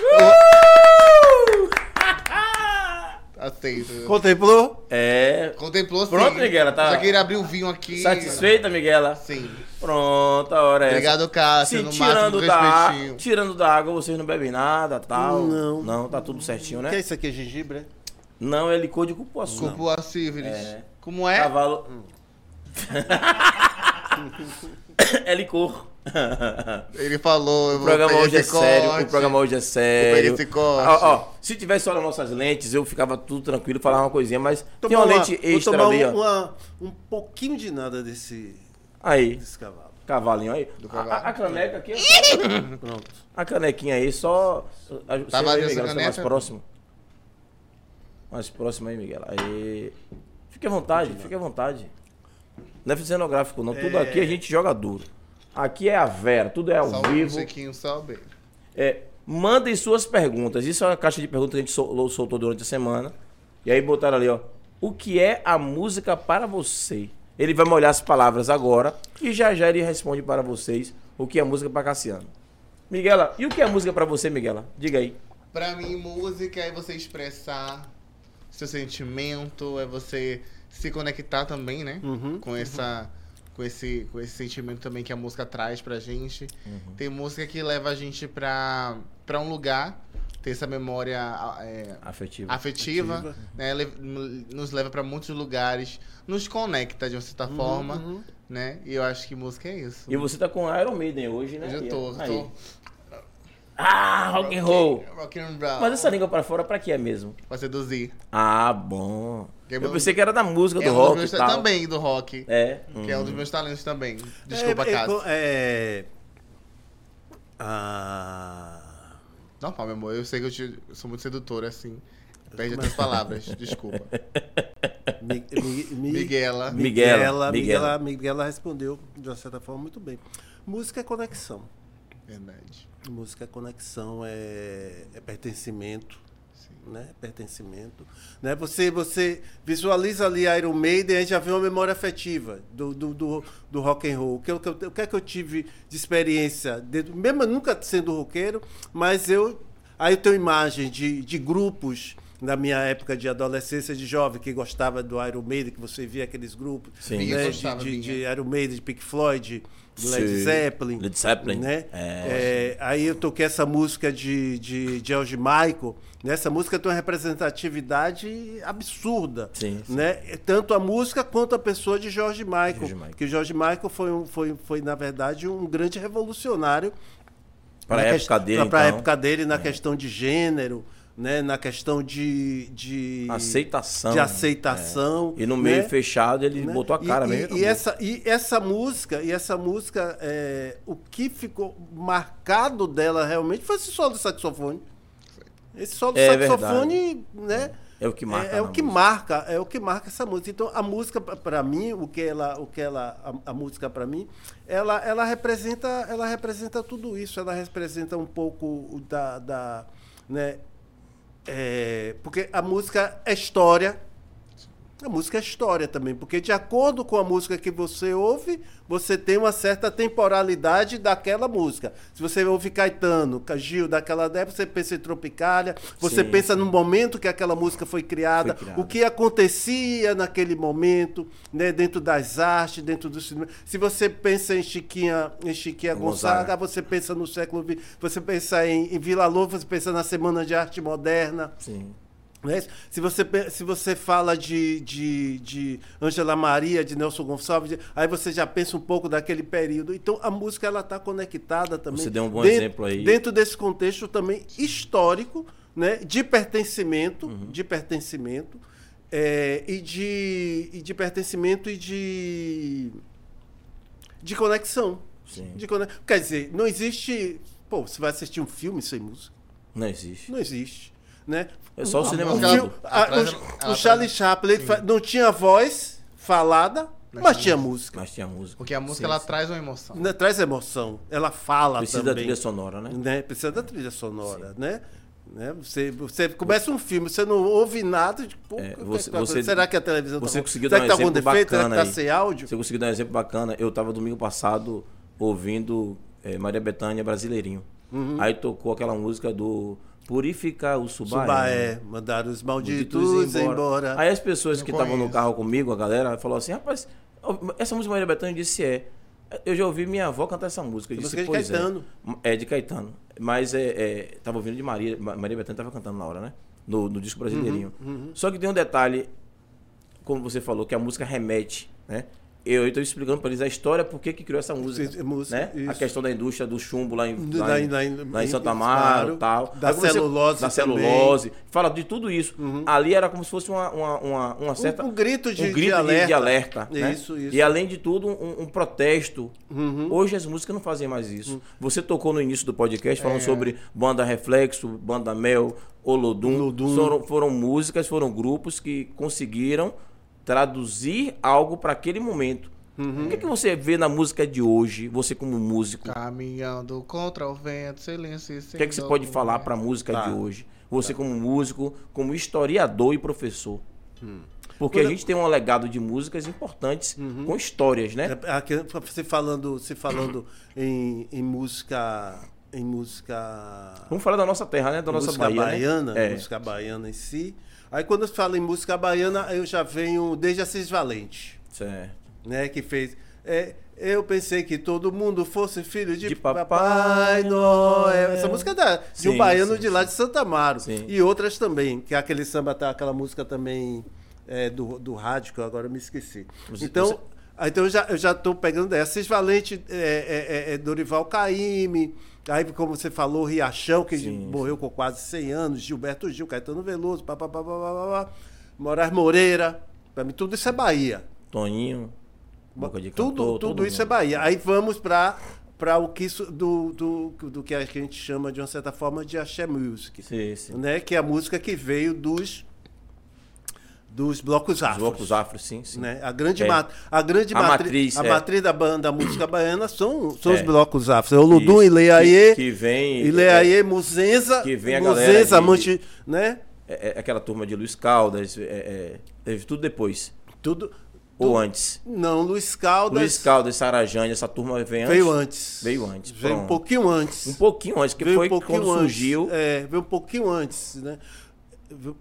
Uh! Aceito. Contemplou? É. Contemplou sim. Pronto, Miguel, tá- Só queria abrir o vinho aqui. Satisfeita, Miguela? Sim. Pronto, a hora é essa. Obrigado, Cássio. Se No máximo, tirando da, respeitinho. á- tirando da água, vocês não bebem nada, tal? Não. Não, tá tudo certinho, Que é né? isso aqui, é gengibre? é? Não é licor de cupuaçu. não. Cupuá Síveres. É. Como é? Cavalo. é licor. Ele falou. eu O vou programa pegar hoje é esse sério, o corte. programa hoje é sério. esse corte. Ó, ó, se tivesse olhando nossas lentes, eu ficava tudo tranquilo, falava uma coisinha, mas tem Tomar uma uma- lente vou extra tomar ali, um, ó. uma- um pouquinho de nada desse, Aí, desse cavalo. cavalinho aí. Do A, cavalo. a- a caneca aqui, Pronto. a canequinha aí, só... a- você aí, vazia essa Miguel, você é mais caneca? próximo. Mais próximo aí, Miguel. Aí. Fique à vontade, fique à vontade. Não é cenográfico, não. Tudo aqui a gente joga duro. Aqui é a Vera, tudo é ao Salve, vivo. Chiquinho, salve. É, mandem suas perguntas. Isso é uma caixa de perguntas que a gente sol- soltou durante a semana. E aí botaram ali, ó. O que é a música para você? Ele vai molhar as palavras agora e já já ele responde para vocês o que é música para Cassiano. Miguela, e o que é música para você, Miguela? Diga aí. Pra mim, música é você expressar seu sentimento, é você se conectar também, né? Uhum. Com essa. Com esse, com esse sentimento também que a música traz pra gente. Uhum. Tem música que leva a gente pra, pra um lugar, tem essa memória ah, é, Afetiva. afetiva, Afetiva. né? Le- n- Nos leva pra muitos lugares, nos conecta de uma certa Uhum, forma, né? E eu acho que música é isso. E você tá com Iron Maiden hoje, né? Hoje eu tô, Aí. tô Ah, rock and roll. rock and roll. Mas essa língua para fora para que é mesmo? Pra seduzir. Ah, bom. Que Eu bom. pensei que era da música do é um dos rock e meus ta- tal. também do rock. É. Que é um dos meus talentos também. Desculpa, é, é, Cássio. co- é, ah, Normal, meu amor. Eu sei que eu, te- eu sou muito sedutora, assim. Perde outras palavras. Desculpa. Mi- Mi- Mi- Miguela. Miguela. Miguela, Miguela, Miguela respondeu de uma certa forma muito bem. Música é conexão. Verdade. Música é conexão, é, é pertencimento. Né? Pertencimento. Né? Você, você visualiza ali Iron Maiden, aí já vem uma memória afetiva do, do, do, do rock and roll. O que, eu- o que eu- o que é que eu tive de experiência? dentro- mesmo eu nunca sendo roqueiro, mas eu. Aí eu tenho imagem de, de grupos na minha época de adolescência, de jovem, que gostava do Iron Maiden, que você via aqueles grupos. Sim. Minha Né? gostava, de, de, de minha. Iron Maiden, de Pink Floyd, de Sim. Led Zeppelin. Led Zeppelin, Né? é. É, aí eu toquei essa música de, de George Michael. Né? Essa música tem uma representatividade absurda. Sim, sim. Né? Tanto a música quanto a pessoa de George Michael. George Michael. Que George Michael foi, um- foi, foi, na verdade, um grande revolucionário Para a na época quest- dele, pra então. época dele na questão de gênero, né? Na questão de, de Aceitação, de né? aceitação E no meio né? fechado ele né? botou a E- cara e, mesmo. tá E, essa, e essa música, e essa música, é, o que ficou marcado dela realmente foi esse solo do saxofone. Esse solo do É saxofone, né? É o que marca É, é o na que música. marca, é o que marca essa música. Então a música para mim, o que ela, o que ela, a, a música para mim, ela, ela representa, ela representa tudo isso. Ela representa um pouco o da, da né? É, porque a música é história, a música é história também, porque de acordo com a música que você ouve, você tem uma certa temporalidade daquela música. Se você ouve Caetano, Ca- Gil, daquela época, você pensa em Tropicália, você Sim, pensa no momento que aquela música foi criada, Foi criada. o que acontecia naquele momento, né, dentro das artes, dentro do cinema. Se você pensa em Chiquinha, em Chiquinha Gonzaga. Gonzaga, você pensa no século XX, você pensa em, em Vila Lobos, você pensa na Semana de Arte Moderna. Sim. Né? Se, você, pe- se você fala de, de, de Angela Maria, de Nelson Gonçalves, de- aí você já pensa um pouco daquele período. Então a música ela está conectada também. Você deu um bom dentro, exemplo aí. Dentro desse contexto também histórico, né? de pertencimento, Uhum. de pertencimento, é, e, de, e de pertencimento e de, de conexão. Sim. De conex- Quer dizer, não existe. Pô, você vai assistir um filme sem música? Não existe. Não existe. Né? É só o cinema O, Aquela- mudo. filme- a- atrás- o- ela- o Charlie Chaplin ele fa- não tinha voz falada, mas, tinha música. Mas tinha música. Porque a música, Sim, ela sim. traz uma emoção. Né, Traz emoção. Ela fala precisa da também. trilha sonora, né? né? Precisa da trilha sonora, né? Né? Você, você começa um filme, você não ouve nada. de- pô, É, você- o que é que tá acontecendo? você- será que a televisão você tá, com- conseguiu será dar que um tá com exemplo defeito? Será que bacana tá aí. sem áudio? Você conseguiu dar um exemplo bacana. Eu tava domingo passado ouvindo eh, Maria é, Bethânia Brasileirinho. Uhum. Aí tocou aquela música do Purificar o Subaé. né? Subaé, é, mandaram os malditos, embora. Aí as pessoas que estavam no conheço. carro comigo, a galera, falou assim: rapaz, essa música Maria Bethânia eu disse é. Eu já ouvi minha avó cantar essa música. Eu É disse, música de pois Caetano. É. é de Caetano. Mas é, é, tava ouvindo de Maria. Ma- Maria Bethânia tava cantando na hora, né? No, no disco brasileirinho. Uhum, Só que tem um detalhe, como você falou, que a música remete, né? Eu estou explicando para eles a história, por que que criou essa música. Sim, música, né? A isso. questão da indústria do chumbo lá em, Da- lá em, da- da- lá em Santa claro. Amaro e tal. Da Aí comecei- celulose Da também. celulose. Fala de tudo isso. Ali era como se fosse uma, uma, uma, uma certa. Uhum. um grito de- um grito de alerta. de alerta, né? Isso, Uhum. isso. E além de tudo, um, um protesto. Hoje as músicas não fazem mais isso. Uhum. Você tocou no início do podcast É. falando sobre banda Reflexo, banda Mel, Olodum. Olodum. Foram, foram músicas, foram grupos que conseguiram traduzir algo para aquele momento. Uhum. O que, que você vê na música de hoje, você como músico? Caminhando contra o vento, silêncio e O que, é que você pode falar pra música Tá. de hoje? Você como músico, como historiador e professor. Porque Hum. Quando a eu- Uhum. gente tem um legado de músicas importantes com histórias, né? É, aqui, Você falando, você falando em, em música. Em música. Vamos falar da nossa terra, né? Da nossa música Bahia, né? baiana, É. música baiana em si. Aí quando eu falo em música baiana, eu já venho desde Assis Valente, Certo. né? Que fez. é, eu pensei que todo mundo fosse filho de, De Papai Papai, Noel. Essa música é da, de Sim, um baiano sim, de lá de Santa Amaro. Sim. E outras também, que é aquele samba, tá, aquela música também é, do, do rádio, que eu agora me esqueci. Você- Então, você- ah, então eu já, eu já tô pegando dessa. Cis Valente, é, é, é, é Dorival Caymmi, aí como você falou, Riachão, que Sim, morreu com quase 100 anos, Gilberto Gil, Caetano Veloso, papapá, papapá, Moraes Moreira, para mim tudo isso é Bahia. Toninho, Boca de tudo Cantor, tudo todo isso mundo. é Bahia. Aí vamos para para o que isso, do, do, do que a gente chama de uma certa forma de axé music, Sim, sim. né, que é a música que veio dos dos blocos Os afros. blocos afro, sim, sim. Né? A grande, É. ma- a grande A matri- matriz, a é. matriz da banda da música baiana são, são os É. blocos afro. O Ludum, Isso, que- Ileaie, que vem- é, Ileaie, Muzenza, que vem a galera de- Muzenza, Monte, né? É- é aquela turma de Luiz Caldas, é- é- teve tudo depois. Tudo Ou antes. não, Luiz Caldas Luiz Caldas, Sarajane, essa turma vem antes. veio antes. Veio antes, Veio um pronto. pouquinho antes. Um pouquinho antes, que veio foi um pouquinho quando antes. surgiu. É, veio um pouquinho antes, né?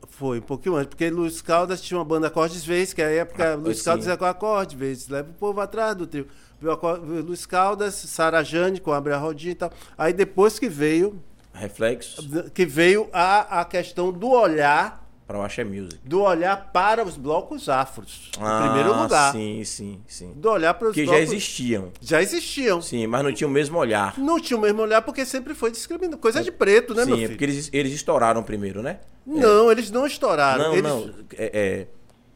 Foi um pouquinho antes, porque Luiz Caldas tinha uma banda Acordes Vezes, que é a época Luiz Ah, sim. Caldas era com Acorde Vezes, leva o povo atrás do trio. Veio Acor- veio Luiz Caldas, Sara Jane com Abre a Rodinha e tal. Aí depois que veio, Reflexos que veio a, a questão do olhar, para o Axé Music. do olhar para os blocos afros, em Ah, primeiro lugar. Sim, sim, sim. Do olhar para os Que já blocos... existiam. Já existiam. Sim, mas não tinha o mesmo olhar. Não tinha o mesmo olhar porque sempre foi discriminado. Coisa de preto, né, meu sim, é filho? porque eles, eles estouraram primeiro, né? Não, eles não estouraram. não, eles, não. É, é-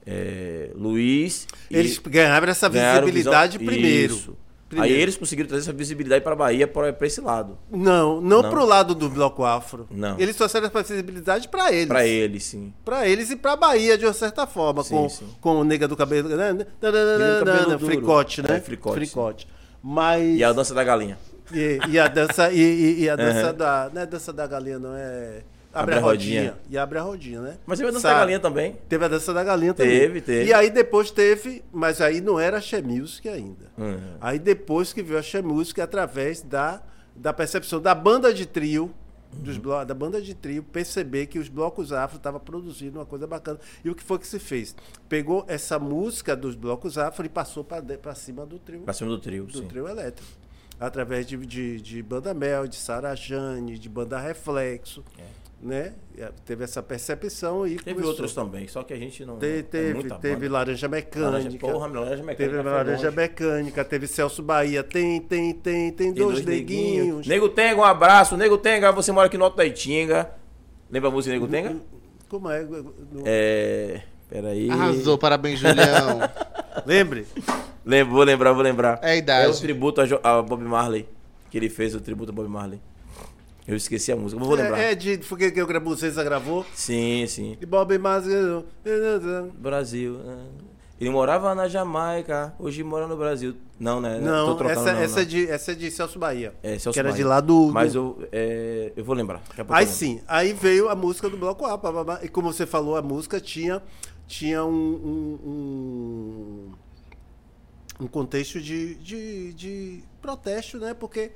é, Luiz. e eles ganharam essa ganharam visibilidade visão- primeiro. Isso. Primeiro. Aí eles conseguiram trazer essa visibilidade para a Bahia, para esse lado. Não, não, Não. pro lado do bloco afro. Não. Eles trouxeram essa visibilidade pra eles. Para eles, sim. Pra eles e pra Bahia, de uma certa forma, Sim, com, sim. com o Nega do Cabelo. Né? do Cabelo Duro. fricote, né? É, fricote, Mas. E a dança da galinha. E, e a dança, e, e- e a dança Aham. da. Não é dança da galinha, não, é. Abre Abre, a a rodinha. rodinha. E abre a rodinha, né? Mas teve a dança Sabe? da galinha também. Teve a dança da galinha também. Teve, teve. E aí depois teve, mas aí não era Axé Music ainda. Uhum. Aí depois que veio a Axé Music através da, da percepção da banda de trio, dos Uhum. blo- da banda de trio, perceber que os blocos afro estavam produzindo uma coisa bacana. E o que foi que se fez? Pegou essa música dos blocos afro e passou para cima do trio Para cima do trio, do sim. trio elétrico. Através de, de, de banda Mel, de Sarajane, de banda Reflexo, né? E, eh, Teve essa percepção e É. Teve começou. outros também, só que a gente não. Te- é teve muita teve banda. Laranja, Laranja Mecânica. é porra, meu, laranja mecânica. Teve foi Laranja longe. Mecânica, teve Celso Bahia. Tem, tem, tem, tem Tem dois, neguinhos. Nego Tenga, um abraço. Nego Tenga, você mora aqui no Alto da Itinga. Lembra a música Nego Tenga? Como é? Não- É. Peraí. Arrasou, parabéns, Julião. Lembre? Lembro, vou lembrar, vou lembrar. É a idade. o tributo a, Jo- a Bob Marley. Que ele fez o tributo a Bob Marley. Eu esqueci a música, mas vou lembrar. É, é de. Foi que, que o Grabucesa gravou. Sim, sim. E Bob Marley. Brasil. ah. Ele morava na Jamaica, hoje mora no Brasil. Não, né? Tô Não, trocando, essa, não, essa, não. É de, essa é de Celso Bahia. É, Celso que era de Bahia. lá do. do- Mas eu, é, eu vou lembrar. daqui a pouco eu Aí lembro. sim, aí veio a música do Bloco A. pá, pá, pá. E como você falou, a música tinha, tinha um, um, um, um contexto de, de, de protesto, né? Porque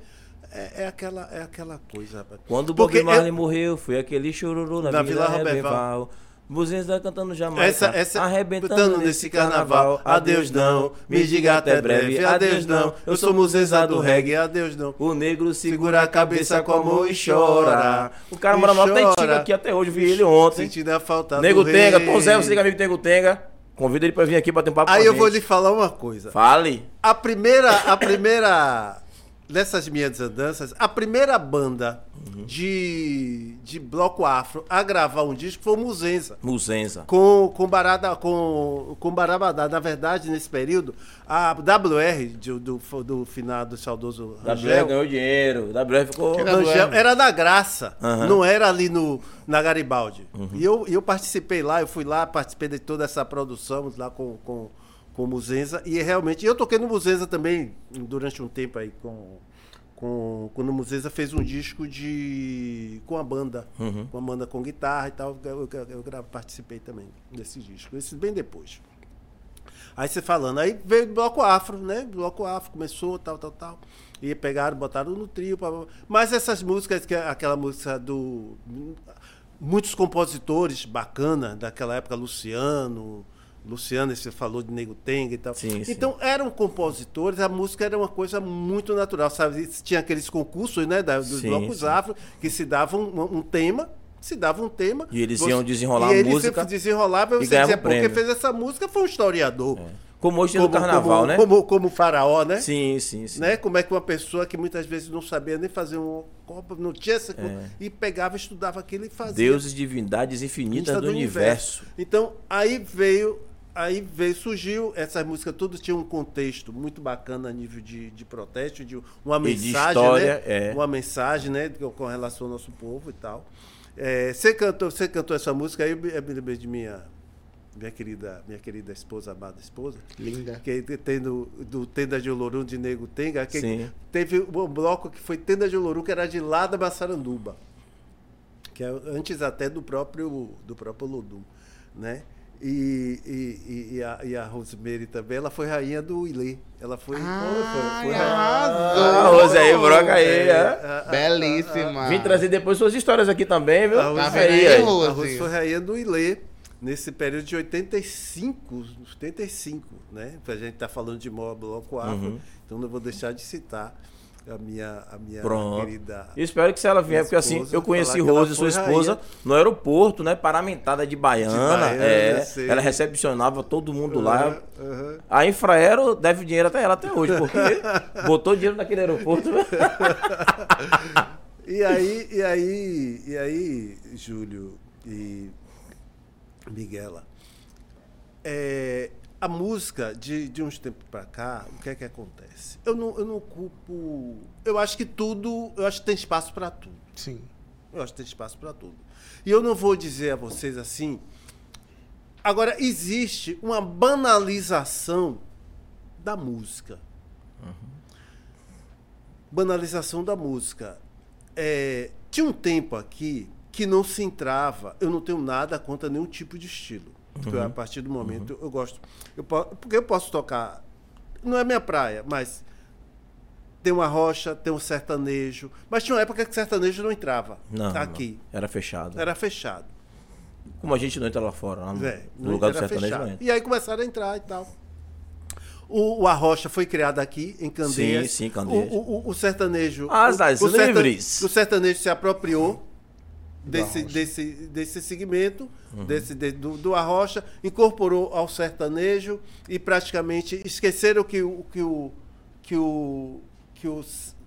É, é aquela, é aquela coisa, rapaz. Quando o Porque é Bob Marley eu- morreu, foi aquele chororô é- na, Na Vila, Vila Rebeval. Buzinhos da cantando jamais. Essa, essa, arrebentando nesse carnaval. Adeus não, me diga até breve. Adeus não, eu sou museza do reggae. Adeus não. O negro segura a cabeça com amor e chora. O cara mora no E chora. Autêntico aqui até hoje, vi ele ontem. Sentindo a falta Nego do Tenga, rei. Tom Zé, você liga amigo Tengo Tenga. Convida ele pra vir aqui bater um papo Aí com a eu vou gente. lhe falar uma coisa. Fale. A primeira, a primeira nessas minhas andanças, a primeira banda Uhum. de, de bloco afro a gravar um disco foi o Muzenza. Muzenza. Com, com, Barada, com, com Barabadá, na verdade, nesse período, a WR do, do, do finado saudoso WR Rangel, ganhou dinheiro. WR ficou. Que da- Rangel WR. era da graça, é- Aham. não era ali no, na Garibaldi. E eu, eu participei lá, eu fui lá, participei de toda essa produção lá com, com, com o Muzenza. E é realmente, eu toquei no Muzenza também durante um tempo aí com. Com, quando o Muzenza fez um disco de com a banda, com a banda com guitarra e tal, eu, eu, eu gra- participei também desse disco, esse bem depois. Aí você falando, aí veio o bloco afro, né? Bloco afro, começou, tal, tal, tal. E pegaram, botaram no trio. pá, pá, pá. Mas essas músicas, que é aquela música do. Muitos compositores bacana daquela época, Luciano. Luciano, você falou de Nego Tenga e tal. Sim, sim. então eram compositores, a música era uma coisa muito natural, sabe? Tinha aqueles concursos, né, da- dos Sim, blocos sim. afro, que se davam um, um tema, se dava um tema. E eles você- iam desenrolar a e eles música desenrolavam, e você ganhavam dizia, pô, quem prêmio." fez essa música foi um historiador Como hoje tem no É. carnaval, como, né? Como, como faraó, né? Sim, sim, sim. né? Como é que uma pessoa que muitas vezes não sabia nem fazer um copo, não tinha É. essa coisa, e pegava, estudava aquilo e fazia. Deuses, divindades infinitas Ministra do, universo. Então, aí veio, aí veio, surgiu, essas músicas todas tinham um contexto muito bacana a nível de, de protesto, de uma E de mensagem, história, né? é. Uma mensagem, né, com com relação ao nosso povo e tal. É, você cantou, você cantou essa música aí, eu me eu me lembrei de minha minha querida, minha querida esposa, amada esposa. Linda. Que tem do, do Tenda de Olorum de Nego Tenga, que Sim. teve um bloco que foi Tenda de Olorum, que era de lá da Massaranduba que é antes até do próprio do próprio Ludum, né? E, e- e- e a, e a Rosemary também, ela foi rainha do Ilê. Ela foi. Ah, foi- foi Ah, arrasou. Rose aí, broca aí, é. a- a- Belíssima. Vim trazer depois suas histórias aqui também, viu? a Rose- Tá vendo aí, Ferias. Rose? a Rose foi rainha do Ilê nesse período de 85, 85, né? A gente tá falando de mó bloco afro, então não vou deixar de citar a minha, a minha Pronto. querida. Eu espero que se ela vier, porque assim, Esposa, eu conheci falar que Rose, ela sua foi esposa, no aeroporto, né? Paramentada de baiana. De baiana, é. sei. É. ela recepcionava todo mundo lá. Aham. A Infraero deve dinheiro até ela até hoje, porque botou dinheiro naquele aeroporto. né? Tá E aí, e aí, e aí, Júlio e Miguela, é, a música de, de uns tempos pra cá, o que é que acontece? Eu não, eu não culpo. Eu acho que tudo, eu acho que tem espaço pra tudo. Sim. Eu acho que tem espaço para tudo. E eu não vou dizer a vocês assim. Agora, existe uma banalização da música. Uhum. Banalização da música. É, tinha um tempo aqui que não se entrava. Eu não tenho nada contra nenhum tipo de estilo. Porque Uhum. a partir do momento eu gosto. Eu, po- porque eu posso tocar. Não é minha praia, mas tem uma rocha, tem um sertanejo. Mas tinha uma época que sertanejo não entrava Não, aqui. não. Era fechado. Era fechado. Como a gente não entra lá fora, lá no, É, no lugar do era sertanejo fechado. não entra. E aí começaram a entrar e tal. O, o Arrocha foi criado aqui, em Candeias. Sim, sim, Candeias. O, o- o- o sertanejo... Asas o, o serta- livres. o sertanejo se apropriou desse, desse, desse segmento, Uhum. desse, de- do, do Arrocha, incorporou ao sertanejo e praticamente esqueceram que o, que o, que o, que o,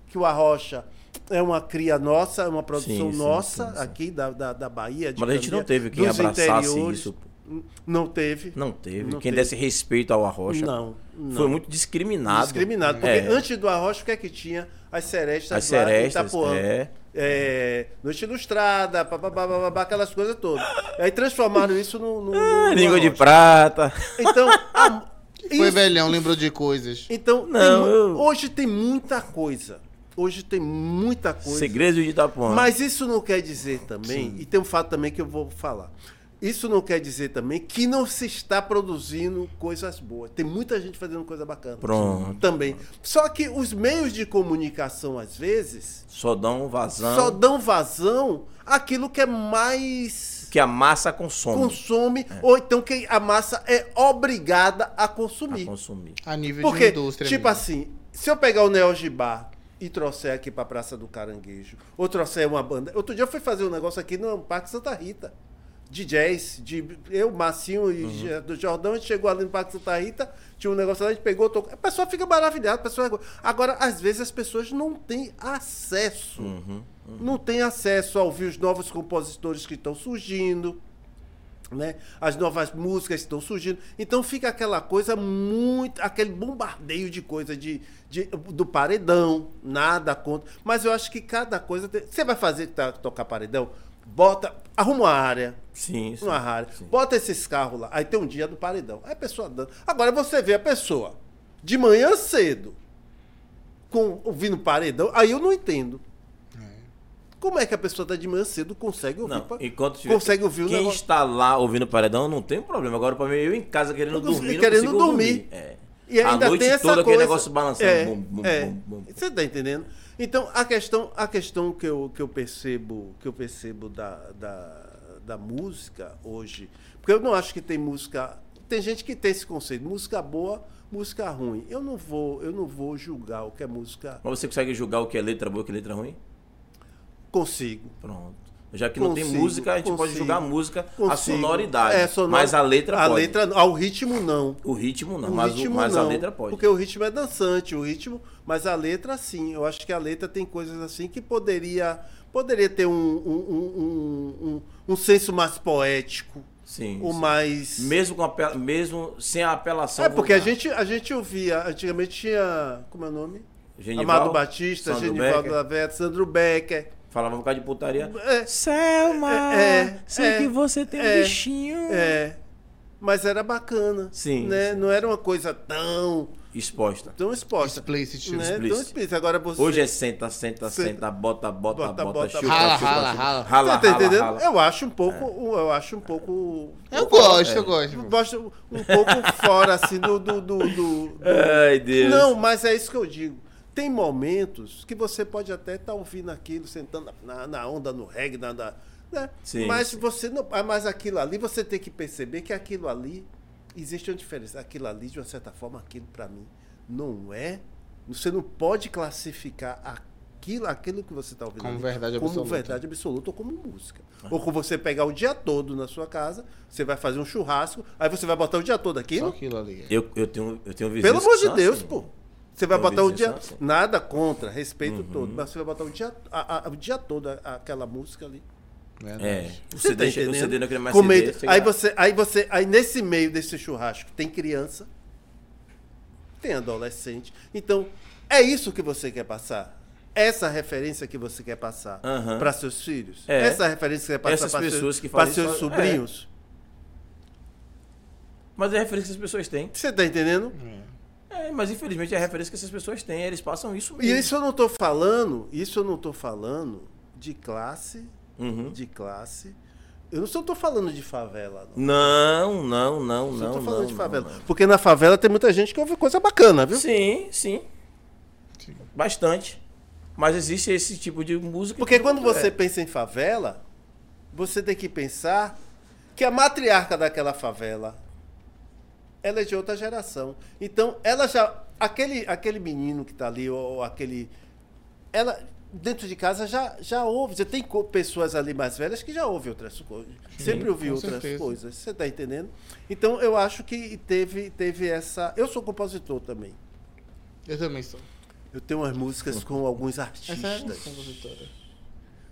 que o Arrocha é uma cria nossa, é uma produção Sim, sim, nossa sim, sim. aqui da, da, da Bahia. de Mas a gente não Candeias, teve quem dos abraçasse interiores. isso, pô. N- Não teve. Não teve. Não Quem teve. desse respeito ao Arrocha Não, não. foi muito discriminado. Discriminado. Porque É. antes do arroz, o que é que tinha? As serestas As lá em serestas, Itapuã. é. É, Noite Ilustrada, bababá, bababá, aquelas coisas todas. Aí transformaram isso no. no, Ah, no língua de arrocha. prata. Então, a- Foi isso- velhão, lembrou de coisas. então tem Não, mu- eu- hoje tem muita coisa. Hoje tem muita coisa. Segredos de Itapuã. Mas isso não quer dizer também, e tem um fato também que eu vou falar. Isso não quer dizer também que não se está produzindo coisas boas. Tem muita gente fazendo coisa bacana. Pronto. Também. Só que os meios de comunicação, às vezes, Só dão um vazão só dão vazão àquilo que é mais que a massa consome. consome, ou então que a massa é obrigada a A consumir. consumir. A nível Porque, de indústria. tipo mesmo. assim, se eu pegar o Neogibá e trouxer aqui pra Praça do Caranguejo, ou trouxer uma banda. Outro dia eu fui fazer um negócio aqui no Parque Santa Rita. De jazz, de eu, Massinho e Uhum. Ge- do Jordão, a gente chegou ali no Parque Santa Rita, tinha um negócio lá, a gente pegou, tocou. A pessoa fica maravilhada, a pessoa. é Agora, às vezes, as pessoas não têm acesso. Uhum, Não têm acesso a ouvir os novos compositores que estão surgindo né? As novas músicas estão surgindo. Então fica aquela coisa muito. aquele bombardeio de coisa de, de- do paredão, nada contra. Mas eu acho que cada coisa. tem- Você vai fazer tá, tocar paredão? Bota. Arruma uma área. Sim, sim. uma área. Bota esses carros lá. Aí tem um dia do paredão. Aí a pessoa dando. Agora você vê a pessoa de manhã cedo com, ouvindo paredão. Aí eu não entendo. Como é que a pessoa tá de manhã cedo consegue ouvir? Não, pa- enquanto tiver- consegue ouvir o Quem negócio? está lá ouvindo paredão não tem problema. Agora, para mim, eu em casa querendo Eu não consigo- dormir. não querendo consigo dormir. É. E a ainda noite tem essa toda aquele coisa. negócio balançando. É, bum, bum, é. bum, bum. Você tá entendendo? Então, a questão, a questão que, eu, que eu percebo, que eu percebo da, da, da música hoje, porque eu não acho que tem música, tem gente que tem esse conceito, música boa, música ruim. Eu não vou, eu não vou julgar o que é música. Mas você consegue julgar o que é letra boa e o que é letra ruim? Consigo. Pronto. Já que não tem Consigo, música, a gente pode consigo, julgar a música, a consigo. sonoridade. É, sonor- Mas a letra a pode. letra, ao ritmo não. O ritmo não, O mas, o- ritmo mas não, a letra pode. Porque o ritmo é dançante, o ritmo, mas a letra sim. Eu acho que a letra tem coisas assim que poderia poderia ter um, um, um, um, um- um senso mais poético, Sim. ou sim. mais Mesmo, com ape- mesmo sem a apelação. É porque a vulgar. gente a gente ouvia, antigamente tinha, como é o nome? Genival, Amado Batista, Sandro Genivaldo Becker. Lavete, Sandro Becker. Falava um bocado de putaria. É. Selma! É, é, é, você tem é, bichinho. É. Mas era bacana, Sim, né? Não era uma coisa tão Exposta. tão exposta, Explicit. né? Tão Explícita. explícita. Agora você Hoje é senta, senta, Senta. senta, bota, bota, Bota, bota, bota, chupa, Rala, chupa, rala, chupa. rala. Rala, Você tá rala, entendendo? rala. É. Eu acho um pouco. Eu acho um pouco. Eu gosto, eu gosto. Gosto um pouco fora, assim, do. do, do, do- do- Ai, Deus. Não, mas é isso que eu digo. Tem momentos que você pode até estar ouvindo aquilo, sentando na, na onda, no reggae, na, na- né? Sim, mas sim. você não. ah, Mas aquilo ali, você tem que perceber que aquilo ali. Existe uma diferença. Aquilo ali, de uma certa forma, aquilo para mim não é. Você não pode classificar aquilo, aquilo que você está ouvindo. Como ali verdade como absoluta. verdade verdade absoluta ou como música. Ah. Ou com você pegar o dia todo na sua casa, você vai fazer um churrasco, aí você vai botar o dia todo Só aquilo? é aquilo ali. Eu, eu tenho, eu tenho vizinhos Pelo que amor de são Deus, assim. pô. Você vai Eu botar o ouvi dia. dizer isso, assim. Nada contra, respeito Uhum. todo, mas você vai botar o dia, a- a- o dia todo a- aquela música ali. É. Verdade. O Você CD, tá o entendendo? CD não queria mais Comenta- CD, chega aí lá. você, aí você, aí nesse meio desse churrasco tem criança, tem adolescente. Então é isso que você quer passar. Essa referência que você quer passar Aham. para seus filhos. É. Essa referência que você quer passar Essas para pessoas seus, que pra fazem seus isso- é. sobrinhos. Mas é a referência que as pessoas têm. Você tá entendendo? É, mas infelizmente é a referência que essas pessoas têm. Eles passam isso E mesmo. isso eu não tô falando, isso eu não tô falando de classe, Uhum. de classe. Eu não só tô falando de favela, não. Não, não, não, Eu não. não tô falando não, de não, favela. não. Porque na favela tem muita gente que ouve coisa bacana, viu? Sim, sim. Sim. Bastante. Mas existe esse tipo de música. Porque que- quando você É. pensa em favela, você tem que pensar que a matriarca daquela favela ela é de outra geração. Então, ela já aquele aquele menino que tá ali ou, ou aquele ela dentro de casa já já ouve, já tem co- pessoas ali mais velhas que já ouve outras coisas. Sempre ouvi com outras certeza. coisas. Você tá entendendo? Então, eu acho que teve teve essa, eu sou compositor também. Eu também sou. Eu tenho umas músicas com alguns Essa é a artistas compositora.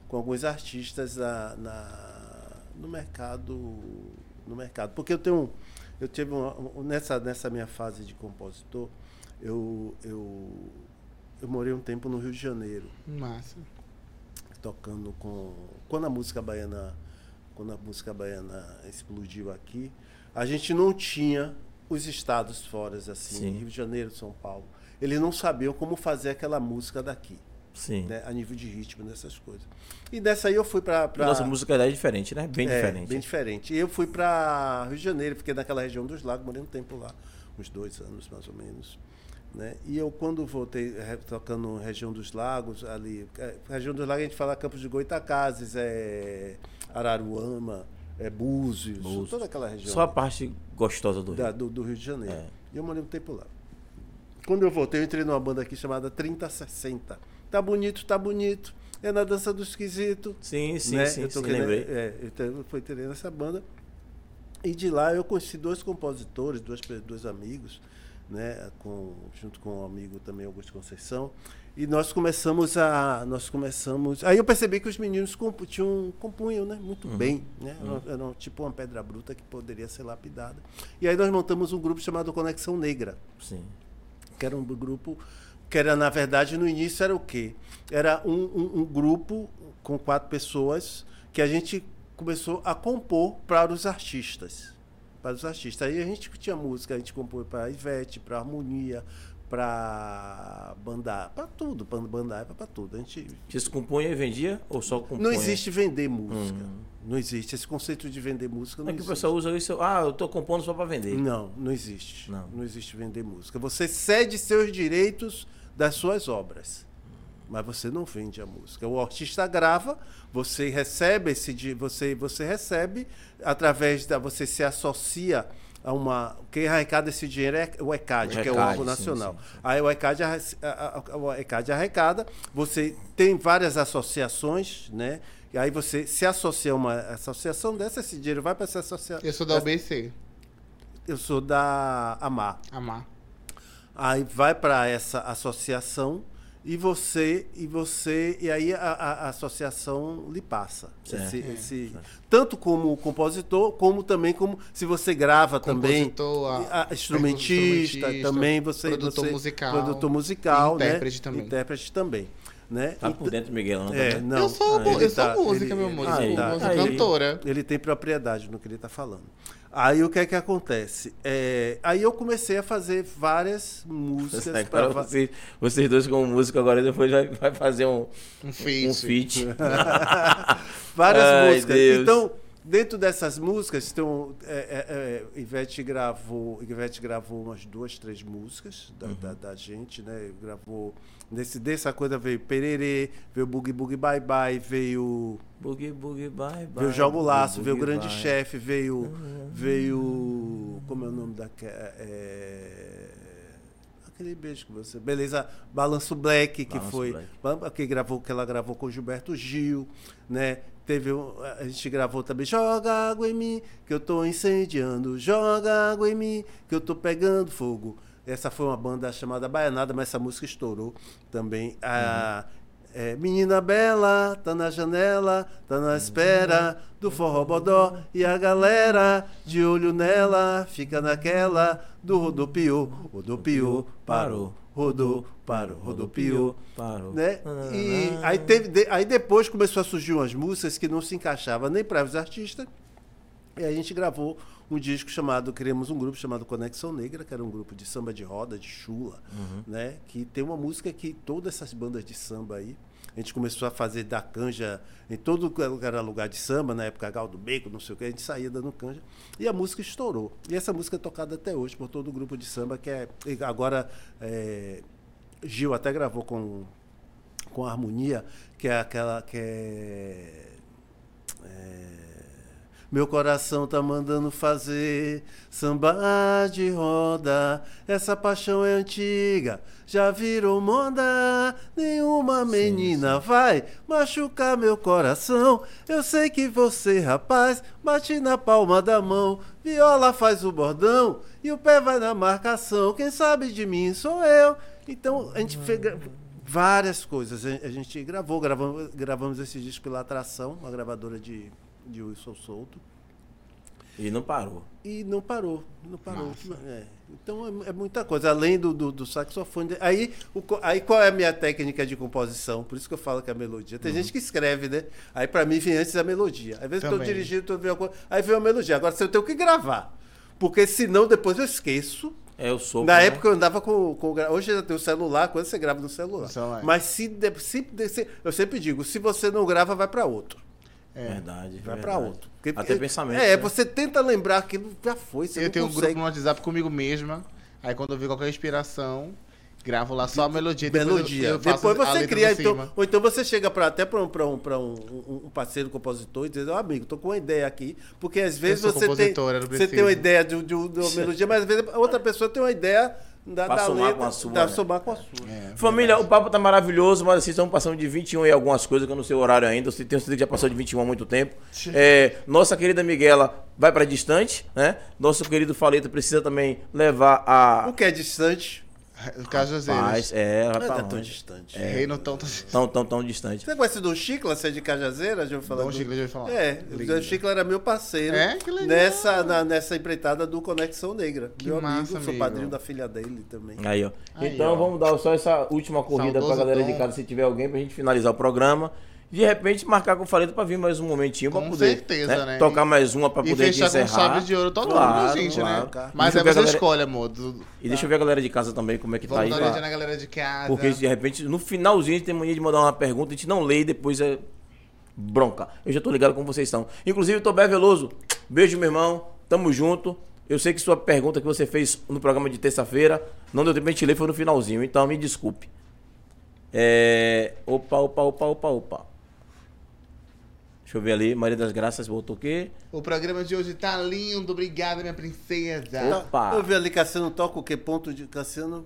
com alguns artistas na, na- no mercado no mercado porque eu tenho eu tive uma- um- nessa nessa minha fase de compositor eu eu eu morei um tempo no Rio de Janeiro Massa. tocando com quando a música baiana quando a música baiana explodiu aqui a gente não tinha os estados fora assim Sim. Rio de Janeiro São Paulo eles não sabiam como fazer aquela música daqui Sim. né, a nível de ritmo, nessas coisas. E dessa aí eu fui pra. pra- Nossa musicalidade é diferente, né? Bem é, diferente. Bem diferente. E eu fui pra Rio de Janeiro, fiquei naquela região dos lagos, morei um tempo lá, uns dois anos mais ou menos. Né? E eu, quando voltei re- tocando região dos lagos, ali. eh, Região dos lagos a gente fala Campos de Goitacazes, é Araruama, é Búzios, Búzios. toda aquela região. Só a ali parte gostosa do Rio. da- do, do Rio de Janeiro. É. E eu morei um tempo lá. Quando eu voltei, eu entrei numa banda aqui chamada 3060. Tá bonito, tá bonito. É na dança do esquisito. Sim, sim, né? sim, eu tô sim, querendo- lembrei. é, eu te- eu fui treinando essa banda. E de lá eu conheci dois compositores, dois, pe- dois amigos, né, com, junto com um amigo também, Augusto Conceição. E nós começamos a. Nós começamos. Aí eu percebi que os meninos compu- tinham, compunham né, muito bem. Né, Era- Era um- tipo uma pedra bruta que poderia ser lapidada. E aí nós montamos um grupo chamado Conexão Negra Sim. que era um grupo que era na verdade no início era o quê? Era um, um- um grupo com quatro pessoas que a gente começou a compor para os artistas, para os artistas. Aí a gente tinha música, a gente compôs para Ivete, para Harmonia, para Bandar, para tudo, para Bandar, para tudo. A gente Vocês compunham e vendia ou só compunha? não existe vender música. Não existe esse conceito de vender música. Hum. Não É que o existe. pessoal usa isso. Ah, eu tô compondo só pra vender. Não, não existe. Não. Não. existe vender música. Você cede seus direitos das suas obras. Mas você não vende a música. O artista grava, você recebe esse di- você você recebe através da você se associa a uma quem arrecada esse dinheiro é o ECAD, O que é o ECAD, órgão sim, nacional. sim, sim. Aí o ECAD, arre- a- a- o ECAD arrecada, você tem várias associações, né? E aí você se associa a uma associação dessa, esse dinheiro vai para essa associação. Eu sou é da UBC, Eu sou da AMAR. Amar. Aí vai para essa associação e você e você e aí a, a- a associação lhe passa Certo. É, Esse- esse- tanto como compositor como também como se você grava também Compositor, a- é, a- instrumentista instrumentista, também você produtor você- musical, produtor musical né? intérprete também. intérprete também né Tá por dentro, Miguel. Não, é, também? não. eu sou, Ah, mu- ele eu sou tá- música, ele- meu ele- músico, ah, ele- música, tá- música ele- cantora. ele tem propriedade no que ele está falando. Aí o que é que acontece? É, aí eu comecei a fazer várias músicas. Agora pra va- vocês, vocês dois como músico agora depois vai, vai fazer um, Um um feat. feat. várias assim. Ai, músicas. Deus. Então, dentro dessas músicas, então, é, é, é, Ivete gravou, Ivete gravou umas duas, três músicas da, Uhum. da, da gente, né? Gravou nesse dessa coisa veio Pererê, veio Boogie Boogie Bye Bye, veio Boogie, boogie, bye, bye. veio Jogo Laço, Boogie, veio Grande bye. Chefe, veio veio como é o nome daquele é, aquele beijo que você beleza Balanço Black que Balanço foi Black. Bamba, que gravou que ela gravou com Gilberto Gil, né? Teve um- a gente gravou também Joga água em mim que eu tô incendiando, joga água em mim que eu tô pegando fogo. Essa foi uma banda chamada Baianada, mas essa música estourou também. A é, menina bela tá na janela, tá na espera do forró bodó e a galera de olho nela fica naquela do rodopiou, rodopiou, parou, rodou, parou, rodopiou Parou. Ah, né? E aí, teve, de- aí depois começou a surgir umas músicas que não se encaixavam nem para os artistas. E a gente gravou um disco chamado, criamos um grupo chamado Conexão Negra, que era um grupo de samba de roda, de chula, né? Que tem uma música que todas essas bandas de samba aí. A gente começou a fazer da canja em todo lugar- era lugar de samba, na época Galdo Beco, não sei o que, a gente saía dando canja. E a música estourou. E essa música é tocada até hoje por todo o grupo de samba, que é. e Agora é, Gil até gravou com com a harmonia, que é aquela que é, é, Meu coração tá mandando fazer samba de roda. Essa paixão é antiga, já virou moda. Nenhuma menina vai machucar meu coração. Eu sei que você, rapaz, bate na palma da mão. Viola faz o bordão e o pé vai na marcação. Quem sabe de mim sou eu. Então a gente fez, várias coisas. A a gente gravou, gravamos, gravamos esse disco pela Atração, uma gravadora de, de Wilson Souto. E não parou. E não parou, não parou. É, Então é, mu- é muita coisa, além do, do, do saxofone. Aí, o co- aí qual é a minha técnica de composição? Por isso que eu falo que é a melodia. Tem gente que escreve, né? Aí pra mim vem antes a melodia. Às vezes eu tô Também. dirigindo, tô vendo alguma coisa, aí vem a melodia. Agora se eu tenho que gravar. Porque senão depois eu esqueço. É, eu sou. Na época eu andava com, com. gra- Hoje já tem o celular, quando você grava no celular. No celular. Mas se, de- se, de- se- Eu sempre digo: se você não grava, vai pra outro. É É. Verdade. Vai verdade. pra outro. Porque- Até pensamento. né? É, você tenta lembrar aquilo já foi. Você eu não tenho um consegue. grupo no WhatsApp comigo mesma. Aí quando eu vi qualquer inspiração, gravo lá só a melodia. depois eu- melodia. eu faço Depois a você letra cria, por então, cima. ou então você chega pra, até para um, pra um, pra um, um- um parceiro compositor e diz, ó amigo, tô com uma ideia aqui, porque às vezes sou você tem, compositor, eu não você tem preciso. uma ideia de, de um- de uma melodia, mas às vezes outra pessoa tem uma ideia da, Pra da somar letra, com a sua, da né? somar com a sua. É. Família, o papo tá maravilhoso, mas assim, estamos passando de 21 e algumas coisas, que eu não sei o horário ainda. Eu sei- tenho certeza que já passou de 21 há muito tempo. É, nossa querida Miguela vai pra distante, né? Nosso querido Faleta precisa também levar a O que é distante, O Carlos Joseiros. paz. É, vai não é pra tão longe. distante. Rei no tom. Tão, tão, tão distante. Você conhece do Chicla, você é de Cajazeira? Já ouviu falar Dom do... Chicla, já ouvi falar. É, o Chicla era meu parceiro É? Que legal. Nessa, na- nessa empreitada do Conexão Negra. Que meu massa, amigo, sou amigo. padrinho da filha dele também. Aí, ó. Aí, então ó. vamos dar só essa última corrida Saudoso pra galera de Tom. casa, se tiver alguém, pra gente finalizar o programa. De repente, marcar com o Faleta pra vir mais um momentinho, pra Com poder certeza, né? tocar mais uma pra E poder fechar encerrar. com chave de ouro total, Claro, né, gente, claro. né? Mas Deixa eu aí ver a você galera- escolhe, amor. do- E deixa eu ver a galera de casa também, como é que tá Vamos aí. dar pra- uma olhada na galera de casa. Porque de repente, no finalzinho, a gente tem mania de mandar uma pergunta, a gente não lê e depois é bronca. Eu já tô ligado como vocês estão. Inclusive, Tobé Veloso, beijo, meu irmão. Tamo junto. Eu sei que sua pergunta que você fez no programa de terça-feira, não deu tempo de te ler, foi no finalzinho. Então, me desculpe. É... Opa, opa, opa, opa, opa. Deixa eu ver ali. Maria das Graças botou o quê? O programa de hoje tá lindo. Obrigada, minha princesa. Opa. Pá. Eu vi ali Cassiano toca o quê? Ponto de. Cassiano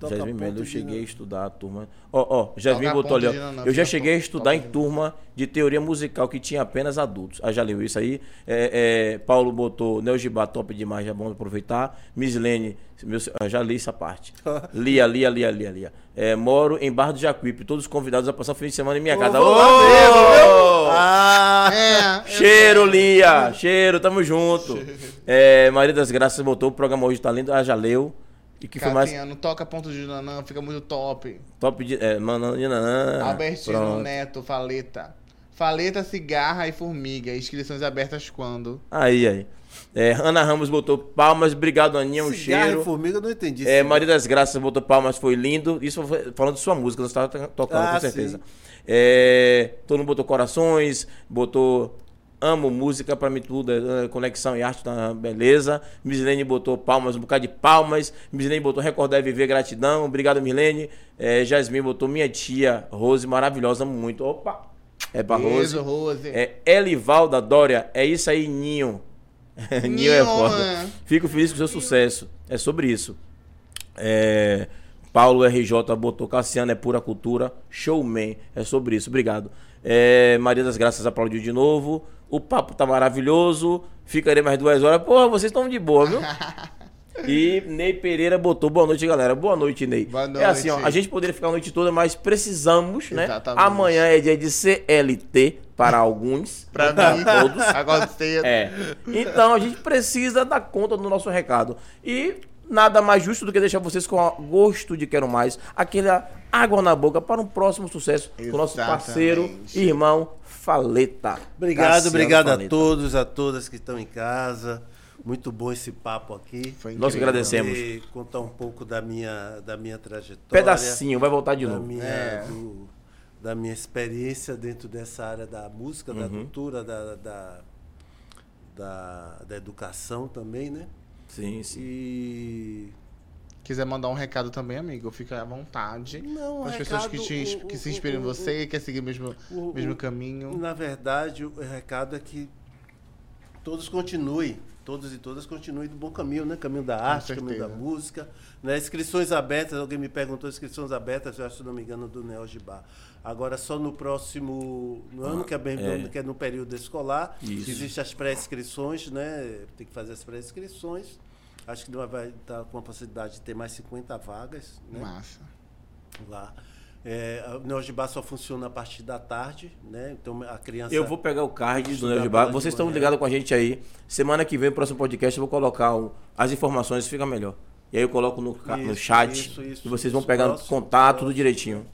toca Jasmin ponto Melo, eu de- cheguei a estudar a turma. Ó, ó, Jasmin Toca botou ali, ó. ponto de nanã, Eu já fica cheguei a ponto, estudar em toca turma de teoria musical que tinha apenas adultos. Ah, já leu isso aí. É, é, Paulo botou Neogibá, top demais, já bom aproveitar. Mislene, meu, se- ah, já li essa parte. Lia, lia, lia, lia, lia. É, moro em Barra do Jacuípe, todos convidados a passar o fim de semana em minha casa. vou lá Ô! Ah! É, eu- Cheiro, Lia! Cheiro, tamo junto. É, Maria das Graças botou o programa hoje tá lindo. Ah, já leu. E que foi mais. Cassiano, assim, toca ponto de nanã, fica muito top. Top de. É, mananana. Albertino Ah, Pronto. né? Neto, Faleta. Faleta, cigarra e formiga. Inscrições abertas quando? Aí, aí. É, Ana Ramos botou palmas, obrigado, Aninha, um Cigarro e cheiro. formiga, eu não entendi. É, Maria das Graças botou palmas, foi lindo. Isso foi falando de sua música, nós estava tocando, Ah, com certeza. sim. É, todo mundo botou corações, botou amo música, pra mim tudo, é, é, conexão e arte, tá uma beleza. Mislene botou palmas, um bocado de palmas. Mislene botou recordar e viver, gratidão. Obrigado, Mislene. É, Jasmin botou minha tia, Rose, maravilhosa, amo muito. Opa! É pra Rose. Beijo, Rose. É Elivalda Dória, é isso aí, Ninho. Ninho é Ninho, foda. é. Fico feliz com o seu sucesso. É sobre isso. É, Paulo RJ botou Cassiano é pura cultura, showman. É sobre isso, obrigado. É, Maria das Graças aplaudiu de novo. O papo tá maravilhoso. Ficarei mais duas horas. Porra, vocês estão de boa, viu? E Ney Pereira botou boa noite, galera. Boa noite, Ney. Boa É assim, ó, noite. a gente poderia ficar a noite toda, mas precisamos, né? Exatamente. Amanhã é dia de CLT para alguns, Pra para mim, todos. agora você É. Então a gente precisa dar conta do nosso recado. E nada mais justo do que deixar vocês com a- gosto de quero mais, aquela água na boca para um próximo sucesso com o nosso parceiro, Exatamente. irmão Faleta. Obrigado, Cassiano obrigado a Faleta. todos, a todas que estão em casa. Muito bom esse papo aqui. Foi Nós que incrível. agradecemos. E contar um pouco da minha, da minha trajetória. Pedacinho, vai voltar de da novo. minha, É. do- da minha experiência dentro dessa área da música, da cultura, da, da, da, da educação também, né? Sim, sim. E Quiser mandar um recado também, amigo, fica à vontade. Não, As Um recado, um, pessoas que, te ins- o- que se o- inspiram em o- você, quer seguir o mesmo, o- mesmo o- Então, caminho. Na verdade, o recado é que todos continuem, todos e todas continuem do bom caminho, né? Caminho da arte, caminho da certeza. música, né? Inscrições abertas, alguém me perguntou inscrições abertas, eu acho, se não me engano, do Neo Gibá. Agora só no próximo no ano, que é, bem, é. que é no período escolar, Isso. existem as pré-inscrições, né? Tem que fazer as pré-inscrições. Acho que vai estar com a possibilidade de ter mais 50 vagas, né? Massa. lá. É, a- o Neogibá só funciona a partir da tarde, né? Então a criança. Eu vou pegar o card do Estudar Neo Gibá. pela Vocês de estão manhã. ligados com a gente aí. Semana que vem, no próximo podcast, eu vou colocar o- as informações, fica melhor. E aí eu coloco no, ca- no Isso, chat. isso, isso, e vocês vão isso. pegar o Próximo, contato, tudo próximo. direitinho.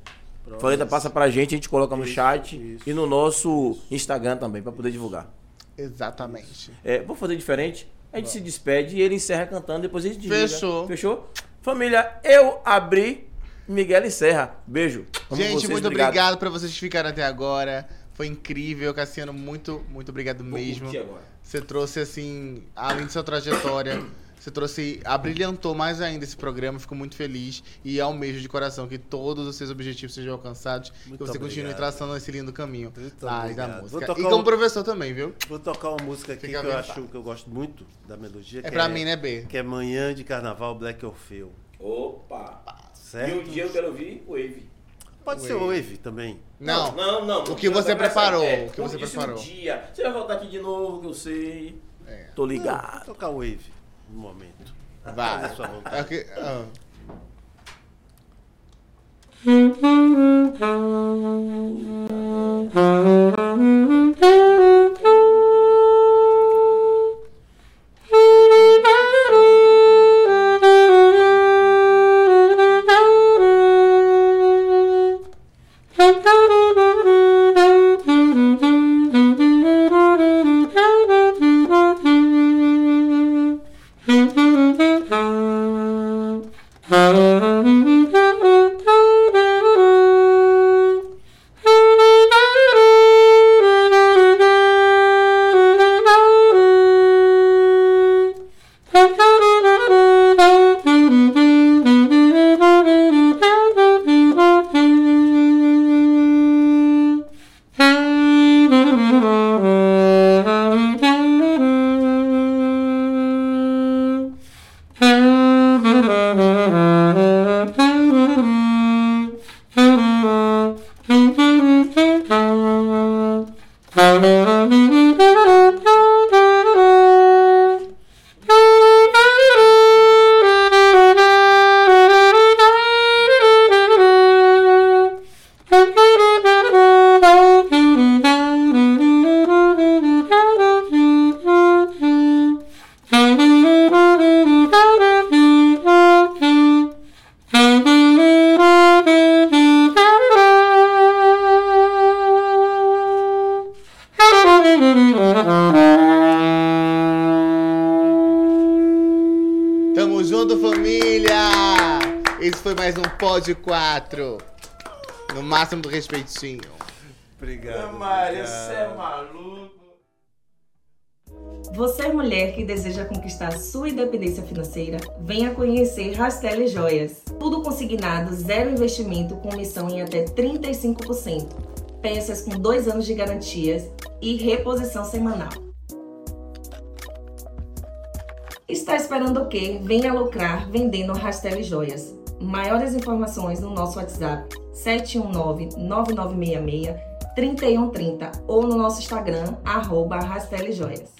Pronto. Faleta passa pra gente, a gente coloca no Isso, chat isso. e no nosso Instagram também, pra poder divulgar. Exatamente. É, vou fazer diferente. a gente se despede e ele encerra cantando, depois a gente desliga. Fechou. Fechou? Família, eu abri Miguel Serra. Beijo. Amo Gente, vocês, muito obrigado pra vocês que ficaram até agora. Foi incrível, Cassiano. Muito, muito obrigado Vou mesmo. curtir agora. Você trouxe, assim, além de sua trajetória, você trouxe, abrilhantou mais ainda esse programa. Fico muito feliz e almejo de coração que todos os seus objetivos sejam alcançados e Muito que você continue obrigado. traçando esse lindo caminho. Muito Ah, e da obrigado. Vou música. E tocar como um- professor também, viu? Vou tocar uma música aqui Fica que à eu vontade. acho que eu gosto muito da melodia. É que pra mim, né, B? Que é Manhã de Carnaval Black Orfeu. Opa! E um Certo? dia eu quero ouvir o Wave. Pode ser Wave. Wave também. Não. não, não. O que não, você não, essa preparou, é, o que você isso preparou. Um dia. Você vai voltar aqui de novo, que eu sei. É. Tô Não, ligado. Vou tocar Wave no momento. Vai. Fazer sua vontade. É o que- ah. Tamo junto, família! Esse foi mais um Pod 4. No máximo do respeitinho. Obrigado. Maria, obrigado. você é maluco. Você, mulher que deseja conquistar sua independência financeira, venha conhecer Rastelli Joias. Tudo consignado, zero investimento, com missão em até 35%. Peças com dois anos de garantias e reposição semanal. Está esperando o quê? Venha lucrar vendendo Rastelli Joias. Maiores informações no nosso WhatsApp 719-9966-3130 ou no nosso Instagram, arroba Rastelli Joias.